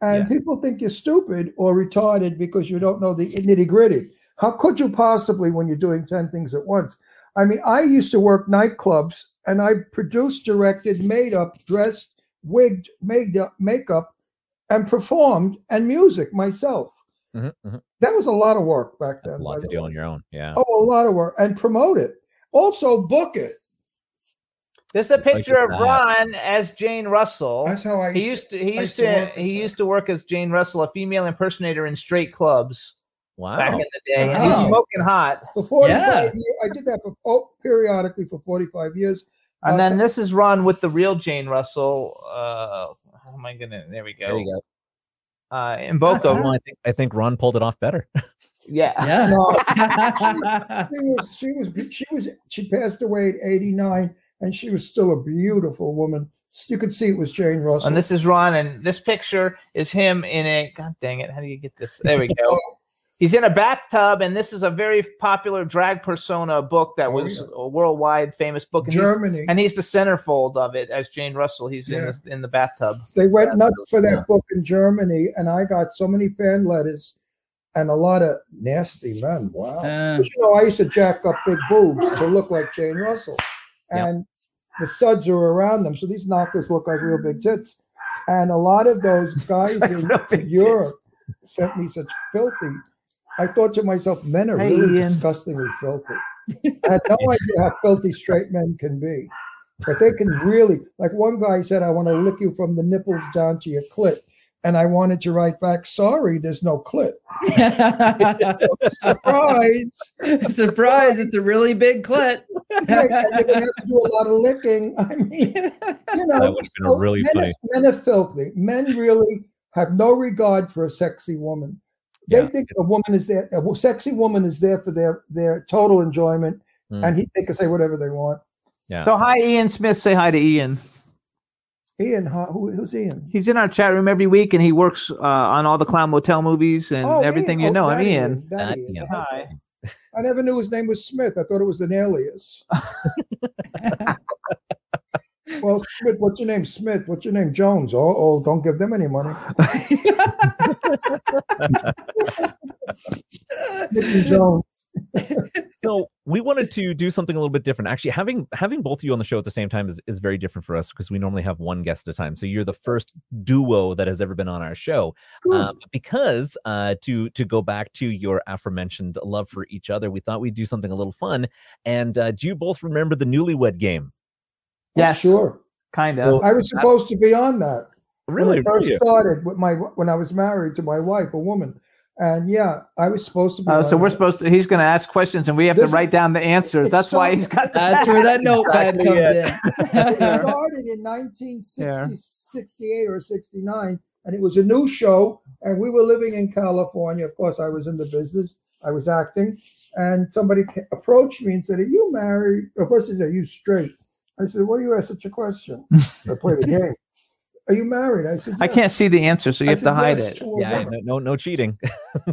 And
Yeah.
people think you're stupid or retarded because you don't know the nitty gritty. How could you possibly when you're doing 10 things at once? I mean, I used to work nightclubs and I produced, directed, made up, dressed, wigged, made up, makeup, and performed and music myself.
Mhm, mhm.
That was a lot of work back then.
A lot
by
to
the
do
way.
on your own. Yeah.
Oh, a lot of work. And promote it. Also book it.
this is a
Like
picture of
that.
Ron as Jane Russell.
That's how I used,
He used to
I
he used
used to
to
work as
he
her.
used to work as Jane Russell, a female impersonator in straight clubs back
Wow.
in the day, and he's
Wow.
smoking hot.
to. For 45
Yeah.
years, I did that for, oh, periodically for 45 years.
And
Okay.
then this is Ron with the real Jane Russell. Uh, how am I gonna? There we go.
There you go.
Uh, in Boca.
Well, I think I think Ron pulled it off better.
Yeah.
Yeah.
No, she was she was she was she passed away at 89 and she was still a beautiful woman you could see it was jane russell
And this is Ron, and this picture is him in a. God dang it! How do you get this? There we go. He's in a bathtub, and this is a very popular drag persona book that
Oh,
was
yeah.
a worldwide famous book. And he's,
germany
and he's the centerfold of it as Jane Russell. He's in
Yeah.
the, in the bathtub.
they went nuts for that
Yeah.
book in germany and i got so many fan letters and a lot of nasty men wow
Uh,
But, you know i used to jack up big boobs to look like jane russell
Yeah.
and the suds are around them so these knockers look like real big tits and a lot of those guys
Like
in
real big
Europe
tits.
sent me such filthy. I thought to myself, men are
Hey,
really
Ian.
disgustingly filthy. I had no idea how filthy straight men can be, but they can really. Like one guy said, "I want to lick you from the nipples down to your clit," and I wanted to write back, "Sorry, there's no clit." Surprise!
Surprise! It's a really big clit.
Like, I didn't have to do a lot of licking. I mean, you know,
That would have been
so
really
men,
funny.
men are filthy. Men really have no regard for a sexy woman. They
Yeah.
think a woman is there. A sexy woman is there for their their total enjoyment,
Mm.
and he, they can say whatever they want.
Yeah.
So hi, Ian Smith. Say hi to Ian.
Ian, huh? Who, who's Ian?
He's in our chat room every week, and he works uh, on all the Clown Motel movies and
Oh,
everything
Ian.
you know.
Oh,
I'm
that
Ian.
That
That
Ian.
Ian.
Hi.
I never knew his name was Smith. I thought it was an alias. well, Smith, what's your name? Smith, what's your name? Jones. Oh, oh don't give them any money. Smith and Jones.
so we wanted to do something a little bit different. Actually, having having both of you on the show at the same time is, is very different for us because we normally have one guest at a time. So you're the first duo that has ever been on our show. Uh, but because uh, to to go back to your aforementioned love for each other, we thought we'd do something a little fun. And uh, do you both remember the Newlywed Game?
Yes,
Sure.
kind of.
Well,
I was supposed to be on that.
Really?
When I first
really?
started with my when I was married to my wife, a woman. And yeah, I was supposed to be
Oh,
on
so we're
it.
supposed to. He's going to ask questions, and we have
This-
to write down the answers.
it's
That's
so-
why he's got the
That's where that notepad
Exactly
comes
it
in.
started in 1968 or 69 and it was a new show and we were living in california of course i was in the business i was acting and somebody ca- approached me and said are you married or first he said are you straight i said why do you ask such a question i played a game are you married i said
I
"Yeah."
can't see the answer, so you
I
have
said,
to hide
"Yes,
it.
to a
Yeah,
woman."
no, no, no cheating.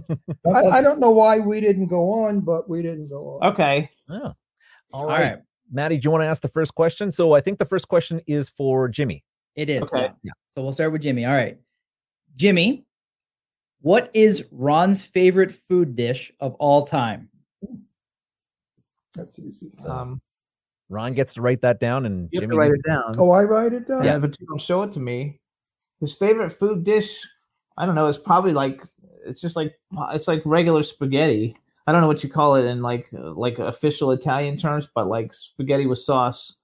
I, I don't know why we didn't go on but we didn't go on
Okay.
Oh.
All right.
Maddie, do you want to ask the first question? So I think the first question is for Jimmy.
It is.
Okay.
Yeah. So we'll start with Jimmy. All right. Jimmy, what is Ron's favorite food dish of all time?
that's easy
So
Um,
Ron gets to write that down, and
you have
Jimmy
to write it down.
oh i write it down
yeah, but you don't show it to me. His favorite food dish, I don't know, is probably like it's just like it's like regular spaghetti. I don't know what you call it in like uh, like official Italian terms, but like spaghetti with sauce,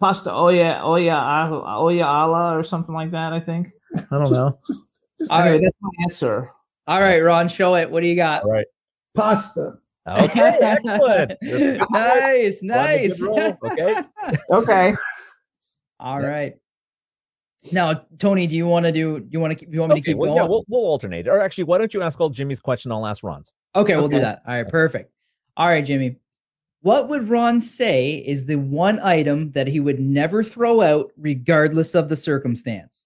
pasta oh, olla olla a- olla alla or something like that. I think I don't know.
All
Anyway,
right.
that's my answer.
All right, Ron, show it. What do you got?
pasta
Okay, excellent. You're-
nice,
Ron, you
nice.
did roll, Okay.
Okay.
All
Yeah.
right. Now, Tony, do you want to do? You want to? You want me to
Okay.
keep
Well,
going?
yeah, we'll, we'll alternate. Or actually, why don't you ask all Jimmy's question? I'll ask Ron's.
okay, we'll do
okay.
that. All right, perfect. All right, Jimmy. What would Ron say is the one item that he would never throw out, regardless of the circumstance?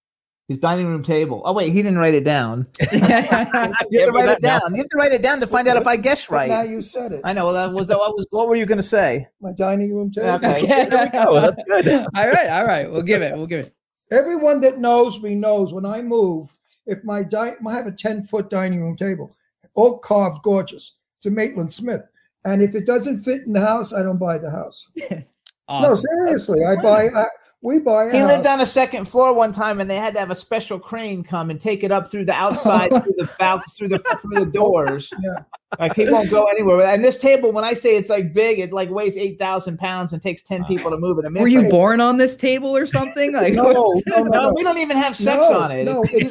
His dining room table. Oh wait, he didn't write it down. You have to
Remember
write it
that now.
down. You have to write it down to find out if I guess
But now
right.
you said it
I know. That was that. was what were you going to say?
my dining room table
Okay.
There we go. Oh, That's good.
all right, all right. We'll give it. We'll give it.
Everyone that knows me knows when I move, if my di- I have a 10 foot dining room table, all carved gorgeous to Maitland Smith. And if it doesn't fit in the house, I don't buy the house. No,
Awesome.
seriously, I buy, I, we buy. A
He
house.
lived on a second floor one time, and they had to have a special crane come and take it up through the outside, through the bal- through the through the doors.
Yeah.
Like he won't go anywhere. And this table, when I say it's like big, it like weighs eight thousand pounds and takes ten people to move it. I mean,
Were
it's
you
like-
born on this table or something? Like,
No, no, no,
No,
no.
we don't even have sex
No,
on it.
No, it's,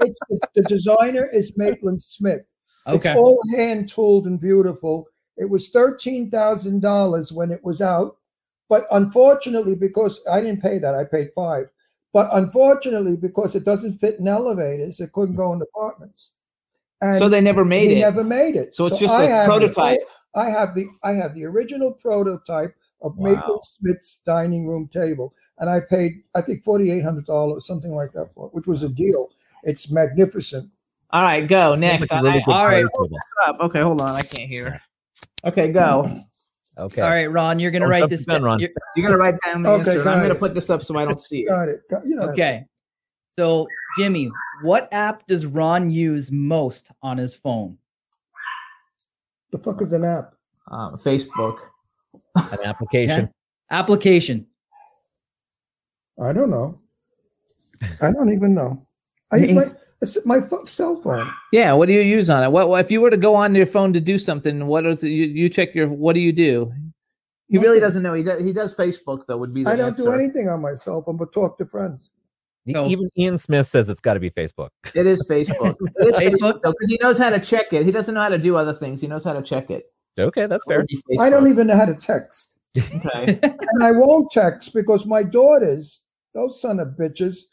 it's the, the designer is Maitland Smith.
okay.
It's all hand tooled and beautiful. It was thirteen thousand dollars when it was out, but unfortunately, because I didn't pay that, I paid five. But unfortunately, because it doesn't fit in elevators, it couldn't go in apartments. And
so they never made
he
it.
never made it.
So it's just a
have the-
prototype.
I, I have the I have the original prototype of
Wow.
Maple Smith's dining room table, and I paid I think forty eight hundred dollars, something like that, for it, which was a deal. It's magnificent.
All right, go
Sounds
next.
like a really
I-
good
I-
all right.
card table.
up. Okay, hold on. I can't hear. Okay, go.
Okay.
All right, Ron, you're gonna
Don't
write
jump
this
the gun,
down.
Ron.
you're-
You're gonna write down the
Okay,
answer. and
got
I'm gonna
it.
put this up so I don't see it.
Got it. Got- you know,
Okay. So, Jimmy, what app does Ron use most on his phone?
The fuck is an app?
Um, Facebook.
An application.
Application.
I don't know. I don't even know. I use
Me-
my it's my pho- cell phone.
Yeah, what do you use on it? What what- if you were to go on your phone to do something? What is it? You, you check your. What do you do? He really
Nothing.
doesn't know. He does, he does Facebook though. Would be the
I don't
answer.
do anything on my cell phone but talk to friends.
E-,
No.
Even Ian Smith says it's got to be Facebook.
It is Facebook. It is
Facebook?
Facebook though, because he knows how to check it. He doesn't know how to do other things. He knows how to check it.
Okay, that's fair.
I don't even know how to text.
Okay.
and I won't text because my daughters, those son of bitches,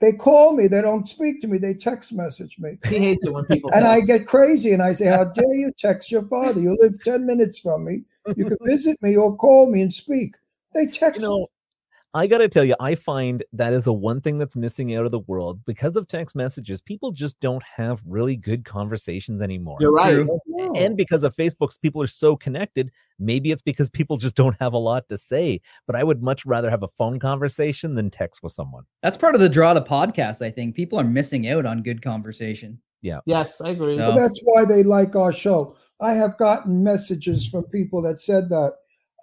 they call me, they don't speak to me, they text message me.
he hates it when people.
And I
text.
get crazy and I say, How dare you text your father? You live 10 minutes from me. You can visit me or call me and speak. They text
you know, I gotta tell you, I find that is the one thing that's missing out of the world because of text messages. People just don't have really good conversations anymore.
You're right.
True.
me. No.
And because of Facebook's, people are so connected. Maybe it's because people just don't have a lot to say. But I would much rather have a phone conversation than text with someone.
That's part of the draw to podcasts. I think people are missing out on good conversation.
Yes, I agree.
No.
That's why they like our show. I have gotten messages from people that said that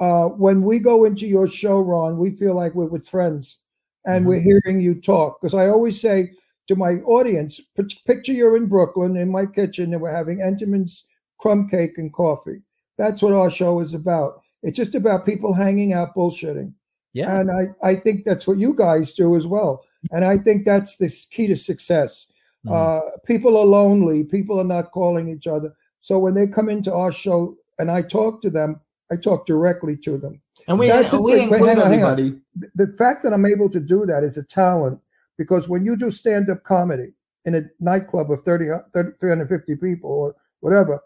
uh, when we go into your show, Ron, we feel like we're with friends and we're hearing you talk. Because I always say to my audience, "Pic- picture you're in Brooklyn in my kitchen and we're having Entenmann's crumb cake and coffee. That's what our show is about. It's just about people hanging out bullshitting.
Yeah.
And I, I think that's what you guys do as well. And I think that's the s- key to success. Uh, people are lonely. People are not calling each other. So when they come into our show and I talk to them, I talk directly to them.
And we,
That's a
we
good-
include
but hang on, hang on.
everybody.
Th- The fact that I'm able to do that is a talent because when you do stand up comedy in a nightclub of uh, 30, 30, 350 people or whatever,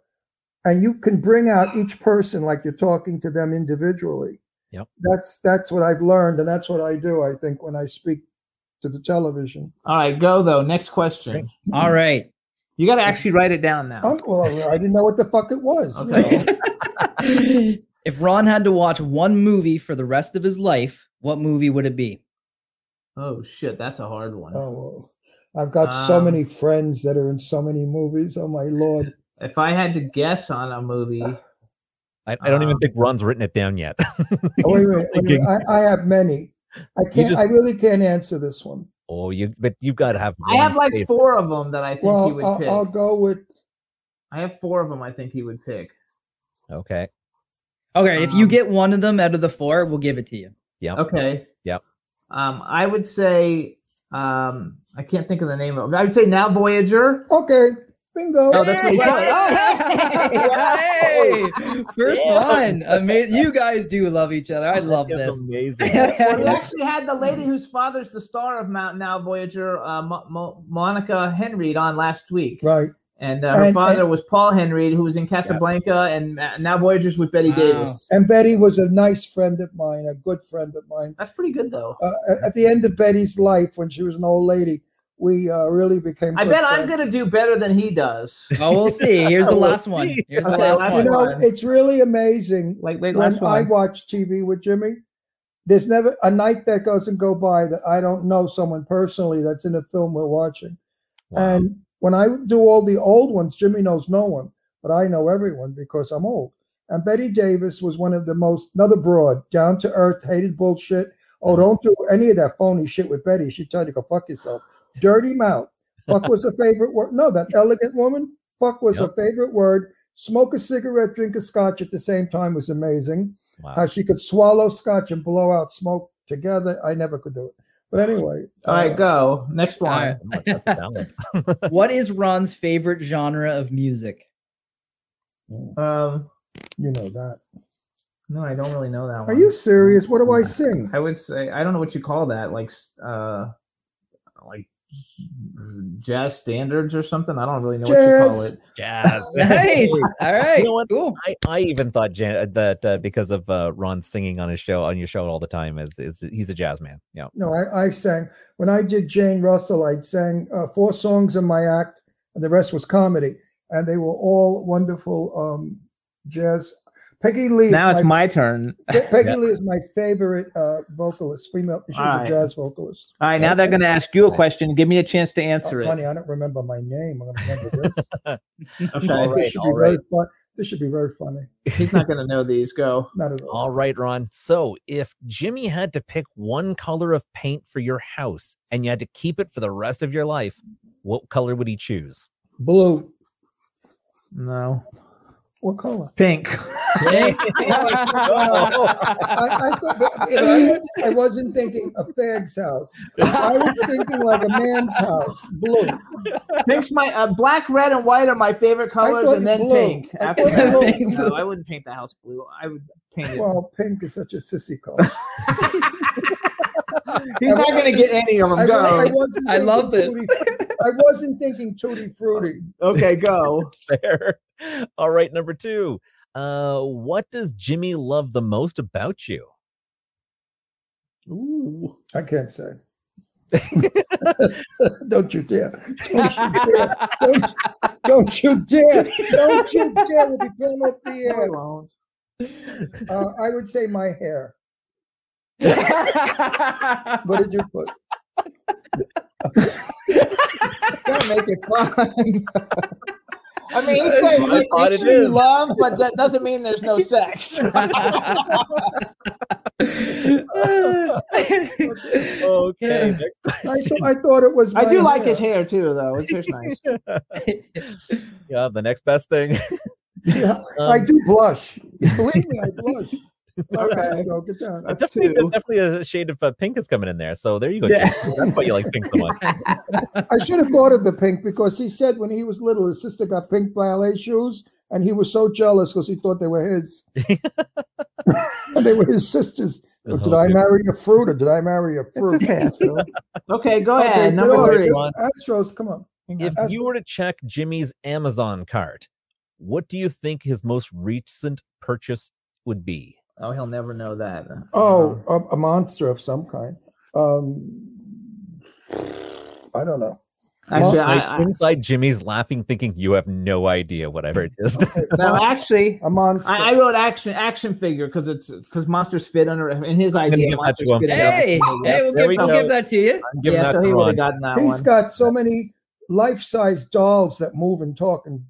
and you can bring out each person like you're talking to them individually.
Yep.
That's that's what I've learned, and that's what I do. I think when I speak to the television,
All right, go though. Next question.
All right.
You got to actually write it down now.
Um, well, I didn't know what the fuck it was. you
Okay.
know.
if Ron had to watch one movie for the rest of his life, what movie would it be?
Oh shit, that's a hard one.
Oh, well, I've got so
Um,
many friends that are in so many movies. Oh my lord!
If I had to guess on a movie,
Uh,
I, I don't even
Um,
think Ron's written it down yet.
Ah. Oh, wait,
He's
a minute, wait a
thinking,
minute. I, I have many. I can't.
just-
I really can't answer this one.
oh, you but you've got to have.
I have
one
like
favorite.
four of them that I think he
Well,
would
I'll,
pick.
I'll go with.
I have four of them. I think he would pick.
Okay.
Okay, if you
Um,
get one of them out of the four, we'll give it to you.
Okay.
Yep.
Um, I would say um, I can't think of the name of. It. I would say now Voyager.
Okay, bingo.
Oh, that's what he
Yay!
Oh,
Hey! First one. Amazing. You guys do love each other. I love
That's
this.
amazing.
We actually had the lady whose father's the star of Mount Now Voyager, uh, Mo- Mo- Monica Henried, on last week,
Right.
and uh, her
And-
father was Paul Henried, who was in Casablanca, and uh, Now Voyagers with Betty
Wow.
Davis.
And Betty was a nice friend of mine, a good friend of mine.
That's pretty good, though.
Uh, at- at the end of Betty's life, when she was an old lady, we uh, really became.
I
good
bet I'm
friends.
gonna do better than he does.
Oh, we'll see. Here's the
We'll
last one.
see.
Here's the
Okay,
last
last
You
one.
one.
know, it's really amazing.
Like wait,
when
last
I
one.
watch TV with Jimmy, there's never a night that goes and go by that I don't know someone personally that's in a film we're watching.
Wow.
And when I do all the old ones, Jimmy knows no one, but I know everyone because I'm old. And Betty Davis was one of the most another broad, down to earth, hated bullshit. Oh, don't do any of that phony shit with Betty. She tell you to go fuck yourself. Dirty mouth. Fuck was her favorite word. No, that elegant woman. Fuck was
Yep.
her favorite word. Smoke a cigarette, drink a scotch at the same time was amazing
wow.
how she could swallow scotch and blow out smoke together. I never could do it. But anyway, uh,
All right, go next one.
All right.
Oh my God, that's talent.
What is Ron's favorite genre of music?
Um,
you know that.
no, I don't really know that one.
Are you serious? What do I sing?
I would say I don't know what you call that, like s- uh, like jazz standards or something. I don't really know what you call
Jazz.
it.
Jazz.
Nice. All right.
You know what?
Cool.
I, I even thought Jan- that uh, because of uh, Ron singing on his show on your show all the time is is he's a jazz man. Yeah.
No, I, I sang. When I did Jane Russell, I sang uh, four songs in my act, and the rest was comedy. And they were all wonderful um, jazz. Peggy Lee. is
Now it's my turn.
Pe- Peggy
Yeah.
Lee is my favorite uh, vocalist, female. She's
All right.
a jazz vocalist.
All right, now they're going to ask you a question. Give me a chance to answer
Oh,
it.
honey, I don't remember my name. I don't remember this.
Okay,
All right,
this, should
all
be very
right,
fun. this should be very funny.
he's not going to know these. Go.
Not at all.
all right, Ron. So if Jimmy had to pick one color of paint for your house and you had to keep it for the rest of your life, what color would he choose?
Blue.
No.
What color?
Pink.
I, I, thought, but, you know, I, wasn't, I wasn't thinking a fag's house. I was thinking like a man's house, blue.
Pink's my uh, black, red, and white are my favorite colors,
thought
and then
blue.
pink.
I
After
thought
that,
blue.
no, I wouldn't paint the house blue. I would paint it.
Well, pink is such a sissy color.
He's not gonna get any of
I,
them.
wa- I,
Go.
wasn't
I love
thinking Tutti- I wasn't thinking tutti frutti.
Okay, go.
there. All right, number two. Uh, what does Jimmy love the most about you?
Ooh.
I can't say. don't you dare. Don't you dare. Don't, don't you dare. Don't you dare. We'll be thrown off the
No, I
air.
won't.
Uh, I would say my hair.
Gotta
What did you put?
make it fun. I mean, he says
I thought it
it is
is.
love, but that doesn't mean there's no sex.
Okay. next
I, th- I thought it was.
I do
my
like his hair too, though. His hair's nice.
yeah, the next best thing.
Yeah,
Um,
I do blush. Believe me, I blush.
Um, Okay.
So get down.
That's
definitely,
two.
definitely a shade of uh, pink is coming in there. So there you go.
Yeah.
Jimmy. That's why you like pink so much.
I should have bought him the pink because he said when he was little, his sister got pink ballet shoes, and he was so jealous because he thought they were his. and they were his sisters.
Oh,
did I
good.
marry a fruit or did I marry a
It's
fruit?
okay, Astro. Okay, go
Okay,
ahead.
go
Number
ahead,
three.
John. Astros, come on.
If
That's-
you were to check Jimmy's Amazon cart, what do you think his most recent purchase would be?
Oh, he'll never know that.
Oh, a, a monster of some kind. Um, I don't know.
actually, I,
Like,
I,
inside Jimmy's laughing, thinking you have no idea whatever it is.
no, actually,
A monster.
I, I wrote action action figure because it's because monsters fit under in his
give
idea.
that
Monsters
to him.
fit under
hey, hey,
action figures.
we'll,
There
give,
we
we'll
go.
give that to you.
I'm giving
yeah,
that
so
to
he would
Ron.
have gotten that
He's
one.
got so many life-size dolls that move and talk and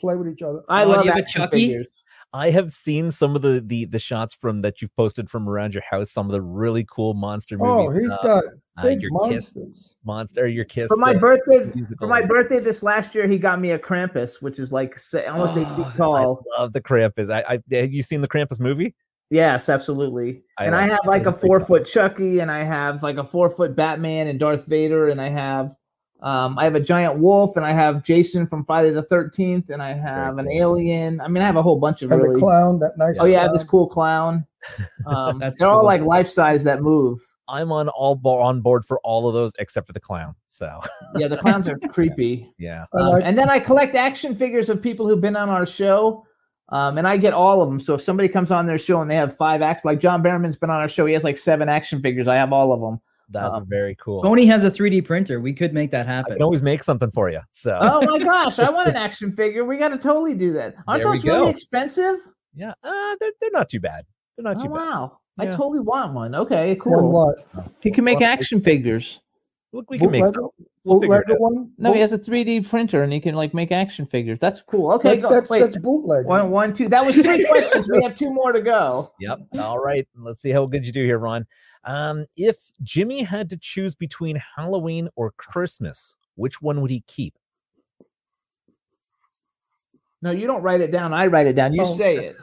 play with each other.
I
Oh, do
love
you have a
action
Chucky?
figures.
I have seen some of the, the the shots from that you've posted from around your house. Some of the really cool monster
Oh,
movies.
he's
uh,
got
uh,
big
your kiss
monsters.
monster, your kiss.
For my
uh,
birthday,
musical.
for my birthday this last year, he got me a Krampus, which is like sa- almost eight
Oh,
feet tall.
I love the Krampus. I, I have you seen the Krampus movie?
Yes, absolutely.
I
and I
like
have
that.
like a
That's a big
four foot Chucky, and I have like a four foot Batman and Darth Vader, and I have um, I have a giant wolf, and I have Jason from Friday the Thirteenth, and I have an
cool.
alien. I mean, I have a whole bunch of
And the
really.
clown, that nice.
Oh yeah, I have
clown.
this cool clown. Um, they're
That's
all
cool.
like life size that move.
I'm on all bo- on board for all of those except for the clown. So
Yeah, the clowns are creepy.
yeah,
I
Um,
like-
and then I collect action figures of people who've been on our show, um, and I get all of them. So if somebody comes on their show and they have five act, like John Berriman's been on our show, he has like seven action figures. I have all of them.
that's
Um,
very cool.
Boney has a 3D printer. We could make that
I
happen.
can always make something for you. So
Oh my gosh, I want an action figure. We got to totally do that. Aren't
There we
those really
go.
expensive?
yeah, uh, they're they're not too bad. They're not
Oh
too bad.
wow, I
Yeah.
totally want one. Okay,
One
cool.
what?
He can make
Well,
action figures.
We, we can make
Bootlegger?
something. We'll figure it
Bootlegger
out.
one?
No, he
Boot-
has a 3D printer and he can like make action figures. That's cool. Okay,
that-
go.
that's,
wait.
that's bootleg.
one, one, two. That was three questions. We have two more to go.
Yep. All right. Let's see how good you do here, Ron. Um, if Jimmy had to choose between Halloween or Christmas, which one would he keep?
No, you don't write it down. I write it down. You
Oh.
say it.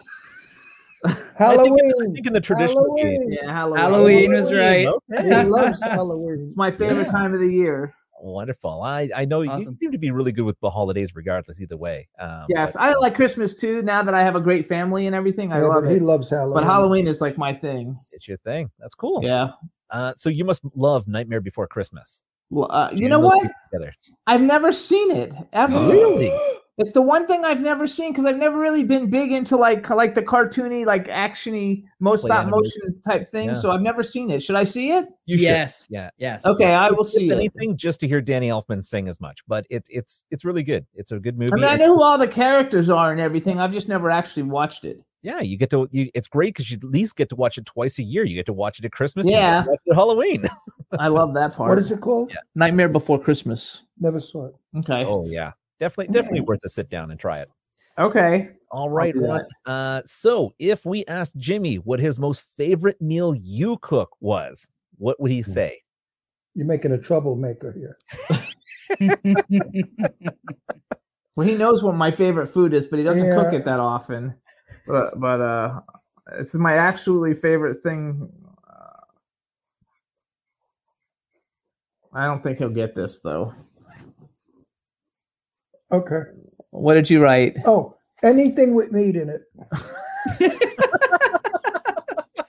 I think,
Halloween.
I think in the traditional case.
Halloween.
Yeah, Halloween.
Halloween was right.
He loves Halloween.
It's my favorite time of the year.
Wonderful. I, I know you
Awesome.
seem to be really good with the holidays, regardless, either way. Um,
Yes,
but,
I
uh,
like Christmas too. Now that I have a great family and everything, I
Yeah,
love
but he
it.
loves Halloween.
But Halloween is like my thing.
It's your thing. That's cool.
Yeah.
Uh, so you must love Nightmare Before Christmas.
Well, uh, you
Jam
know
those
what?
two Together.
I've never seen it ever.
Really?
It's the one thing I've never seen because I've never really been big into like like the cartoony, like actiony, most
Play
stop
animation.
motion type thing.
Yeah.
So I've never seen it. Should I see it?
You should.
yes.
Yeah.
Yes.
Okay, I will
If
see it.
anything, just to hear Danny Elfman sing as much, but it's it's it's really good. It's a good movie.
I mean, I
and-
know who all the characters are and everything. I've just never actually watched it.
yeah, you get to. You, it's great because you at least get to watch it twice a year. You get to watch it at Christmas. and you get
Yeah.
to watch it at Halloween.
I love that part.
What is it called?
Yeah.
Nightmare Before Christmas.
Never saw it.
Okay.
oh yeah, definitely, definitely worth a sit down and try it.
Okay.
All right,
do
Ron. Uh, so if we asked Jimmy what his most favorite meal you cook was, what would he
Hmm.
say?
You're making a troublemaker here.
Well, he knows what my favorite food is, but he doesn't
Yeah.
cook it that often. But but uh, it's my absolutely favorite thing. Uh, I don't think he'll get this though.
Okay.
What did you write?
Oh, anything with meat in it.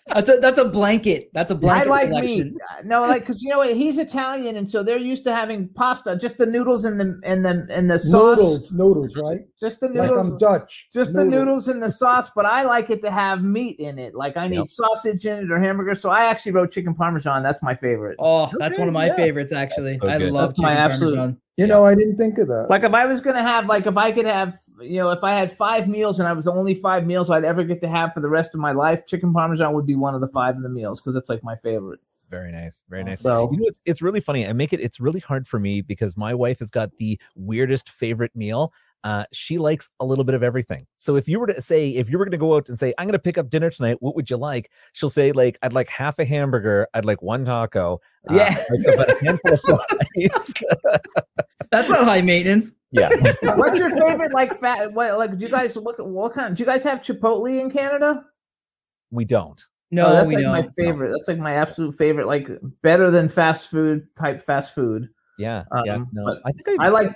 That's a that's a blanket. That's a
I
blanket
like
selection.
meat. No, like because you know what? He's Italian, and so they're used to having pasta, just the noodles and the and the and the sauce,
Noodles, noodles, right?
just the
Like um,
noodles,
I'm Dutch.
just the noodles and the sauce. But I like it to have meat in it. Like I need
Yep.
sausage in it or hamburger. So I actually wrote chicken parmesan. That's my favorite.
Oh, that's one of my
yeah.
favorites actually.
so
I
good.
love
That's my
chicken
absolute-
parmesan.
You know, I didn't think of that.
Like if I was gonna have, like if I could have, you know, if I had five meals and I was the only five meals I'd ever get to have for the rest of my life, chicken parmesan would be one of the five of the meals because it's like my favorite.
Very nice. Very nice.
So
Oh, You know, it's, it's really funny. I make it, it's really hard for me because my wife has got the weirdest favorite meal. Uh, she likes a little bit of everything. So if you were to say, if you were going to go out and say, I'm going to pick up dinner tonight, what would you like? She'll say, like, I'd like half a hamburger. I'd like one taco. uh,
Yeah.
I'd like about a handful of fries."
That's not high maintenance.
yeah.
What's your favorite like fat? What like do you guys what what kind? Do you guys have Chipotle in Canada?
We don't.
No,
Oh, that's
we
like
don't.
my favorite. That's like my absolute favorite. Like better than fast food type fast food.
Yeah. yeah.
Um,
No,
but
I think I,
I like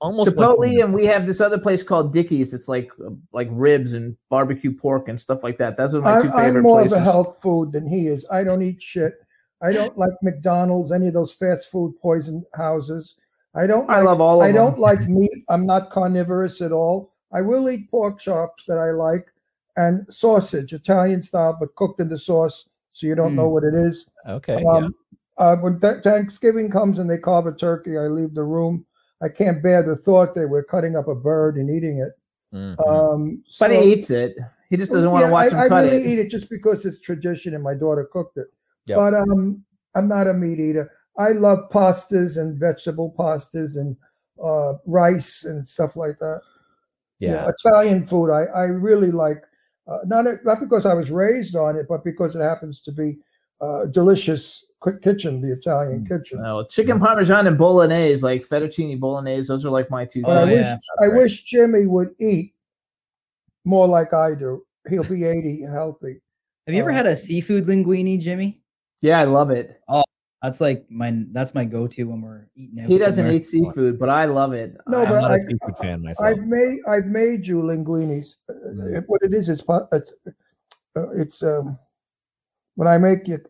almost went-
Chipotle, and we have this other place called Dickie's. It's like like ribs and barbecue pork and stuff like that. Those are my
I'm,
two
I'm
favorite
more
places.
of a health food than he is. I don't eat shit. I don't like McDonald's, any of those fast food poison houses. I don't.
I
like-
love all of
I
them.
don't like meat. I'm not carnivorous at all. I will eat pork chops that I like and sausage, Italian style, but cooked in the sauce, so you don't
Hmm.
know what it is.
Okay. yeah.
Um, uh, when th- Thanksgiving comes and they carve a turkey, I leave the room. I can't bear the thought that we're cutting up a bird and eating it.
Mhm.
Hmm.
Um,
But
so-
he eats it. He just doesn't want
Yeah,
to watch
I,
him
I
cut
really
it.
eat it just because it's tradition and my daughter cooked it.
Yep.
But um, I'm not a meat eater. I love pastas and vegetable pastas and uh, rice and stuff like that. You know,
yeah.
Italian food I, I really like. Uh, not not because I was raised on it, but because it happens to be uh, delicious quick kitchen, the
Mm,
Italian kitchen.
No, chicken parmesan and bolognese, like fettuccine bolognese. Those are like my two.
But I
Oh,
wish
favorites.
yeah.
I wish Jimmy would eat more like I do. He'll be 80 and healthy.
Have you ever
Uh,
had a seafood linguine, Jimmy?
yeah, I love it.
That's like my that's my go-to when we're eating. out
He doesn't
somewhere.
eat seafood, but I love it.
No,
I-
I'm
but
not a
I-
seafood fan myself.
I've made I've made you linguinis. Uh,
Mm.
it- What it is is pa- it's uh, it's um when I make it,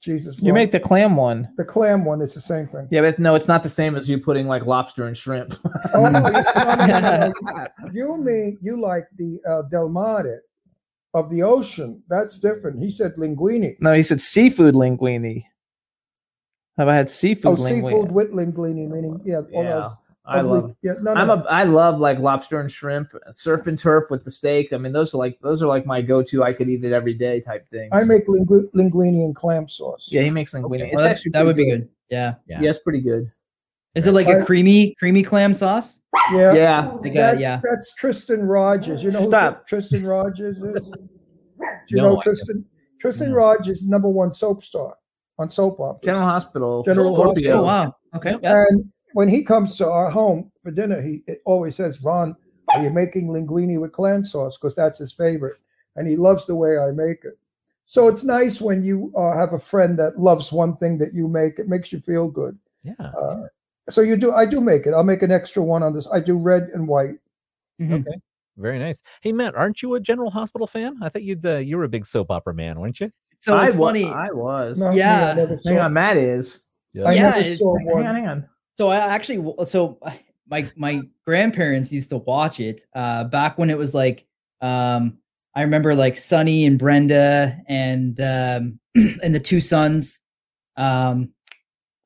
Jesus,
you
Lord,
make the clam one.
the clam one. It's the same thing.
Yeah, but no, it's not the same as you putting like lobster and shrimp.
Oh, no, you- no, no, no, no. you mean you like the uh, del mare of the ocean? That's different. He said linguini.
no, he said seafood linguine. Have I had seafood
oh, seafood with linguini, meaning yeah, all
Yeah,
those.
I
ugly-
love.
Yeah, no, no.
I'm a. I love like lobster and shrimp, surf and turf with the steak. I mean, those are like those are like my go-to. I could eat it every day type thing.
I make lingu- linguini and clam sauce.
Yeah, he makes linguine. It's
Well, that-
actually
that would be
pretty
good. Yeah.
Yeah.
Yeah, it's pretty good.
Is it like a
Alright.
creamy creamy clam sauce?
yeah.
Yeah.
I got
That's,
it, yeah.
that's Tristan Rogers. You know
Stop.
who Tristan Rogers is? Do you
No,
know
I
Tristan? Tristan
No.
Rogers, number one soap star on soap opera.
General Hospital.
General
Scorpio.
Oh wow. Okay. Yeah.
And when he comes to our home for dinner, he it always says, "Ron, are you making linguine with clam sauce?" Because that's his favorite, and he loves the way I make it. So it's nice when you uh, have a friend that loves one thing that you make. It makes you feel good.
yeah.
Uh, So you do. I do make it. I'll make an extra one on this. I do red and white.
Mhm.
Okay. Very nice. Hey Matt, aren't you a General Hospital fan? I thought you'd uh, you were a big soap opera man, weren't you?
So
I
it's
wa-
funny.
I was.
No, me, I
Yeah.
never
Hang
saw
on, Matt is.
I
Yeah,
never
it's-
saw
Hang on,
one.
hang on.
So I actually w- so my my grandparents used to watch it uh back when it was like um I remember like Sonny and Brenda and um and the two sons. Um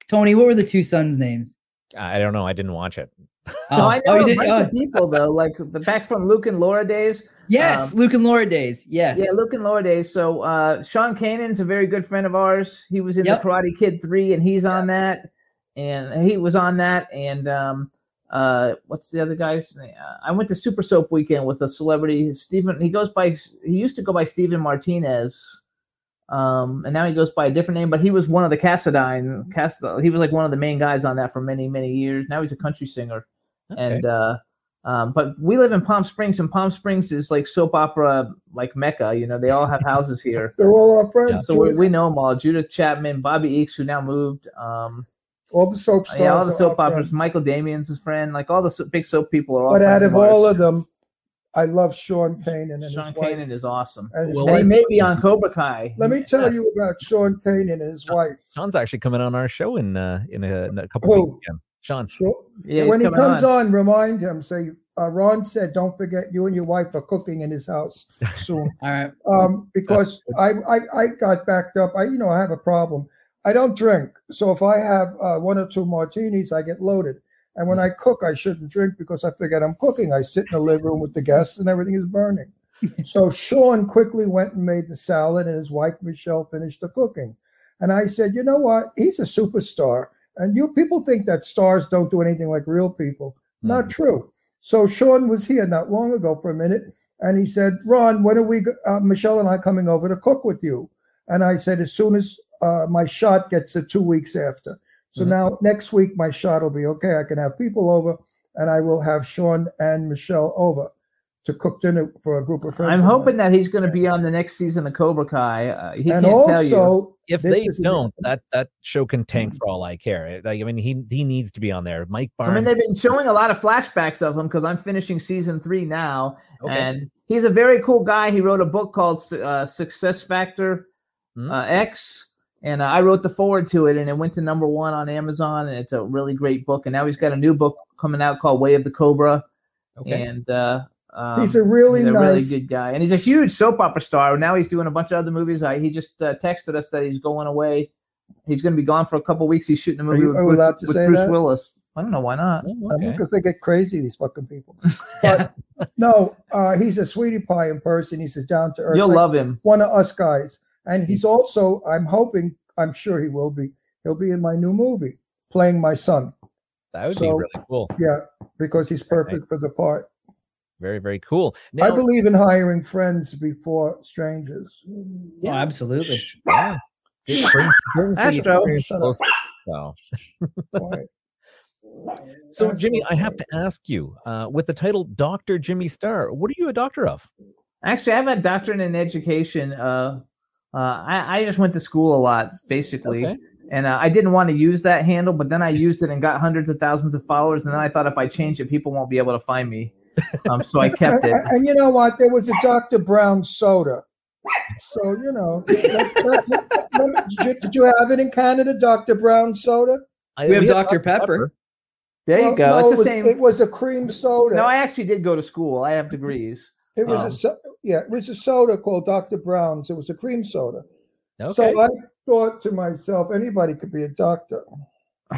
Tony, what were the two sons' names?
I don't know. I didn't watch it.
Um,
no, I know
you
a
did-
bunch
oh,
of people though, like the back from Luke and Laura days.
yes, Luke and Laura days. Yes.
Yeah, Luke and Laura days. So uh, Sean Cannon's a very good friend of ours. He was in
Yep.
the Karate Kid three, and he's on that, and he was on that, and um, uh, what's the other guy's name? Uh, I went to Super Soap Weekend with a celebrity, Stephen. He goes by he used to go by Stephen Martinez. Um, and now he goes by a different name, but he was one of the Cassadine. Cast, he was like one of the main guys on that for many, many years. Now he's a country singer
Okay.
and uh, Um, but we live in Palm Springs, and Palm Springs is like soap opera, like mecca. You know, they all have houses here,
They're all our friends.
so we, we know them all. Judith Chapman, Bobby Eakes, who now moved. Um,
all the soap stars.
yeah, all the
are
soap
our
operas.
friends.
Michael Damian's his friend. Like all the so- big soap people are all.
But out
friends
of
ours.
all of them, I love Sean Kanan and
Sean
his wife. Uh,
Kanan is awesome,
and his
Well,
and he
wife.
may be on Cobra Kai.
Let me tell you about Sean Kanan and his wife.
Sean's actually coming on our show in uh, in, a, in a couple
Who?
weeks. Again. Sean,
Sure.
yeah, he's
when he
coming
comes
on.
on. remind him. Say, uh, Ron said, "Don't forget you and your wife are cooking in his house soon."
All right. Oh,
um, because I, I I got backed up. I you know I have a problem. I don't drink, so if I have uh, one or two martinis, I get loaded. And when I cook, I shouldn't drink because I forget I'm cooking. I sit in the living room with the guests, and everything is burning. so Sean quickly went and made the salad, and his wife Michelle finished the cooking. And I said, you know what? He's a superstar, and you people think that stars don't do anything like real
um,
people.
Hmm.
Not true. So Sean was here not long ago for a minute, and he said, "Ron, when are we? go- Uh, Michelle and I coming over to cook with you?" And I said, "As soon as uh, my shot gets to two weeks after." So
Hmm.
Mhm.
now next week my shot will be okay. I can have people over, and I will have Sean and Michelle over to cook dinner for a group of friends.
I'm
of
hoping that
mine.
he's going to be on the next season of Cobra Kai. Uh, he
and
can't
also,
tell you.
if
This
they
is a-
don't, that that show can tank for all I care. Like, I mean, he he needs to be on there. Mike Barnes.
I mean, they've been showing a lot of flashbacks of him because I'm finishing season three now,
okay.
and he's a very cool guy. He wrote a book called Su- uh, Success Factor
Hmm.
uh, X, and uh, I wrote the forward to it, and it went to number one on Amazon, and it's a really great book. And now he's got a new book coming out called Way of the Cobra,
okay.
and uh, um,
he's a really
he's a
nice.
really good guy, and he's a huge soap opera star. Now he's doing a bunch of other movies. I, he just uh, texted us that he's going away. He's going to be gone for a couple weeks. He's shooting a movie
you-
with,
are we
Bruce-
allowed to
with
say
Bruce
that?
Willis. I don't know why not.
Oh,
I mean,
okay.
'cause they get crazy, these fucking people. But no, uh, he's a sweetie pie in person. He's as down to earth.
You'll
like
love him.
one of us guys. And
Hmm.
he's also, I'm hoping, I'm sure he will be. He'll be in my new movie, playing my son.
That would be
So-
really cool.
Yeah, because he's perfect for the part.
Very very cool.
I
Now,
believe in hiring friends before strangers.
Oh, absolutely.
yeah. Good- brings- brings the
Astro.
experience
Shut up.
closer. So,
Quiet.
so Jimmy, I have to ask you, uh, with the title Doctor Jimmy Starr, what are you a doctor of?
Actually, I have a doctorate in education. Uh, uh, I, I just went to school a lot, basically.
Okay.
And uh, I didn't want to use that handle, but then I used it and got hundreds of thousands of followers. And then I thought if I change it, people won't be able to find me. Um, so I kept it.
And, and you know what? There was a Dr. Brown soda. So, you know, did, you, did you have it in Canada, Dr. Brown soda?
I,
We have Dr. Pepper.
There
Well,
you go.
no,
it's
it
the
was,
same.
It was a cream soda.
no, I actually did go to school. I have degrees.
It was
Um,
a so- yeah, it was a soda called Dr. Brown's. It was a cream soda.
Okay.
So I thought to myself, anybody could be a doctor.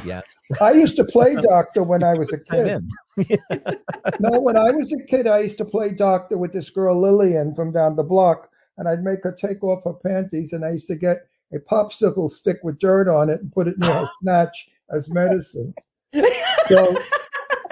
Yeah.
I used to play doctor when I was a
I'm
kid.
in.
No, when I was a kid, I used to play doctor with this girl Lillian from down the block, and I'd make her take off her panties, and I used to get a popsicle stick with dirt on it and put it near her snatch as medicine. So,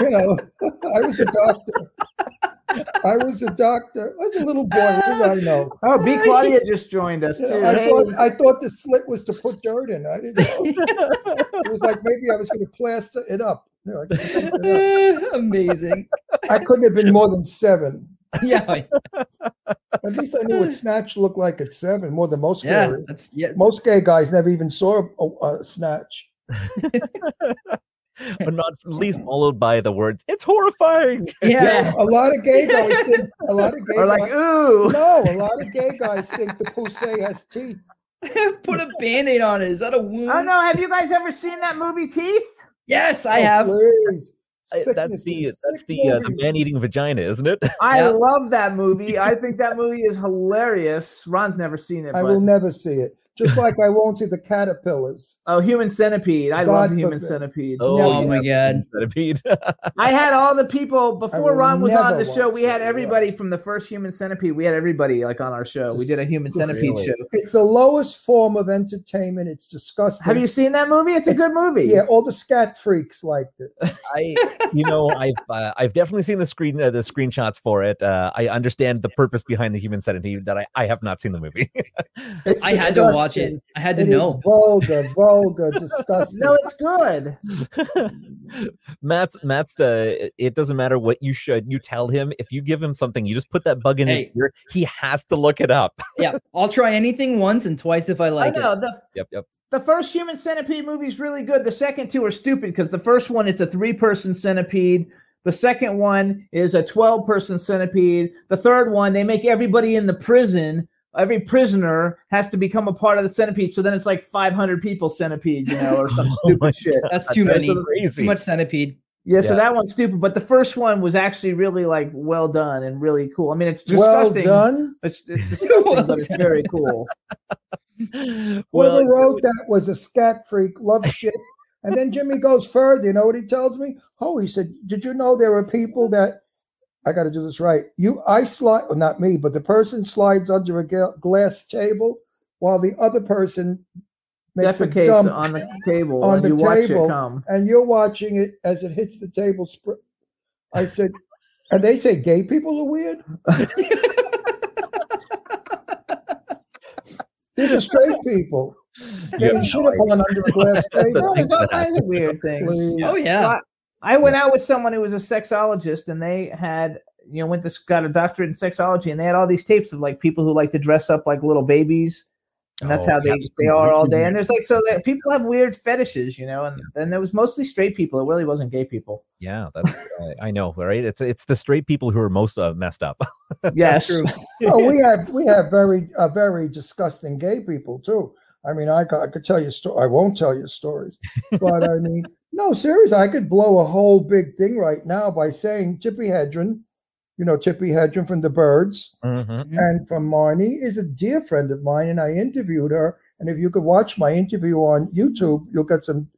you know, I was a doctor. I was a doctor. I was a little boy. What did I know?
Oh, B. Claudia just joined us, too.
Yeah, I
Hey.
thought I thought the slit was to put dirt in. I didn't know. it was like maybe I was going to plaster it up. You know, I couldn't think it
Eh, Amazing.
up. I couldn't have been more than seven.
Yeah.
At least I knew what snatch looked like at seven, more than most.
Yeah.
fairies.
That's yeah.
Most gay guys never even saw a, a snatch.
but not least followed by the words, it's horrifying.
Yeah.
A lot of gay guys think. A lot of gay
Or like,
guys.
ooh.
No, a lot of gay guys think the pussy has teeth.
Put a band-aid on it. Is that a wound?
Oh, no. Have you guys ever seen that movie, Teeth?
Yes, I
Oh,
have.
please.
I- That's the
Sicknesses,
that's
sick
the uh, the
movies.
man eating vagina, isn't it?
I
Yeah.
love that movie. I think that movie is hilarious. Ron's never seen it,
I
but
will never see it. Just like I won't see the caterpillars.
oh, Human Centipede. I
God
love Human
forbid.
Centipede.
No,
Oh my god.
Centipede.
I had all the people before
will
Ron was on
never
the show.
watch
We had
it, yeah.
everybody from the first Human Centipede. We had everybody like on our show. we did a Human Centipede
Really?
show.
It's the lowest form of entertainment. It's disgusting.
Have you seen that movie? It's a good movie.
Yeah, all the scat freaks liked it.
I, you know, I've uh, I've definitely seen the screen uh, the screenshots for it. Uh, I understand the purpose behind the human centipede that I, I have not seen the movie.
It's
I had to watch
disgusting.
it. I had to
It is
know.
vulgar, vulgar, disgusting.
No, it's good.
Matt's Matt's the it doesn't matter what you should you tell him if you give him something you just put that bug in
Hey.
his ear he has to look it up.
yeah, I'll try anything once and twice if I
I
like
know
it.
the
Yep, yep.
the first Human Centipede movie is really good. The second two are stupid because the first one it's a three person centipede. The second one is a twelve person centipede. The third one they make everybody in the prison. Every prisoner has to become a part of the centipede. So then it's like five hundred people centipede, you know, or some
Oh my
stupid shit.
That's too
That's
many.
crazy.
Too much centipede.
Yeah, so
Yeah.
that one's stupid, but the first one was actually really like well done and really cool. I mean, it's
Well
disgusting.
done.
It's, it's disgusting, but it's very cool.
well,
Whoever wrote that was a scat freak, loved shit. And then Jimmy goes further. You know what he tells me? Oh, he said, "Did you know there are people that I got to do this right? You, I slide, well, not me, but the person slides under a ga- glass table while the other person makes a
Defecates
dump,
on the table
on
and
the
you watch
table.
it come.
and you're watching it as it hits the table. Sp- I said, and they say gay people are weird. These are straight people.
you
Yeah,
have
we should
no
have gone under a glass
No,
table.
there's
things
all
that
kinds of weird things.
Please.
Oh yeah.
Well, I went out with someone who was a sexologist, and they had you know went to got a doctorate in sexology, and they had all these tapes of like people who like to dress up like little babies, and that's
Oh,
how they
yeah.
they are all day. And there's like so that people have weird fetishes, you know, and and there was mostly straight people. It really wasn't gay people.
Yeah, that's uh, I know, right? It's it's the straight people who are most uh, messed up.
Yes,
True.
Oh, we have we have very uh, very disgusting gay people too. I mean, I, co- I could tell you sto- I won't tell you stories, but I mean, no, seriously, I could blow a whole big thing right now by saying Tippy Hedren, you know, Tippy Hedren from the Birds
Mhm.
Mm-hmm.
and from Marnie is a dear friend of mine, and I interviewed her. And if you could watch my interview on YouTube, you'll get some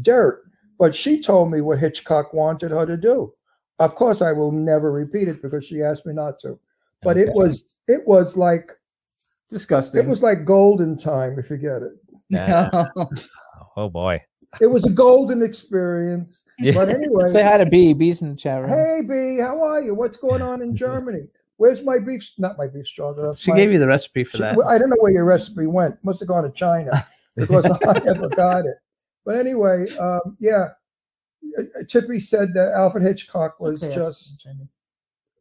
dirt. But she told me what Hitchcock wanted her to do. Of course, I will never repeat it because she asked me not to. But
Okay.
it was it was like
disgusting.
it was like golden time, if you get it.
Yeah. oh boy.
It was a golden experience. But anyway,
Say hi to B. B's in the chat room.
hey B, how are you? What's going on in Germany? Where's my beef? Not my beef strong enough.
she
my-
gave you the recipe for
She-
that.
well, I don't know where your recipe went. Must have gone to China because I never got it. But anyway, um, yeah, Uh, Tippy said that Alfred Hitchcock was
Okay, I-
just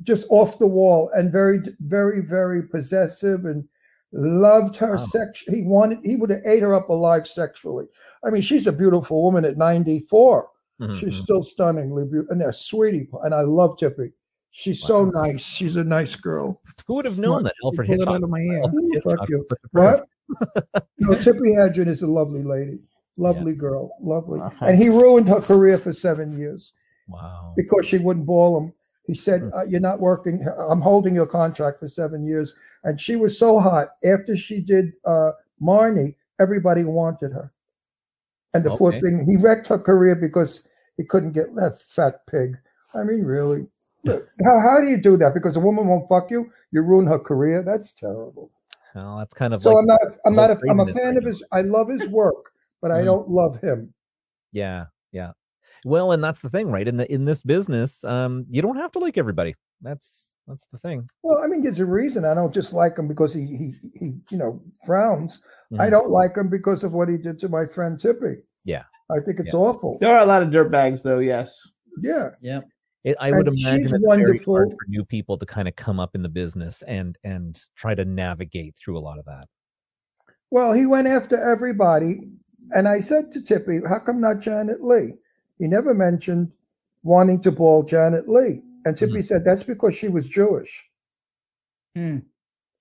just off the wall and very, very, very possessive and loved her
Wow.
sex. He wanted he would have ate her up alive sexually. I mean, she's a beautiful woman at ninety four. She's
Mm-hmm.
Mhm.
still stunningly beautiful and a sweetie. And I love Tippy. She's so nice. She's a nice girl.
Who would have known that Alfred Hitchcock?
my ear.
Alfred
Ooh,
Hitchcock was
fuck you.
such a perv.
What? no, Tippi Hedren is a lovely lady, lovely girl, lovely.
Okay.
And he ruined her career for seven years
Wow.
because she wouldn't ball him. He said, uh, "You're not working. I'm holding your contract for seven years." And she was so hot after she did uh, Marnie, everybody wanted her. And the fourth
Okay.
thing, he wrecked her career because he couldn't get that fat pig. I mean, really. Look, How, how do you do that? Because a woman won't fuck you, you ruin her career. That's terrible.
Well, that's kind of
So
like
I'm not. I'm not.
Walt
A, I'm a
Friedman
fan of
thing.
his. I love his work, but I
Mhm.
don't love him.
Yeah, yeah. Well, and that's the thing, right? In the in this business, um, you don't have to like everybody. That's that's the thing.
Well, I mean, there's a reason I don't just like him because he he, he you know frowns. I
Mhm.
don't like him because of what he did to my friend Tippy.
Yeah.
I think it's
Yeah.
awful.
There are a lot of dirt bags, though. Yes.
Yeah,
It, I would
And she's
imagine it's very hard
wonderful.
for new people to kind of come up in the business and and try to navigate through a lot of that.
Well, he went after everybody. And I said to Tippy, how come not Janet Lee? He never mentioned wanting to ball Janet Lee. And Tippy
Mm.
said, that's because she was Jewish.
Hmm.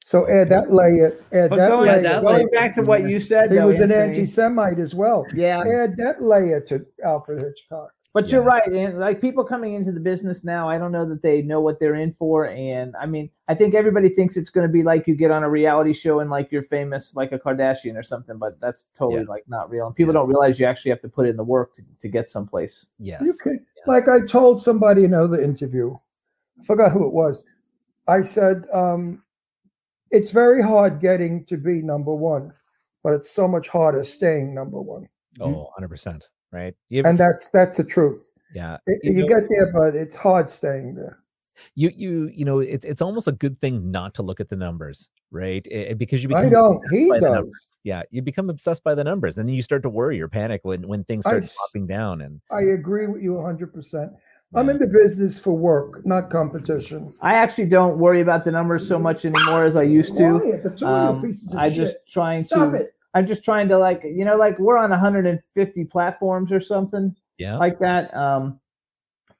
So add that layer, add
But
that
going,
layer.
that
going
layer.
back to what you said,
He
though,
was an
Anthony,
anti Semite as well.
Yeah,
Add that layer to Alfred Hitchcock.
but you're
Yeah.
right. And like people coming into the business now, I don't know that they know what they're in for. And I mean, I think everybody thinks it's going to be like you get on a reality show and like you're famous, like a Kardashian or something. But that's totally
Yeah.
like not real. And people
Yeah.
don't realize you actually have to put in the work to, to get someplace.
Yes.
You can, like I told somebody in another interview, I forgot who it was. I said, um, it's very hard getting to be number one, but it's so much harder staying number one.
Oh, 100 percent. Right. You-
And that's that's the truth.
yeah.
It-
You
you
know-
get there, but it's hard staying there.
you you you know it's it's almost a good thing not to look at the numbers right It- because you become
I don't.
obsessed
He
by the
does.
numbers. yeah you become obsessed by the numbers and then you start to worry or panic when when things
I
start
s-
dropping down and
I agree with you 100%. I'm
yeah.
in the business for work, not competition.
I actually don't worry about the numbers so much anymore as I used to.
Quiet, the two of you
Um,
pieces of
I
shit.
just trying
Stop
to.
it.
I'm just trying to like you know like we're on 150 platforms or something
yeah
like that. Um,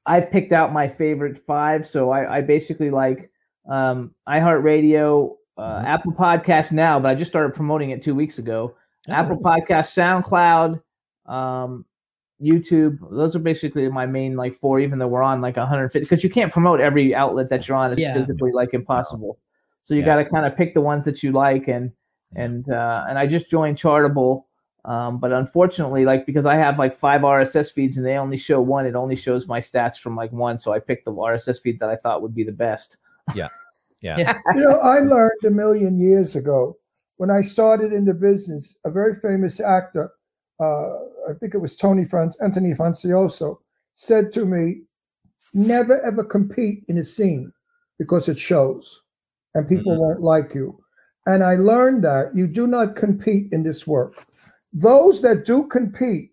I've picked out my favorite five, so I, I basically like um, iHeartRadio, uh,
Mhm.
Apple Podcast now, but I just started promoting it two weeks ago.
Oh,
Apple Podcast, SoundCloud, um, YouTube. Those are basically my main like four, even though we're on like 150, because you can't promote every outlet that you're on. It's
Yeah.
physically like impossible. So you
Yeah.
got to kind of pick the ones that you like. And,
Yeah.
and, uh, and I just joined Chartable. Um, but unfortunately, like because I have like five RSS feeds and they only show one, it only shows my stats from like one. So I picked the RSS feed that I thought would be the best.
You know, I learned a million years ago when I started in the business, a very famous actor, uh, I think it was Tony Franz, Anthony Francioso, said to me, never ever compete in a scene because it shows and people won't like you. And I learned that you do not compete in this work. Those that do compete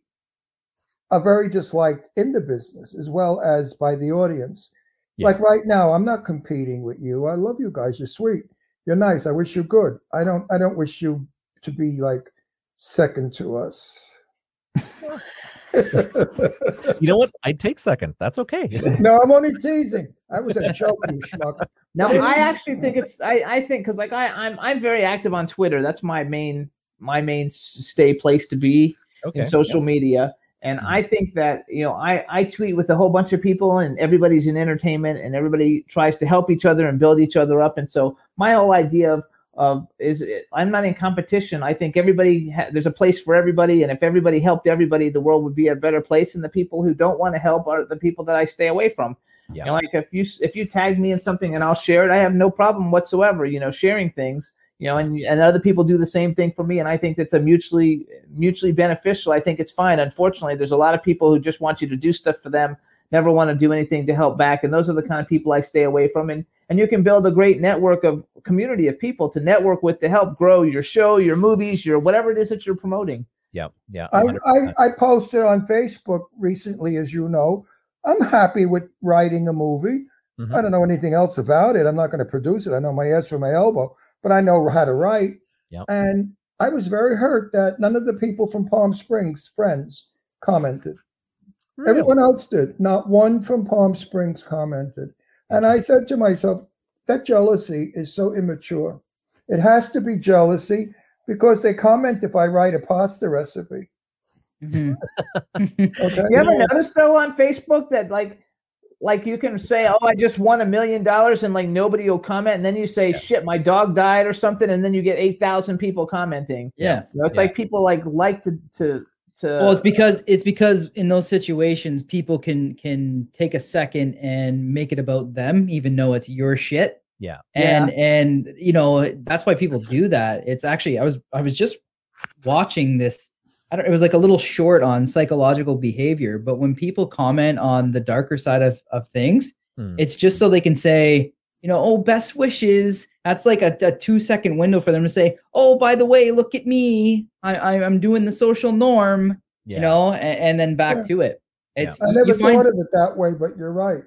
are very disliked in the business as well as by the audience.
Yeah.
Like right now, I'm not competing with you. I love you guys. You're sweet. You're nice. I wish you good. I don't I don't wish you to be like second to us.
you know what i'd take second that's okay
no, I'm only teasing. That was a joke, you schmuck.
No, I actually think it's I I think because like I I'm I'm very active on Twitter. That's my main my main s- stay place to be
okay Mm-hmm.
in social media. And I think that you know I I tweet with a whole bunch of people and everybody's in entertainment and everybody tries to help each other and build each other up. And so my whole idea of of is it, I'm not in competition. I think everybody ha- there's a place for everybody, and if everybody helped everybody, the world would be a better place. And the people who don't want to help are the people that I stay away from.
Yeah.
And like if you if you tag me in something and I'll share it, I have no problem whatsoever. You know, sharing things. You know, and and other people do the same thing for me, and I think that's a mutually mutually beneficial. I think it's fine. Unfortunately, there's a lot of people who just want you to do stuff for them, never want to do anything to help back, and those are the kind of people I stay away from. And and you can build a great network of community of people to network with to help grow your show, your movies, your whatever it is that you're promoting.
yeah yeah
I,
100%.
I, I posted on Facebook recently, as you know. I'm happy with writing a movie.
Mhm.
I don't know anything else about it. I'm not going to produce it. I know my ass from my elbow, but I know how to write.
Yep.
And I was very hurt that none of the people from Palm Springs, friends, commented.
Really?
Everyone else did. Not one from Palm Springs commented. And I said to myself, that jealousy is so immature. It has to be jealousy because they comment if I write a pasta recipe.
Mm-hmm.
Okay.
You ever notice though on Facebook that like like you can say, Oh, I just won a million dollars and like nobody will comment, and then you say, Shit, my dog died or something, and then you get eight thousand people commenting.
Yeah.
You know, it's
Yeah.
like people like like to to to
Well, it's because it's because in those situations, people can can take a second and make it about them, even though it's your shit.
Yeah.
And and you know that's why people do that. It's actually I was I was just watching this. I don't. It was like a little short on psychological behavior, but when people comment on the darker side of of things,
Hmm.
it's just so they can say, you know, oh, best wishes. That's like a, a two second window for them to say, oh, by the way, look at me. I, I I'm doing the social norm
yeah.
you know, and, and then back
Yeah.
to it. It's
I
you-
never
you
thought
find
of it that way, but you're right.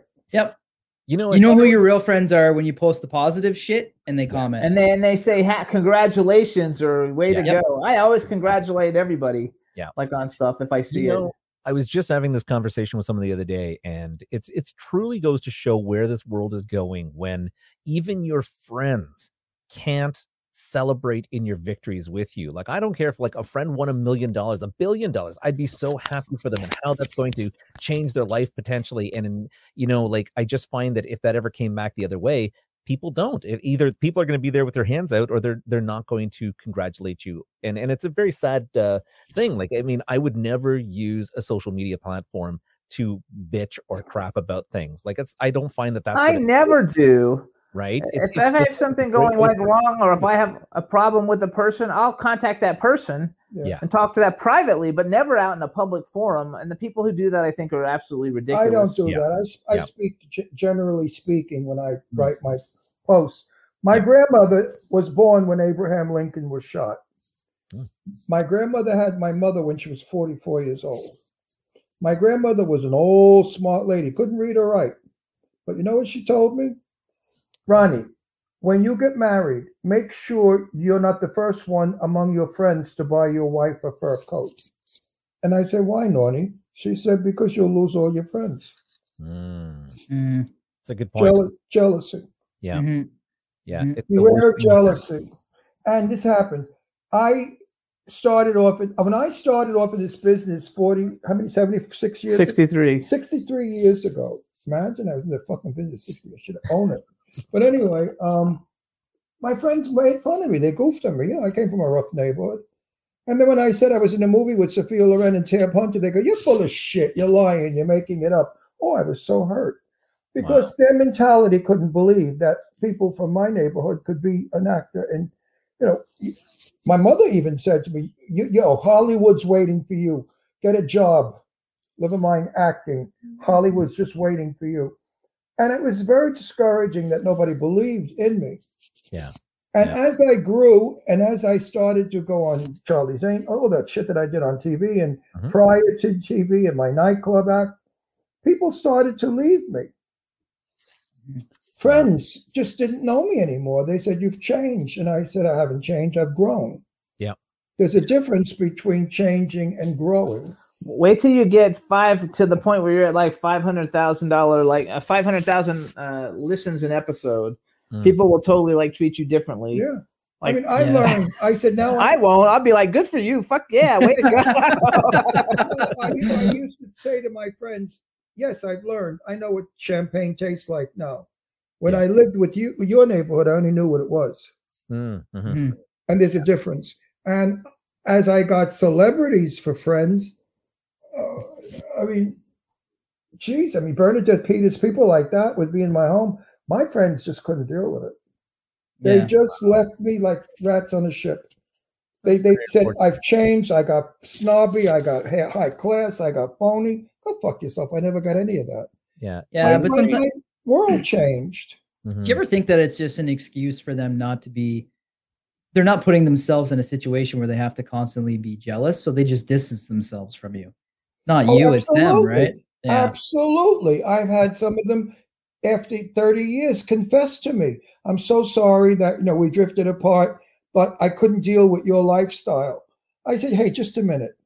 you know
you
it's-
know who your real friends are when you post the positive shit and they comment.
and then they say ha- congratulations or way to
Yeah.
go. I always congratulate everybody.
Yeah.
Like on stuff if I see
You
it.
know, I was just having this conversation with someone the other day, and it's it's truly goes to show where this world is going when even your friends can't celebrate in your victories with you. Like I don't care if like a friend won a million dollars, a billion dollars. I'd be so happy for them and how that's going to change their life potentially. And in, you know, like I just find that if that ever came back the other way, people don't. It, either people are going to be there with their hands out, or they're they're not going to congratulate you. And and it's a very sad uh, thing. Like I mean, I would never use a social media platform to bitch or crap about things. Like it's I don't find that that's
I
gonna-
never do.
right?
If I have something going like wrong, or if I have a problem with a person, I'll contact that person
Yeah.
and talk to that privately, but never out in a public forum. And the people who do that, I think, are absolutely ridiculous.
I don't do
Yeah.
that. I s- I,
Yeah.
speak g- generally speaking when I write my posts. My grandmother was born when Abraham Lincoln was shot.
Hmm.
My grandmother had my mother when she was 44 years old. My grandmother was an old, smart lady, couldn't read or write. But you know what she told me? Ronnie, when you get married, make sure you're not the first one among your friends to buy your wife a fur coat. And I said, Why, Nonny? She said, Because you'll lose all your friends.
Mm,
Mm,
It's a good point.
Jeal- jealousy.
Yeah.
mhm.
Yeah.
Mhm.
It's the
Beware
worst
of
thing you can-
jealousy. And this happened. I started off in, when I started off in this business 40, how many, 76 years?
63.
63 years ago. Imagine I was in the fucking business 60. I should own it. But anyway, um, my friends made fun of me. They goofed on me. You know, I came from a rough neighborhood. And then when I said I was in a movie with Sophia Loren and Tab Hunter, they go, You're full of shit. You're lying. You're making it up. Oh, I was so hurt because
Wow.
their mentality couldn't believe that people from my neighborhood could be an actor. And, you know, my mother even said to me, "You- Yo, Hollywood's waiting for you. Get a job. Never mind acting. Hollywood's just waiting for you. And it was very discouraging that nobody believed in me.
Yeah.
And
Yeah.
as I grew and as I started to go on Charlie's Angels, all that shit that I did on TV and
Mhm.
prior to TV and my nightclub act, people started to leave me. Friends just didn't know me anymore. They said, You've changed. And I said, I haven't changed. I've grown.
Yeah.
There's a difference between changing and growing.
Wait till you get five to the point where you're at like $500,000, like uh, 500,000 uh, listens an episode.
Mm.
People will totally like treat you differently.
Yeah.
Like,
I mean, I
yeah.
learned. I said, now I,
I won't. I'll be like, good for you. Fuck yeah. Way to go.
I, I used to say to my friends, yes, I've learned. I know what champagne tastes like now. When I lived with you, your neighborhood, I only knew what it was.
Mm, mhm.
Mhm.
And there's a difference. And as I got celebrities for friends, uh, I mean, geez, I mean, Bernadette Peters, people like that would be in my home. My friends just couldn't deal with it. They
Yeah.
just left me like rats on a ship. They, they said, I've changed. I got snobby. I got ha- high class. I got phony. Go fuck yourself. I never got any of that.
Yeah.
Yeah,
My-
but
my-
sometimes.
my world changed.
mhm.
Do you ever think that it's just an excuse for them not to be? They're not putting themselves in a situation where they have to constantly be jealous, so they just distance themselves from you. Not
Oh,
you, it's them,
absolutely.
right? Yeah.
Absolutely. I've had some of them after 30 years confess to me. I'm so sorry that you know we drifted apart, but I couldn't deal with your lifestyle. I said, "Hey, just a minute.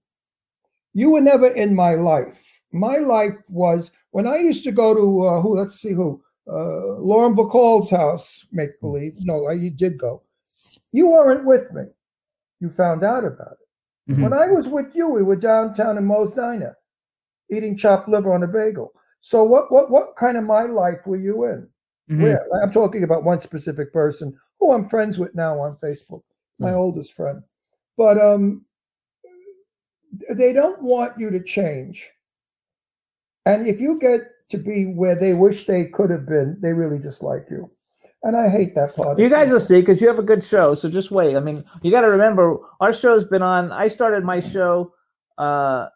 You were never in my life. My life was when I used to go to uh, who? Let's see who. Uh, Lauren Bacall's house, make believe. No, I, you did go. You weren't with me. You found out about it.
Mhm.
When I was with you, we were downtown in Moe's Diner eating chopped liver on a bagel. So what what what kind of my life were you in?
Mm-hmm.
Mhm.
Where I'm talking about one specific person who I'm friends with now on Facebook, my
Mm.
oldest friend. But um they don't want you to change. And if you get to be where they wish they could have been, they really dislike you. And I hate that part. of
You guys
people.
will see because you have a good show. So just wait. I mean, you got to remember our show's been on. I started my show uh,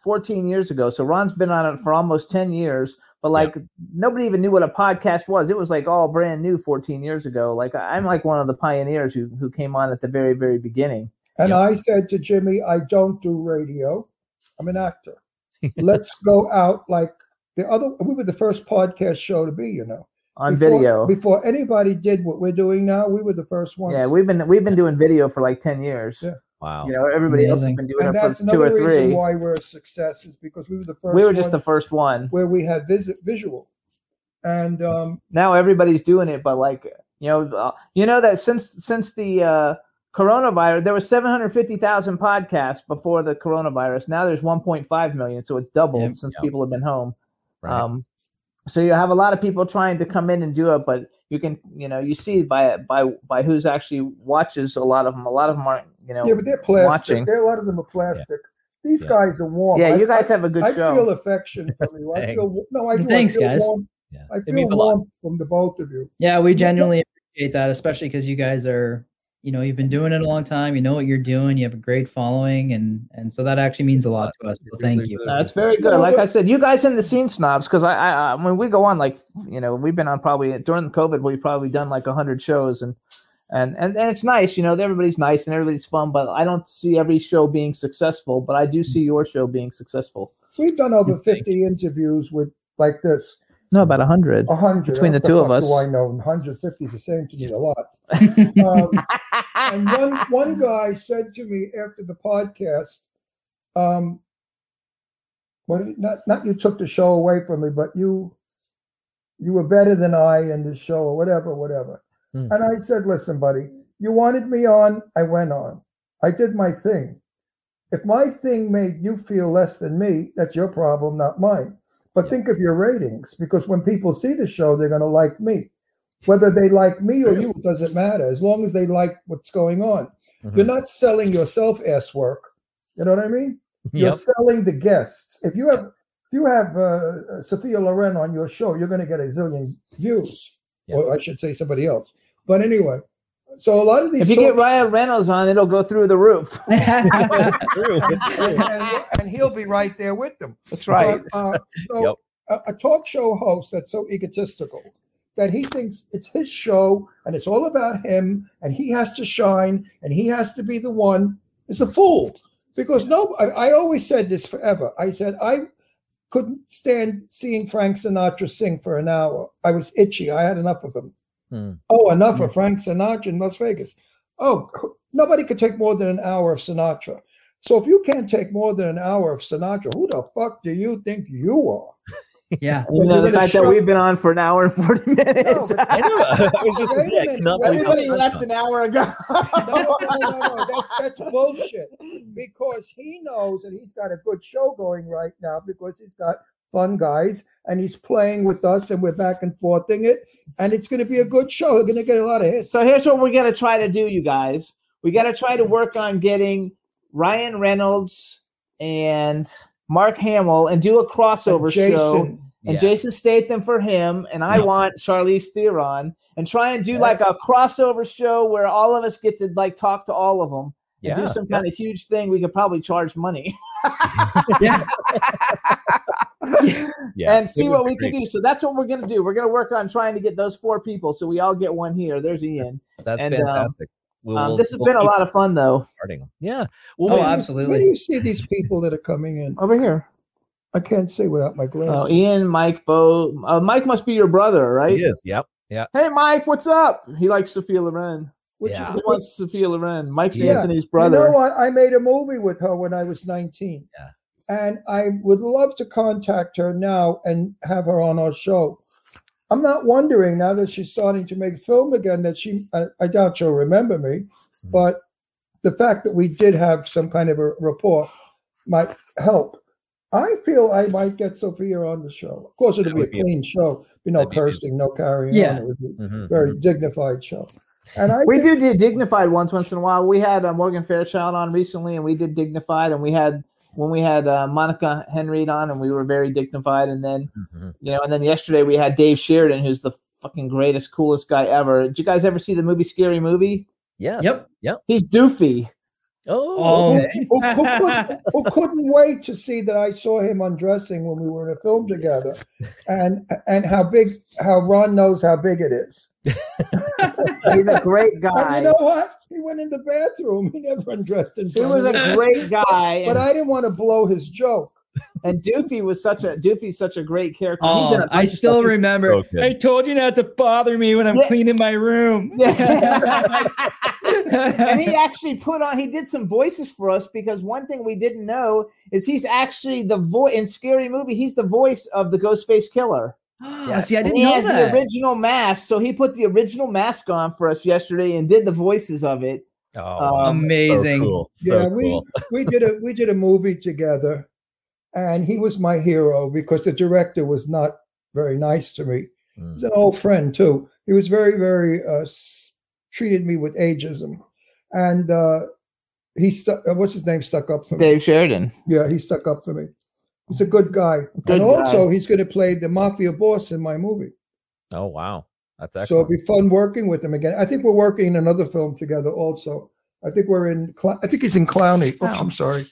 14 years ago. So Ron's been on it for almost 10 years. But like nobody even knew what a podcast was. It was like all brand new 14 years ago. Like I- I'm like one of the pioneers who who came on at the very very beginning.
And
Yep.
I said to Jimmy, I don't do radio. I'm an actor. Let's go out like the other. We were the first podcast show to be, you know,
On
Before-
video,
Before anybody did what we're doing now, we were the first one.
yeah, we've been we've been doing video for like ten years.
Yeah.
Wow.
You know, everybody else has
Amazing.
been doing
and
it
that's
for two
another
or
reason
three.
why we're a success is because we were the first.
We were just the
one
first one.
where we had visit visual, and um,
now everybody's doing it but like you know uh, you know that since since the uh coronavirus there were 750,000 podcasts before the coronavirus now there's 1.5 million so it's doubled
Yep.
since
Yep.
people have been home
Right.
um so you have a lot of people trying to come in and do it but you can you know you see by by by who's actually watches a lot of them a lot of them aren't you know
yeah, but they're plastic.
watching.
They're, a lot of them are plastic. These
Yeah.
guys are warm.
yeah
I-
you guys
I,
have a good
I
show
feel affection from you. I feel
Thanks.
no, I do. I
Thanks,
feel
guys.
warm.
yeah.
I
it
feel
means a lot.
warm from the both of you.
Yeah, we genuinely appreciate that, especially because you guys are, you know, you've been doing it a long time. You know what you're doing. You have a great following, and and so that actually means a lot to us. So thank you.
That's very good. Like I said, you guys in the scene snobs, because I, I, I, when we go on, like you know, we've been on probably during COVID, we've probably done like hundred shows, and, and and and it's nice, you know, everybody's nice and everybody's fun, but I don't see every show being successful, but I do see your show being successful.
We've done over 50 interviews with like this.
No, about hundred.
A hundred
Between the
What
two of
fuck
us.
Do I know 150 is the same to me a lot. Um, and one one guy said to me after the podcast, um, "What? did- Not not you took the show away from me, but you you were better than I in this show, or whatever, whatever."
Hmm.
And I said, "Listen, buddy, you wanted me on. I went on. I did my thing. If my thing made you feel less than me, that's your problem, not mine." But
Yeah.
think of your ratings, because when people see the show, they're going to like me. Whether they like me or you, it doesn't matter, as long as they like what's going on.
Mm-hmm.
You're
Mhm.
not selling yourself ass work. You know what I mean?
Yep.
You're selling the guests. If you have if you have uh, Sophia Loren on your show, you're going to get a zillion views.
Yeah.
Or I should say somebody else. But anyway, so a lot of these
If you get
talk-
Ryan Reynolds on, it'll go through the roof.
It's true. It's true.
and, and he'll be right there with them.
That's
But, uh, so
Yep.
a, a talk show host that's so egotistical that he thinks it's his show and it's all about him and he has to shine and he has to be the one is a fool because no I, I always said this forever i said i couldn't stand seeing frank sinatra sing for an hour i was itchy i had enough of him
Hmm.
oh enough of frank sinatra in las vegas oh nobody could take more than an hour of sinatra so if you can't take more than an hour of sinatra who the fuck do you think you are
yeah.
You know, the
You're gonna
fact that
show-
we've been on for an hour and 40 minutes.
No, but-
I know. I was just gonna say, I
Wait a
cannot
minute.
believe how
Everybody
much
left
time.
an hour ago.
no, no, no, no. That's, that's bullshit. Because he knows that he's got a good show going right now because he's got fun guys and he's playing with us and we're back and forthing it. And it's going to be a good show. We're going to get a lot of hits.
So here's what we're gonna try to do, you guys. We gotta try to work on getting Ryan Reynolds and Mark Hamill and do a crossover
And Jason,
show. And
Yeah.
Jason Statham for him, and I want Charlize Theron, and try and do
Yeah.
like a crossover show where all of us get to like talk to all of them
Yeah.
and do some kind of huge thing. We could probably charge money.
Yeah.
yeah.
and
It
see
would
what
be
we
great.
can do. So that's what we're going to do. We're going to work on trying to get those four people so we all get one here. There's Ian.
That's
And, um,
fantastic. We'll-
Um,
we'll-
this has
we'll
been a
keep
lot of fun, though.
starting them. Yeah.
Oh,
Well, wait,
Where do
absolutely.
you see these people that are coming in?
Over here.
I can't see without my
Oh,
glasses.
Ian, Mike, Bo. Uh, Mike must be your brother, right?
it is. Yep.
Hey, Mike, what's up? He likes Sophia Loren.
Which-
yeah.
He wants Sophia Loren. Mike's
Ah. Yeah.
Anthony's
You
brother.
know what? I made a movie with her when I was 19.
Yeah.
And I would love to contact her now and have her on our show. I'm not wondering now that she's starting to make film again that she, I, I doubt she'll remember me,
Hmm.
but the fact that we did have some kind of a rapport might help. I feel I might get Sophia on the show. Of course, it'll
That
be a
would be-
clean show, you know,
that'd be beautiful.
cursing, no carrying
Yeah.
on. It would be a
Mhm.
very dignified show. And I
we
think-
do do dignified once once in a while. We had uh, Morgan Fairchild on recently, and we did dignified, and we had when we had uh, Monica Henry on, and we were very dignified. And then
Mhm.
you know, and then yesterday we had Dave Sheridan, who's the fucking greatest, coolest guy ever. Did you guys ever see the movie Scary Movie?
Yes.
Yep.
Yep.
He's doofy.
Oh.
Oh,
who, who couldn't, who couldn't wait to see that I saw him undressing when we were in a film together, and and how big how Ron knows how big it is.
He's a great
And
guy.
you know what? He went in the bathroom. He never undressed in
he
front
was
of me.
a great guy,
But
and,
I didn't want to blow his joke.
and Doofy was such a Doofy's such a great character. He's in
oh
a
I
bunch of
still
stuff.
remember.
Okay.
I told you not to bother me when I'm
Yeah.
cleaning my room.
Yeah. and he actually put on he did some voices for us because one thing we didn't know is he's actually the voice in scary movie he's the voice of the ghostface killer
Oh, See, I
and
didn't
he
know
has
that.
the original mask so he put the original mask on for us yesterday and did the voices of it
Oh.
Um,
Amazing.
So cool. So
yeah,
cool.
we we did a we did a movie together, and he was my hero because the director was not very nice to me.
Mm.
He's an old friend too. He was very, very uh, s- treated me with ageism, and uh, he stuck. Uh, what's his name? Stuck up for me.
dave sheridan
Yeah, he stuck up for me. He's a good guy.
Good
and
guy.
also, he's going to play the mafia boss in my movie.
Oh wow, that's
So it'll
excellent.
be fun working with him again. I think we're working in another film together also. I think we're in, Cl- I think he's in Clowney. Oops, I'm sorry.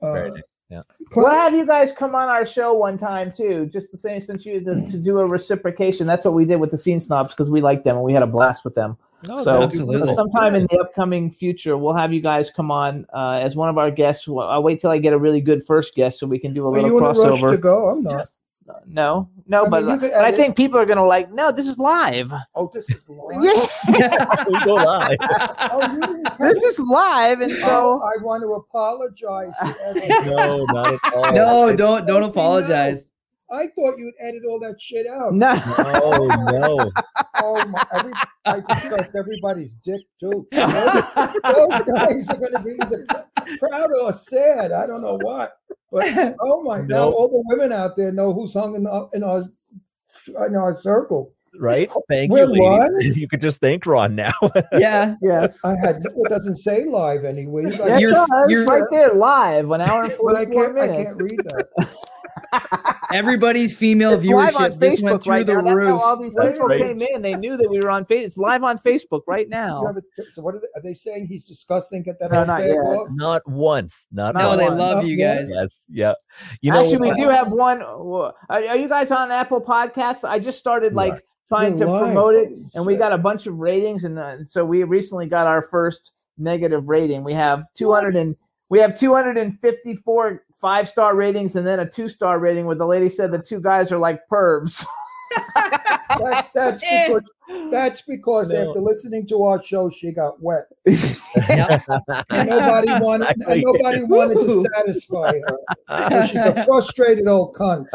Very
Uh,
nice.
We'll
Clowney,
have you guys come on our show one time too, just the same since you to, to do a reciprocation. That's what we did with the scene snobs because we liked them and we had a blast with them.
No,
so
that'd be
absolutely.
wonderful.
sometime in the upcoming future, we'll have you guys come on uh, as one of our guests. Well, I'll wait till I get a really good first guest so we can do a
are
little
you in a rush to
crossover.
go? I'm not.
No, no,
I
but,
mean, you could
but I
edit.
think people are gonna like. No, this is live.
Oh, this is live.
Yeah,
We go live.
Oh, you didn't tell
this is live, and
me.
so
I want to apologize. to everyone.
no, not at all.
No,
I-
don't don't apologize.
I thought you'd edit all that shit out.
no.
No, no.
Oh my! Every, I discussed everybody's dick too. Those, those guys are going to be either proud or sad. I don't know what. But oh my! Now
Nope.
all the women out there know who's hung in our in our in our circle.
Right? Thank
We're
you, ladies. You could just thank Ron now.
Yeah.
Yes.
I had it doesn't say live anyway.
Yeah,
I,
it
You're-
does,
you're-
right there live, an hour and
but I
forty-four
can't. I
minutes.
can't read that.
Everybody's female
It's live on
viewership just went
Facebook
through
right
the
now. That's how
roof.
all these
That's
people
great.
came in. They knew that we were on Facebook. It's live on Facebook right
You
now.
have a- so what are they, are they saying? He's disgusting. Get that
No,
off
not
there,
yet.
Bob?
not once. Not
No,
once.
they
Oh,
love you
yeah.
guys.
Yes. Yeah. You know,
Actually, we
uh,
do have one. Are, are you guys on Apple Podcasts? I just started
We are. Oh,
like trying
We're
to
live.
promote it,
Holy
and we
shit.
got a bunch of ratings, and uh, so we recently got our first negative rating. We have two hundred and we have two hundred and fifty-four five-star ratings, and then a two-star rating where the lady said the two guys are like pervs.
That, that's because that's because
No.
after listening to our show, she got wet.
Yep.
And nobody wanted.
Exactly.
And nobody wanted
Woo.
to satisfy her. And she's a frustrated old cunt.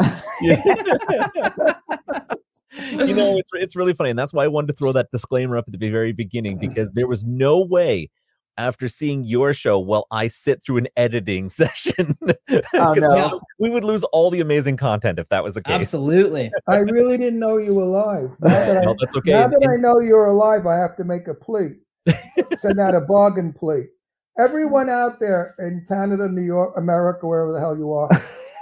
you know, it's it's really funny, and that's why I wanted to throw that disclaimer up at the very beginning because there was no way after seeing your show, well, I sit through an editing session.
Oh,
'Cause
no.
we would lose all the amazing content if that was the case.
Absolutely.
I really didn't know you were alive. Now that,
Well,
I,
that's okay.
now
And-
that I
and-
know you're alive, I have to make a plea. Send out a bargain plea. Everyone out there in Canada, New York, America, wherever the hell you are,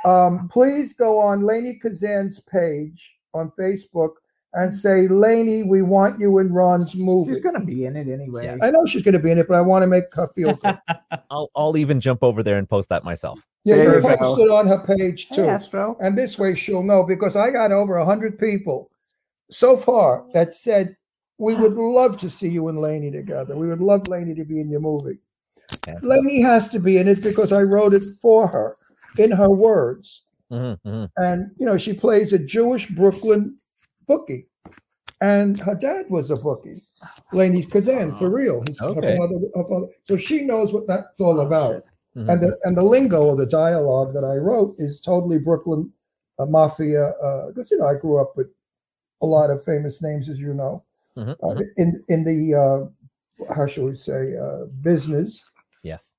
um, please go on Laney Kazan's page on Facebook and say, Laney, we want you in Ron's movie.
She's gonna be in it anyway.
Yeah.
I know she's going to be in it, but I want to make her feel good.
I'll I'll even jump over there and post that myself.
Yeah,
There
you
you go.
post it on her page too.
Hey, Astro.
And this way she'll know because I got over 100 people so far that said, we would love to see you and Laney together. We would love Laney to be in your movie.
Yeah.
Laney has to be in it because I wrote it for her in her words.
Mhm, mhm.
And, you know, she plays a Jewish Brooklyn bookie. And her dad was a bookie, Laney Kazan, for real. His, her
Okay.
father- her father- so she knows what that's all about
Mhm.
and the and the lingo or the dialogue that I wrote is totally Brooklyn uh, mafia because you know I grew up with a lot of famous names as you know
Mhm,
uh,
mhm.
in in the uh, how shall we say uh, business
Yes.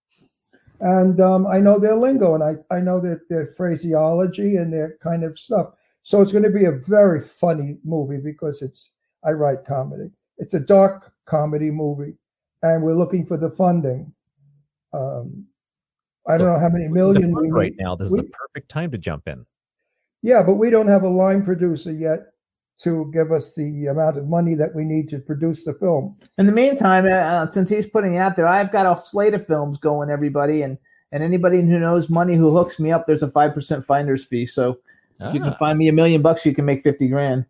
and um, I know their lingo and I I know their their phraseology and their kind of stuff so it's going to be a very funny movie because it's I write comedy it's a dark comedy movie and we're looking for the funding. Um, I
So
don't know how many
The
million we
fun
need.
right now. This is
we-
the perfect time to jump in.
Yeah, but we don't have a line producer yet to give us the amount of money that we need to produce the film.
In the meantime, uh, since he's putting it out there, I've got a slate of films going, everybody, and and anybody who knows money who hooks me up, there's a five percent finder's fee. So if you can
Ah,
find me a million bucks, you can make fifty grand.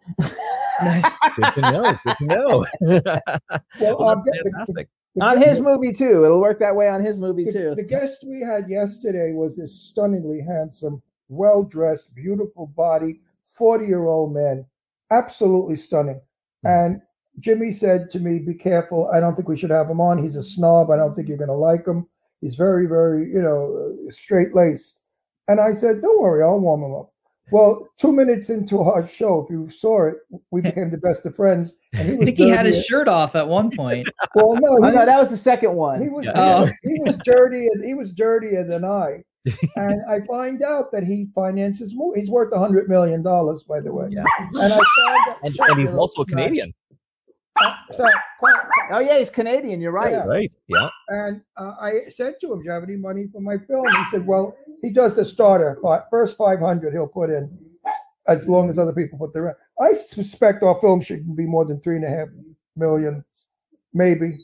Ah, good to know. Good to know.
Well,
Well,
I'll
that's
get the-
fantastic.
the-
On his movie too, it'll work that way on his movie
the,
too.
the guest we had yesterday was this stunningly handsome, well dressed, beautiful body, 40 year old man. Absolutely stunning.
Hmm.
And Jimmy said to me, Be careful. I don't think we should have him on. He's a snob. I don't think you're going to like him. He's very, very, you know, straight laced. And I said, Don't worry, I'll warm him up. Well, two minutes into our show, if you saw it, we became the best of friends. And he
I
was
think he had his
dirty-
shirt off at one point.
Well, no,
Oh
he
no, that was the second one.
he was
Yeah.
he
Oh.
was- he was dirty and he was dirtier than I. and I find out that he finances movies. He's worth a hundred million dollars, by the way.
Yeah.
And I found that Uh,
And, and he's also a Canadian.
So, quite-
Oh yeah, he's Canadian. You're right.
Yeah.
Right. Yeah.
and uh, I said to him, "Do you have any money for my film?" He said, "Well, he does the starter, but first five hundred he'll put in, as long as other people put the rest." I suspect our film should be more than three and a half million, maybe,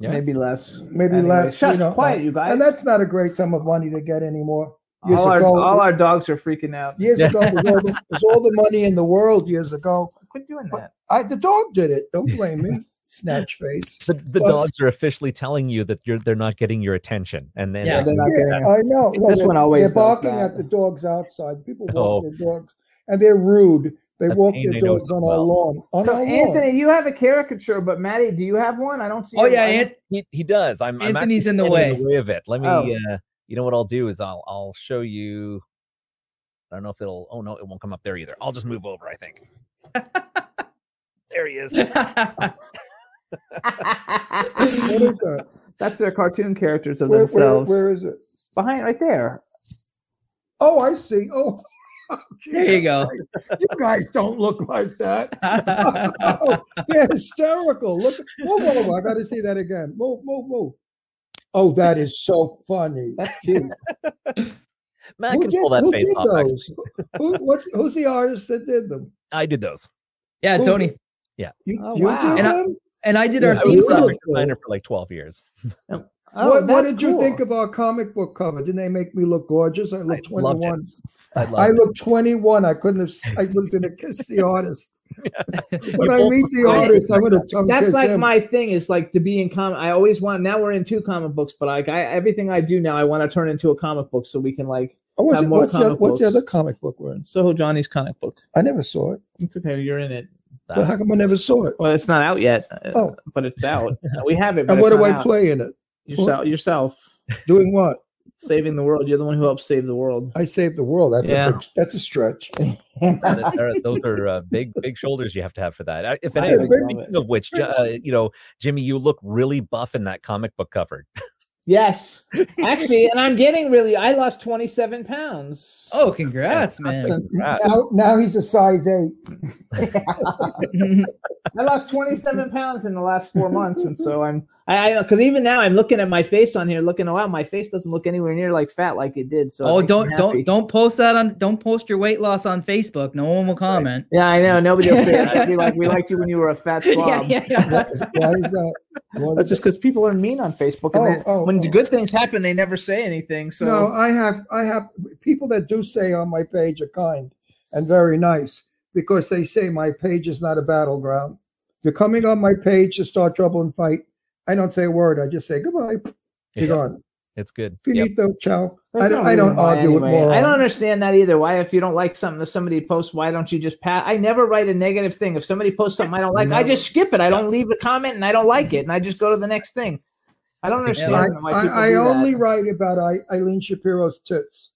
Yeah.
Maybe less.
maybe
Anyway,
less.
Shush,
you know, uh,
quiet, you guys.
And that's not a great sum of money to get anymore. years
all, our,
ago-
all our dogs are freaking out.
Years ago, it was all the, it was all the money in the world. Years ago,
Quit doing
But-
that.
I the dog did it. Don't blame me, snatch face.
The, the
Well-
dogs are officially telling you that you're they're not getting your attention, and then
Yeah,
that-
they're not
Yeah,
gonna-
I know. Well,
This
they're-
one always
They're
does
barking
that.
at the dogs outside. People
Oh.
walk their dogs, and they're rude. They
That's
walk
Andy
their
knows
dogs on our
well.
lawn. On
So
our lawn.
Anthony, you have a caricature, but Maddie, do you have one? I don't see.
Oh
your
yeah,
one.
Ant-
he, he does. I'm I'm
Anthony's
actually
in the
standing
way.
of it. Let me.
Oh.
Uh, you know what I'll do is I'll I'll show you. I don't know if it'll. Oh no, it won't come up there either. I'll just move over. I think. there he is.
what is that?
That's their cartoon characters of
Where, where,
themselves.
where is it?
Behind, right there.
Oh, I see. Oh,
there you go.
you guys don't look like that. oh, they're hysterical. Look, move over. I got to see that again. Move, move, move. Oh, that is so funny.
That's cute.
Matt can pull that
who
face
did
off. actually.
those? Who, what's, who's the artist that did them?
I did those.
yeah, Tony.
You,
Oh,
you
wow.
did
And I-
them?
And I did our
I was
theme
a
song.
graphic designer for like twelve years.
Oh,
what, what
that's
did you think
cool.
of our comic book cover? Didn't they make me look gorgeous? I look
I loved it.
21.
I love.
I
it.
look 21. I couldn't have. s- I was going to kiss the artist. When
You
I
both
meet
look
the
great.
artist, I would have tongue
That's
kiss
like
him.
my thing is like to be in comic. I always want. Now we're into comic books, but like I, everything I do now, I want to turn into a comic book so we can like.
Oh, what's,
have
it-
more
what's, the,
comic
what's the
books.
other comic book we're in?
Soho Johnny's comic book.
I never saw it.
It's okay. You're in it.
Well, how come I never saw it?
Well, it's not out yet. uh,
Oh.
but it's out. We have it. But
And what
it's
do
not
I
out.
play in it?
Yourself, yourself
Doing what?
saving the world. You're the one who helped save the world.
I saved the world. That's,
Yeah.
a, big- that's a stretch.
That is- there are- those are uh, big, big shoulders you have to have for that. I- If
I
anything,
love
speaking of which, Ju- uh, you know, Jimmy, you look really buff in that comic book cover.
Yes, actually, and I'm getting really. I lost 27 pounds.
Oh, congrats, man!
Since-
Congrats.
Now, now he's a size eight.
I lost 27 pounds in the last four months, and so I'm I because even now I'm looking at my face on here, looking. Oh wow, my face doesn't look anywhere near like fat like it did. So it
Oh,
makes me
don't
happy.
don't don't post that on don't post your weight loss on Facebook. No one will comment.
Yeah, I know nobody will say that. Be like we liked you when you were a fat slob.
Why is that? Why is
That's just because people are mean on Facebook, and
Oh,
then
oh,
when
oh.
good things happen, they never say anything. So
No, I have I have people that do say on my page are kind and very nice because they say my page is not a battleground. If you're coming on my page to start trouble and fight, I don't say a word. I just say goodbye. Be
Yeah,
gone.
It's good. Yep.
Finito. Ciao. I
That's
don't,
not
I don't
really why
argue with
anyway.
morons.
I don't understand that either. Why, if you don't like something that somebody posts, why don't you just pass? I never write a negative thing. If somebody posts something I don't like, I
Never.
just skip it. I don't leave a comment and I don't like it, and I just go to the next thing. I don't understand why
I,
people
I, I
do that.
only write about I, Eileen Shapiro's tits.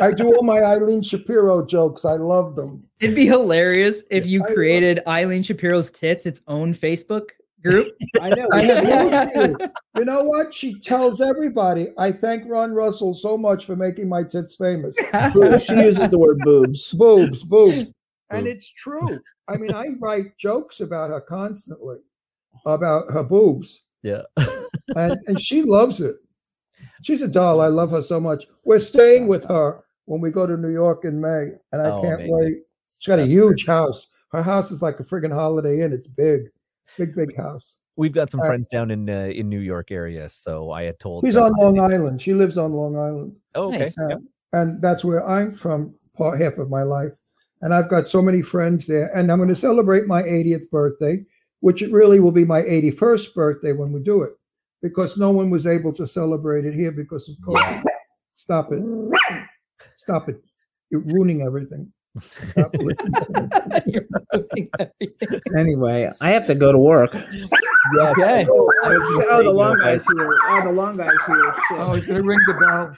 I do all my Eileen Shapiro jokes. I love them.
It'd be hilarious if you
I-
created Eileen Shapiro's tits its own Facebook group.
I know.
I have told you. You know what? She tells everybody, I thank Ron Russell so much for making my tits famous.
Boobs. she uses the word boobs.
Boobs, boobs. And
Boobs.
it's true. I mean, I write jokes about her constantly, about her boobs.
Yeah.
And, and she loves it. She's a doll. I love her so much. We're staying with her when we go to New York in May. And I
Oh,
can't
amazing.
wait. She's got a
That's
huge house. Her house is like a friggin' holiday inn. It's big, big, big house.
We've got some
All right.
friends down in uh, in New York area, so I had told.
She's
uh,
on Long Island. She lives on Long Island.
Oh, okay.
Nice.
Uh, and that's where I'm from part half of my life. And I've got so many friends there. And I'm going to celebrate my 80th birthday, which it really will be my 81st birthday when we do it, because no one was able to celebrate it here because of COVID. Stop it. Stop it. You're ruining everything. Stop listening to me.
Anyway, I have to go to work.
Yeah,
Okay.
so I was gonna
Oh,
say,
the
you
long
know,
guys here. Oh, the long guys here. Shit.
oh, he's going to ring the bell.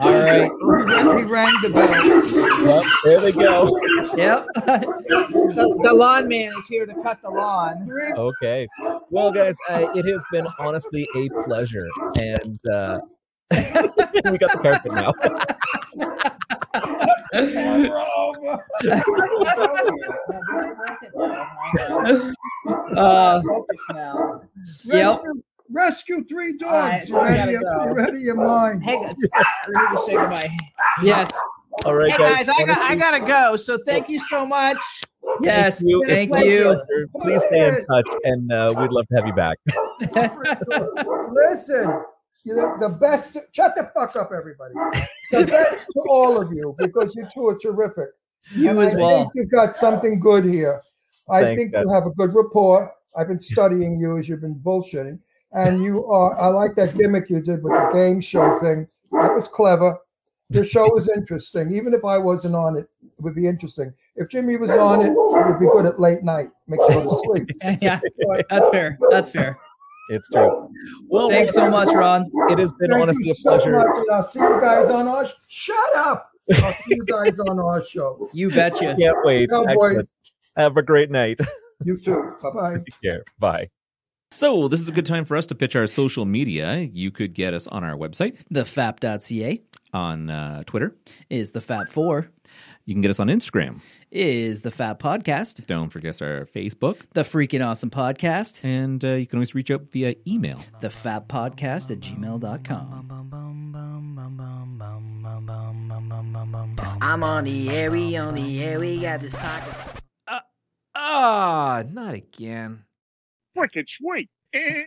All right.
He rang the bell.
Yep, there they go.
Yep.
the, the lawn man is here to cut the lawn.
Okay. Well, guys, uh, it has been honestly a pleasure, and uh, we got the carpet now.
Bravo.
All
Uh,
Focus now.
yep.
Rescue, rescue three
right,
dogs.
so I
You're
gotta
out of your-
go.
you're out of your mind.
Hey guys, I need to say goodbye.
Yes.
All right,
Hey
guys.
guys, I got I gotta go. So thank you so much.
Yes.
you.
Thank
It's
you.
a pleasure. Please stay in touch, and uh, we'd love to have you back.
Listen, you're the best. Shut the fuck up, everybody. The best to all of you because you two are terrific.
You
And
as
I
well.
think you've got something good here. I
Thank
think
God.
you have a good rapport. I've been studying you as you've been bullshitting, and you are. I like that gimmick you did with the game show thing. That was clever. Your show was interesting. Even if I wasn't on it, it would be interesting. If Jimmy was on it, it would be good at late night. Make sure to sleep.
Yeah. That's fair. That's fair.
It's true. Well,
Thanks so much, Ron.
It has been
Thank
honestly
you
a
so
pleasure.
much, and I'll see you guys on our. Shut up! I'll see you guys on our show.
You betcha.
Can't wait.
Go, boys.
Excellent. Have a great night.
You too. Bye bye.
Take care. Bye. So, this is a good time for us to pitch our social media. You could get us on our website,
Thefap.ca
on uh, Twitter.
is the Fap Four
You can get us on Instagram.
is the Fap Podcast,
Don't forget our Facebook.
the freaking awesome podcast,
And uh, you can always reach out via email.
the Fap Podcast at gmail.com.
I'm on the air, we on the air, we got this pocket.
Ah, not again.
Wicked sweet. Eh.